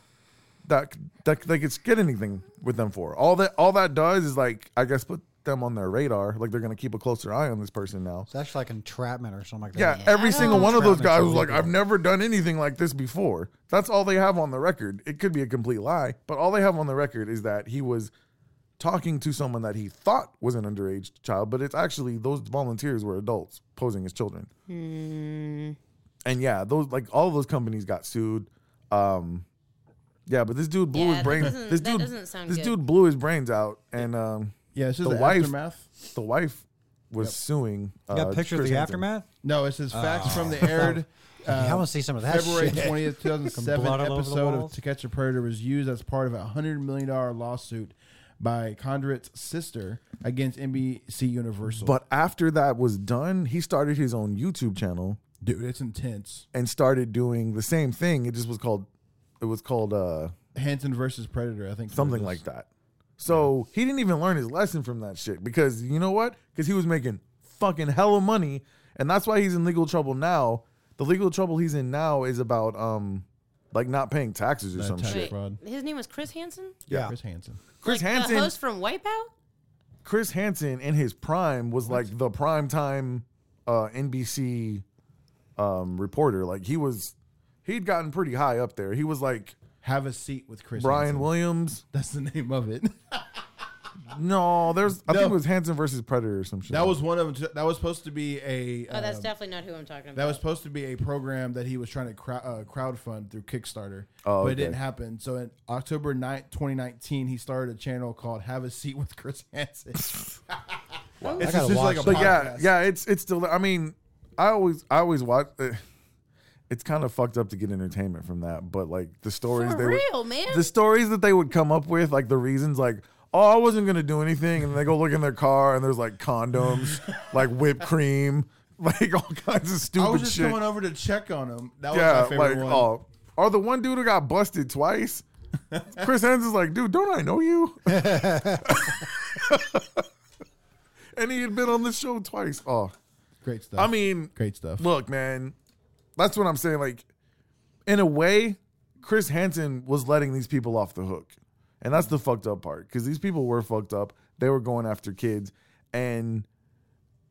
Speaker 1: that that they could get anything with them for. All that all that does is like I guess put them on their radar. Like they're gonna keep a closer eye on this person now.
Speaker 7: It's actually like entrapment or something like
Speaker 1: Yeah,
Speaker 7: that.
Speaker 1: every single one of those guys was like,
Speaker 7: Entrapment.
Speaker 1: I've never done anything like this before. That's all they have on the record. It could be a complete lie, but all they have on the record is that he was talking to someone that he thought was an underage child, but it's actually those volunteers were adults posing as children.
Speaker 4: Hmm.
Speaker 1: And yeah, those like all of those companies got sued. Um yeah, but this dude blew
Speaker 4: Yeah,
Speaker 1: his
Speaker 4: that
Speaker 1: brains.
Speaker 4: doesn't-
Speaker 1: This
Speaker 4: that
Speaker 1: dude,
Speaker 4: doesn't sound
Speaker 1: this
Speaker 4: good.
Speaker 1: dude blew his brains out, and um,
Speaker 6: Yeah, this is
Speaker 1: The
Speaker 6: the,
Speaker 1: wife-
Speaker 6: aftermath.
Speaker 1: the wife was suing.
Speaker 7: You got
Speaker 1: uh,
Speaker 7: pictures of
Speaker 1: Chris
Speaker 7: the
Speaker 1: Hansen.
Speaker 7: aftermath?
Speaker 6: No, it says facts from the aired
Speaker 1: Uh,
Speaker 6: uh,
Speaker 7: I want to see some of that
Speaker 6: February
Speaker 7: shit.
Speaker 6: twentieth, two thousand
Speaker 7: blood
Speaker 6: seven
Speaker 7: all over the
Speaker 6: episode of
Speaker 7: walls.
Speaker 6: To Catch a Predator was used as part of a hundred million dollar lawsuit by Condrit's sister against NBC Universal.
Speaker 1: But after that was done, he started his own YouTube channel
Speaker 6: dude, it's intense.
Speaker 1: and started doing the same thing. It just was called it was called uh
Speaker 6: Hanson versus Predator, I think
Speaker 1: something like that. So he didn't even learn his lesson from that shit because you know what? Because he was making fucking hella money, and that's why he's in legal trouble now. The legal trouble he's in now is about um like not paying taxes or some
Speaker 6: tax
Speaker 1: shit.
Speaker 4: Wait,
Speaker 6: fraud.
Speaker 4: his name was Chris Hansen,
Speaker 6: Yeah, Chris Hansen.
Speaker 1: Chris
Speaker 4: like
Speaker 1: Hansen,
Speaker 4: the host from Wipeout. Oh,
Speaker 1: Chris Hansen in his prime was like the prime time uh, NBC um, reporter. Like he was, he'd gotten pretty high up there. He was like
Speaker 6: Have a seat with Chris.
Speaker 1: Brian
Speaker 6: Hansen.
Speaker 1: Williams.
Speaker 6: That's the name of it.
Speaker 1: No, there's I
Speaker 6: No.
Speaker 1: think it was Hansen versus Predator or some shit.
Speaker 6: That was one of them. That was supposed to be a.
Speaker 4: Oh, that's
Speaker 6: um,
Speaker 4: definitely not who I'm talking about.
Speaker 6: That was supposed to be a program that he was trying to crowd, uh, crowdfund through Kickstarter,
Speaker 1: Oh,
Speaker 6: but
Speaker 1: okay.
Speaker 6: it didn't happen. So in October 9th, 2019, he started a channel called Have a Seat with Chris Hansen. It's
Speaker 7: gotta
Speaker 6: just
Speaker 7: watch
Speaker 6: like a
Speaker 7: that.
Speaker 1: But yeah,
Speaker 6: podcast.
Speaker 1: yeah, it's it's still. I mean, I always I always watch. eh, It's kind of fucked up to get entertainment from that, but like the stories
Speaker 4: For
Speaker 1: they
Speaker 4: real,
Speaker 1: would,
Speaker 4: man.
Speaker 1: the stories that they would come up with, like the reasons, like oh, I wasn't gonna do anything, and they go look in their car and there's like condoms, like whipped cream, like all kinds of stupid
Speaker 6: I was just
Speaker 1: shit.
Speaker 6: coming over to check on him. That was
Speaker 1: yeah,
Speaker 6: my favorite
Speaker 1: like
Speaker 6: one.
Speaker 1: oh, or the one dude who got busted twice. Chris Hansen's like, dude, don't I know you? and he had been on the show twice. Oh,
Speaker 6: Great stuff.
Speaker 1: I mean,
Speaker 6: great stuff.
Speaker 1: Look, man, that's what I'm saying. Like, in a way, Chris Hansen was letting these people off the hook. And that's the fucked up part because these people were fucked up. They were going after kids. And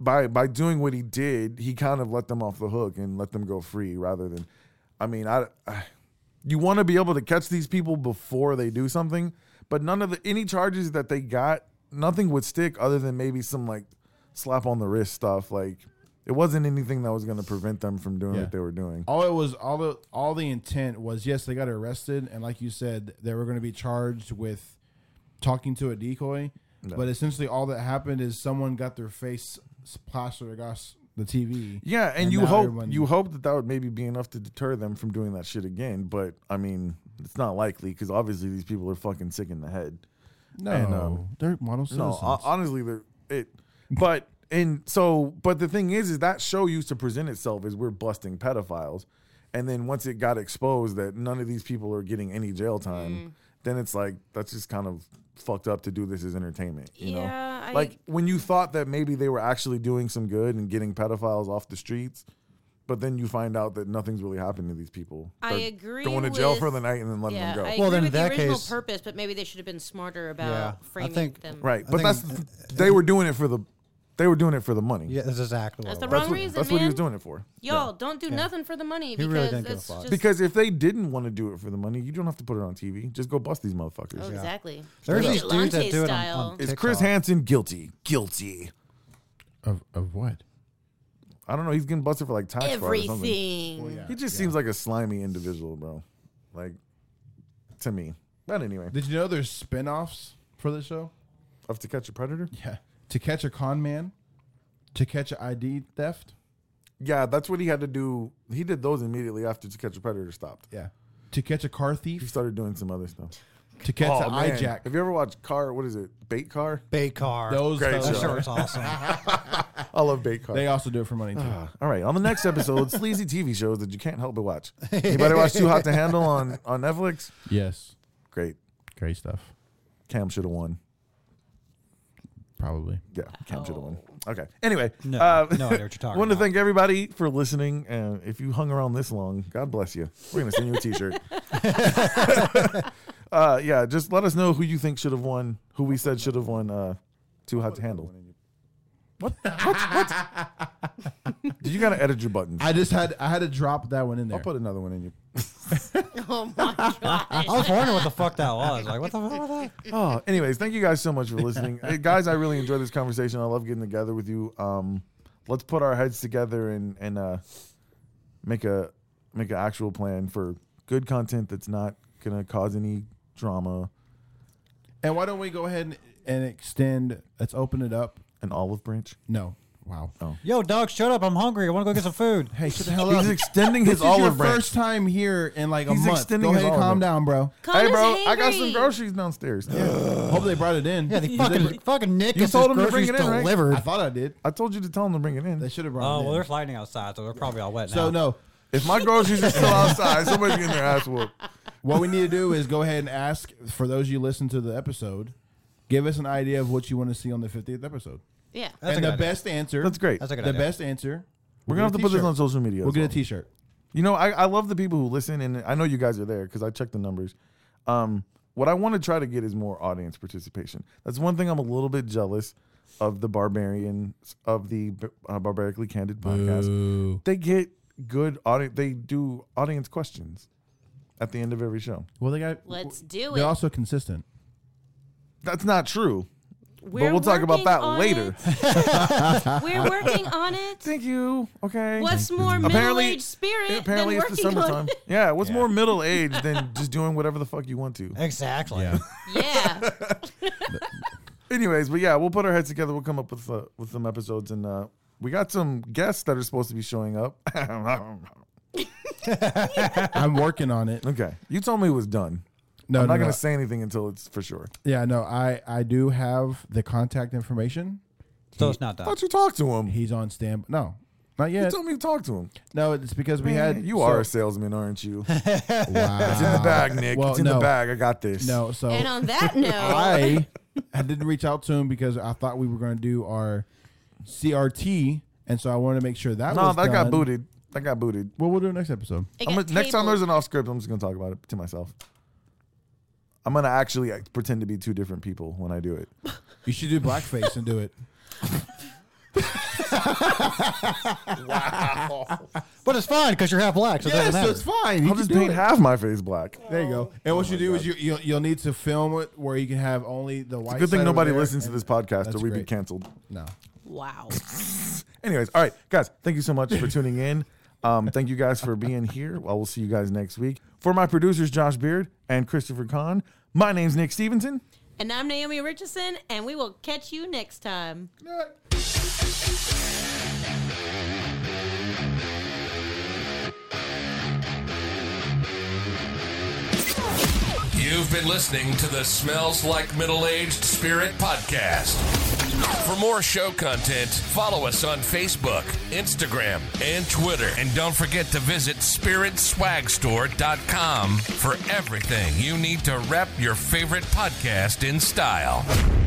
Speaker 1: by by doing what he did, he kind of let them off the hook and let them go free rather than, I mean, I, I you want to be able to catch these people before they do something, but none of the any charges that they got, nothing would stick other than maybe some like slap on the wrist stuff. Like it wasn't anything that was going to prevent them from doing
Speaker 6: Yeah.
Speaker 1: what they were doing.
Speaker 6: all it was all the all the intent was yes they got arrested and like you said they were going to be charged with talking to a decoy but essentially all that happened is someone got their face plastered across the tv
Speaker 1: Yeah, and, you
Speaker 6: now
Speaker 1: hope
Speaker 6: everyone-
Speaker 1: you hope that that would maybe be enough to deter them from doing that shit again. But I mean, it's not likely because obviously these people are fucking sick in the head.
Speaker 6: no
Speaker 1: and, um,
Speaker 6: they're model citizens
Speaker 1: No, ho- honestly, they're it. But and so, but the thing is, is that show used to present itself as we're busting pedophiles, and then once it got exposed that none of these people are getting any jail time,
Speaker 4: Mm.
Speaker 1: then it's like that's just kind of fucked up to do this as entertainment. You
Speaker 4: Yeah,
Speaker 1: know,
Speaker 4: I-
Speaker 1: like when you thought that maybe they were actually doing some good and getting pedophiles off the streets, But then you find out that nothing's really happened to these people.
Speaker 4: I
Speaker 1: They're
Speaker 4: agree
Speaker 1: Going to jail
Speaker 4: with-
Speaker 1: for the night and then letting
Speaker 4: Yeah,
Speaker 1: them go.
Speaker 4: I
Speaker 7: Well,
Speaker 4: agree
Speaker 7: then
Speaker 4: with
Speaker 7: in
Speaker 4: the
Speaker 7: that
Speaker 4: original
Speaker 7: case-
Speaker 4: purpose, but maybe they should have been smarter about
Speaker 7: Yeah, I
Speaker 4: framing
Speaker 5: think-
Speaker 4: them.
Speaker 1: right, but
Speaker 5: think-
Speaker 1: that's they were doing it for the they were doing it for the money.
Speaker 7: Yeah, that's exactly what
Speaker 4: That's
Speaker 7: it
Speaker 4: the
Speaker 7: was.
Speaker 4: wrong
Speaker 1: that's what,
Speaker 4: reason,
Speaker 1: that's what he was
Speaker 4: man.
Speaker 1: doing it for.
Speaker 4: Y'all don't do nothing for the money
Speaker 7: He
Speaker 4: because
Speaker 7: really didn't give a
Speaker 4: that's
Speaker 7: fuck.
Speaker 4: just
Speaker 1: Because if they didn't want to do it for the money, you don't have to put it on TV. Just go bust these motherfuckers.
Speaker 4: oh, exactly.
Speaker 7: There's these dudes that
Speaker 4: Vigilante
Speaker 7: do it on,
Speaker 4: style.
Speaker 7: on
Speaker 1: Is
Speaker 7: TikTok.
Speaker 1: Chris Hansen guilty? Guilty.
Speaker 6: Of, of what?
Speaker 1: I don't know. He's getting busted for like tax fraud or something.
Speaker 4: everything.
Speaker 1: He just seems like a slimy individual, bro. Like to me. But anyway,
Speaker 6: Did you know there's spin-offs for the show?
Speaker 1: of to catch a predator.
Speaker 6: Yeah. To catch a con man, to catch a ID theft.
Speaker 1: Yeah, that's what he had to do. He did those immediately after to catch a predator stopped.
Speaker 6: Yeah. To catch a car
Speaker 1: He
Speaker 6: thief,
Speaker 1: started doing some other stuff.
Speaker 6: to catch a
Speaker 1: Oh, man.
Speaker 6: hijack.
Speaker 1: Have you ever watched Car? What is it? Bait Car.
Speaker 7: Bait car.
Speaker 6: Those,
Speaker 1: Great
Speaker 6: those
Speaker 7: that
Speaker 1: show.
Speaker 7: show was awesome.
Speaker 1: I love Bait Car.
Speaker 6: They also do it for money too.
Speaker 1: All right. On the next episode, sleazy TV shows that you can't help but watch. Anybody watch Too Hot to Handle on on Netflix?
Speaker 6: yes.
Speaker 1: Great.
Speaker 6: Great stuff.
Speaker 1: Cam should have won.
Speaker 6: Probably.
Speaker 1: Yeah, Cam should have won. Okay. Anyway,
Speaker 7: No,
Speaker 1: uh,
Speaker 7: no, I know what you're talking
Speaker 1: want to
Speaker 7: about.
Speaker 1: thank everybody for listening. Uh, if you hung around this long, God bless you. We're gonna send you a T-shirt. uh, yeah, just let us know who you think should have won, who we said should have won. Uh, too hot to handle. What? What? what? Did you gotta edit your buttons?
Speaker 6: I just had I had to drop that one in there.
Speaker 1: I'll put another one in you.
Speaker 8: Oh my god.
Speaker 7: I was wondering what the fuck that was. Like, what the fuck was that?
Speaker 1: Oh, anyways, thank you guys so much for listening. Hey, guys, I really enjoy this conversation. I love getting together with you. Um, let's put our heads together and and uh, make a make an actual plan for good content that's not gonna cause any drama.
Speaker 6: and why don't we go ahead and, and extend? Let's open it up.
Speaker 1: An olive branch.
Speaker 6: No. Wow.
Speaker 7: Yo, dog, shut up. I'm hungry. I want to go get some food.
Speaker 6: Hey, shut the hell up.
Speaker 1: He's extending
Speaker 6: this
Speaker 1: his
Speaker 6: is your
Speaker 1: olive branch.
Speaker 6: first time here in like a
Speaker 1: He's
Speaker 6: month.
Speaker 1: extending
Speaker 6: Go
Speaker 1: his
Speaker 6: ahead and
Speaker 1: olive
Speaker 6: calm
Speaker 1: branch.
Speaker 6: down, bro.
Speaker 1: Hey,
Speaker 4: Connor's
Speaker 1: bro, I got
Speaker 4: hangry.
Speaker 1: some groceries downstairs.
Speaker 6: Hope they brought it in.
Speaker 7: Yeah, they fucking, fucking Nick
Speaker 1: You
Speaker 7: gets
Speaker 1: told
Speaker 7: his
Speaker 1: him to bring
Speaker 7: groceries
Speaker 1: it in, right?
Speaker 7: delivered.
Speaker 6: I thought I did.
Speaker 1: I told you to tell him to bring it
Speaker 6: They
Speaker 1: in.
Speaker 6: should have brought
Speaker 7: Oh, well,
Speaker 6: it in.
Speaker 7: there's lightning outside, so they're probably all wet now.
Speaker 6: So no,
Speaker 1: If my groceries are still outside, somebody's getting their ass whooped.
Speaker 6: what we need to do is go ahead and ask for those you listen to the episode. Give us an idea of what you want to see on the 50th episode.
Speaker 8: Yeah.
Speaker 7: That's a
Speaker 6: and
Speaker 7: good
Speaker 6: the
Speaker 7: idea.
Speaker 6: best answer.
Speaker 1: That's great.
Speaker 7: That's a good
Speaker 6: the
Speaker 7: idea.
Speaker 6: best answer.
Speaker 1: We're
Speaker 6: we'll
Speaker 1: gonna have to
Speaker 6: get a
Speaker 1: put this
Speaker 6: t-shirt.
Speaker 1: on social media.
Speaker 6: We'll
Speaker 1: as
Speaker 6: get a
Speaker 1: well.
Speaker 6: T-shirt.
Speaker 1: You know, I, I love the people who listen, and I know you guys are there because I check the numbers. Um, what I want to try to get is more audience participation. That's one thing I'm a little bit jealous of the barbarian of the uh, barbarically candid podcast. They get good audience. They do audience questions at the end of every show.
Speaker 6: Well, they got.
Speaker 4: Let's do
Speaker 6: They're
Speaker 4: it.
Speaker 6: also consistent.
Speaker 1: That's not true.
Speaker 4: We're
Speaker 1: we'll talk about
Speaker 4: working
Speaker 1: that
Speaker 4: on
Speaker 1: later.
Speaker 4: it. We're working on it.
Speaker 1: Thank you. Okay.
Speaker 4: What's more middle-aged spirit
Speaker 1: Apparently,
Speaker 4: than
Speaker 1: it's the
Speaker 4: working
Speaker 1: summertime.
Speaker 4: on it?
Speaker 1: Yeah. What's more middle aged than just doing whatever the fuck you want to?
Speaker 7: Exactly.
Speaker 4: Yeah.
Speaker 1: Anyways, but yeah, we'll put our heads together. We'll come up with uh, with some episodes, and uh, we got some guests that are supposed to be showing up.
Speaker 6: I'm working on it.
Speaker 1: okay, you told me it was done.
Speaker 6: No,
Speaker 1: I'm not
Speaker 6: no,
Speaker 1: gonna
Speaker 6: no.
Speaker 1: say anything until it's for sure.
Speaker 6: Yeah, no. I I do have the contact information.
Speaker 7: So it's not
Speaker 1: I
Speaker 7: done.
Speaker 1: thought you talked to him.
Speaker 6: He's on stand. No, not
Speaker 1: You
Speaker 6: yet.
Speaker 1: told me you talked to him.
Speaker 6: No, it's because we had.
Speaker 1: you are a
Speaker 6: so-
Speaker 1: salesman, aren't you?
Speaker 6: Wow.
Speaker 1: It's in the bag, Nick.
Speaker 6: Well,
Speaker 1: it's in
Speaker 6: no.
Speaker 1: the bag. I got this.
Speaker 6: No, so
Speaker 8: And on that note,
Speaker 6: I I didn't reach out to him because I thought we were going to do our CRT, and so I wanted to make sure that
Speaker 1: no,
Speaker 6: was
Speaker 1: that got
Speaker 6: done.
Speaker 1: booted. That got booted.
Speaker 6: Well, we'll do it next episode.
Speaker 8: it
Speaker 1: I'm
Speaker 8: got
Speaker 1: gonna- next time
Speaker 8: tabled.
Speaker 1: there's an off script, I'm just gonna talk about it to myself. I'm gonna actually like, pretend to be two different people when I do it.
Speaker 6: You should do blackface and do it.
Speaker 7: But it's fine because you're half black, so it doesn't matter.
Speaker 6: fine.
Speaker 1: I'll just paint half my face black.
Speaker 6: There you go. And
Speaker 1: Oh
Speaker 6: what you do is you you'll, you'll need to film it where you can have only the white.
Speaker 1: Good thing
Speaker 6: side over
Speaker 1: nobody
Speaker 6: there,
Speaker 1: listens to
Speaker 6: and
Speaker 1: this podcast, or
Speaker 6: that's
Speaker 1: we'd be
Speaker 6: great.
Speaker 1: canceled.
Speaker 6: No.
Speaker 4: wow.
Speaker 1: Anyways, all right, guys, thank you so much for tuning in. Um, thank you guys for being here. Well, we'll see you guys next week. For my producers, Josh Beard and Christopher Kahn, my name's Nick Stevenson.
Speaker 4: And I'm Naomi Richardson, and we will catch you next time.
Speaker 2: You've been listening to the Smells Like Middle Aged Spirit podcast. For more show content, follow us on Facebook, Instagram, and Twitter. And don't forget to visit spiritswagstore.com for everything you need to rep your favorite podcast in style.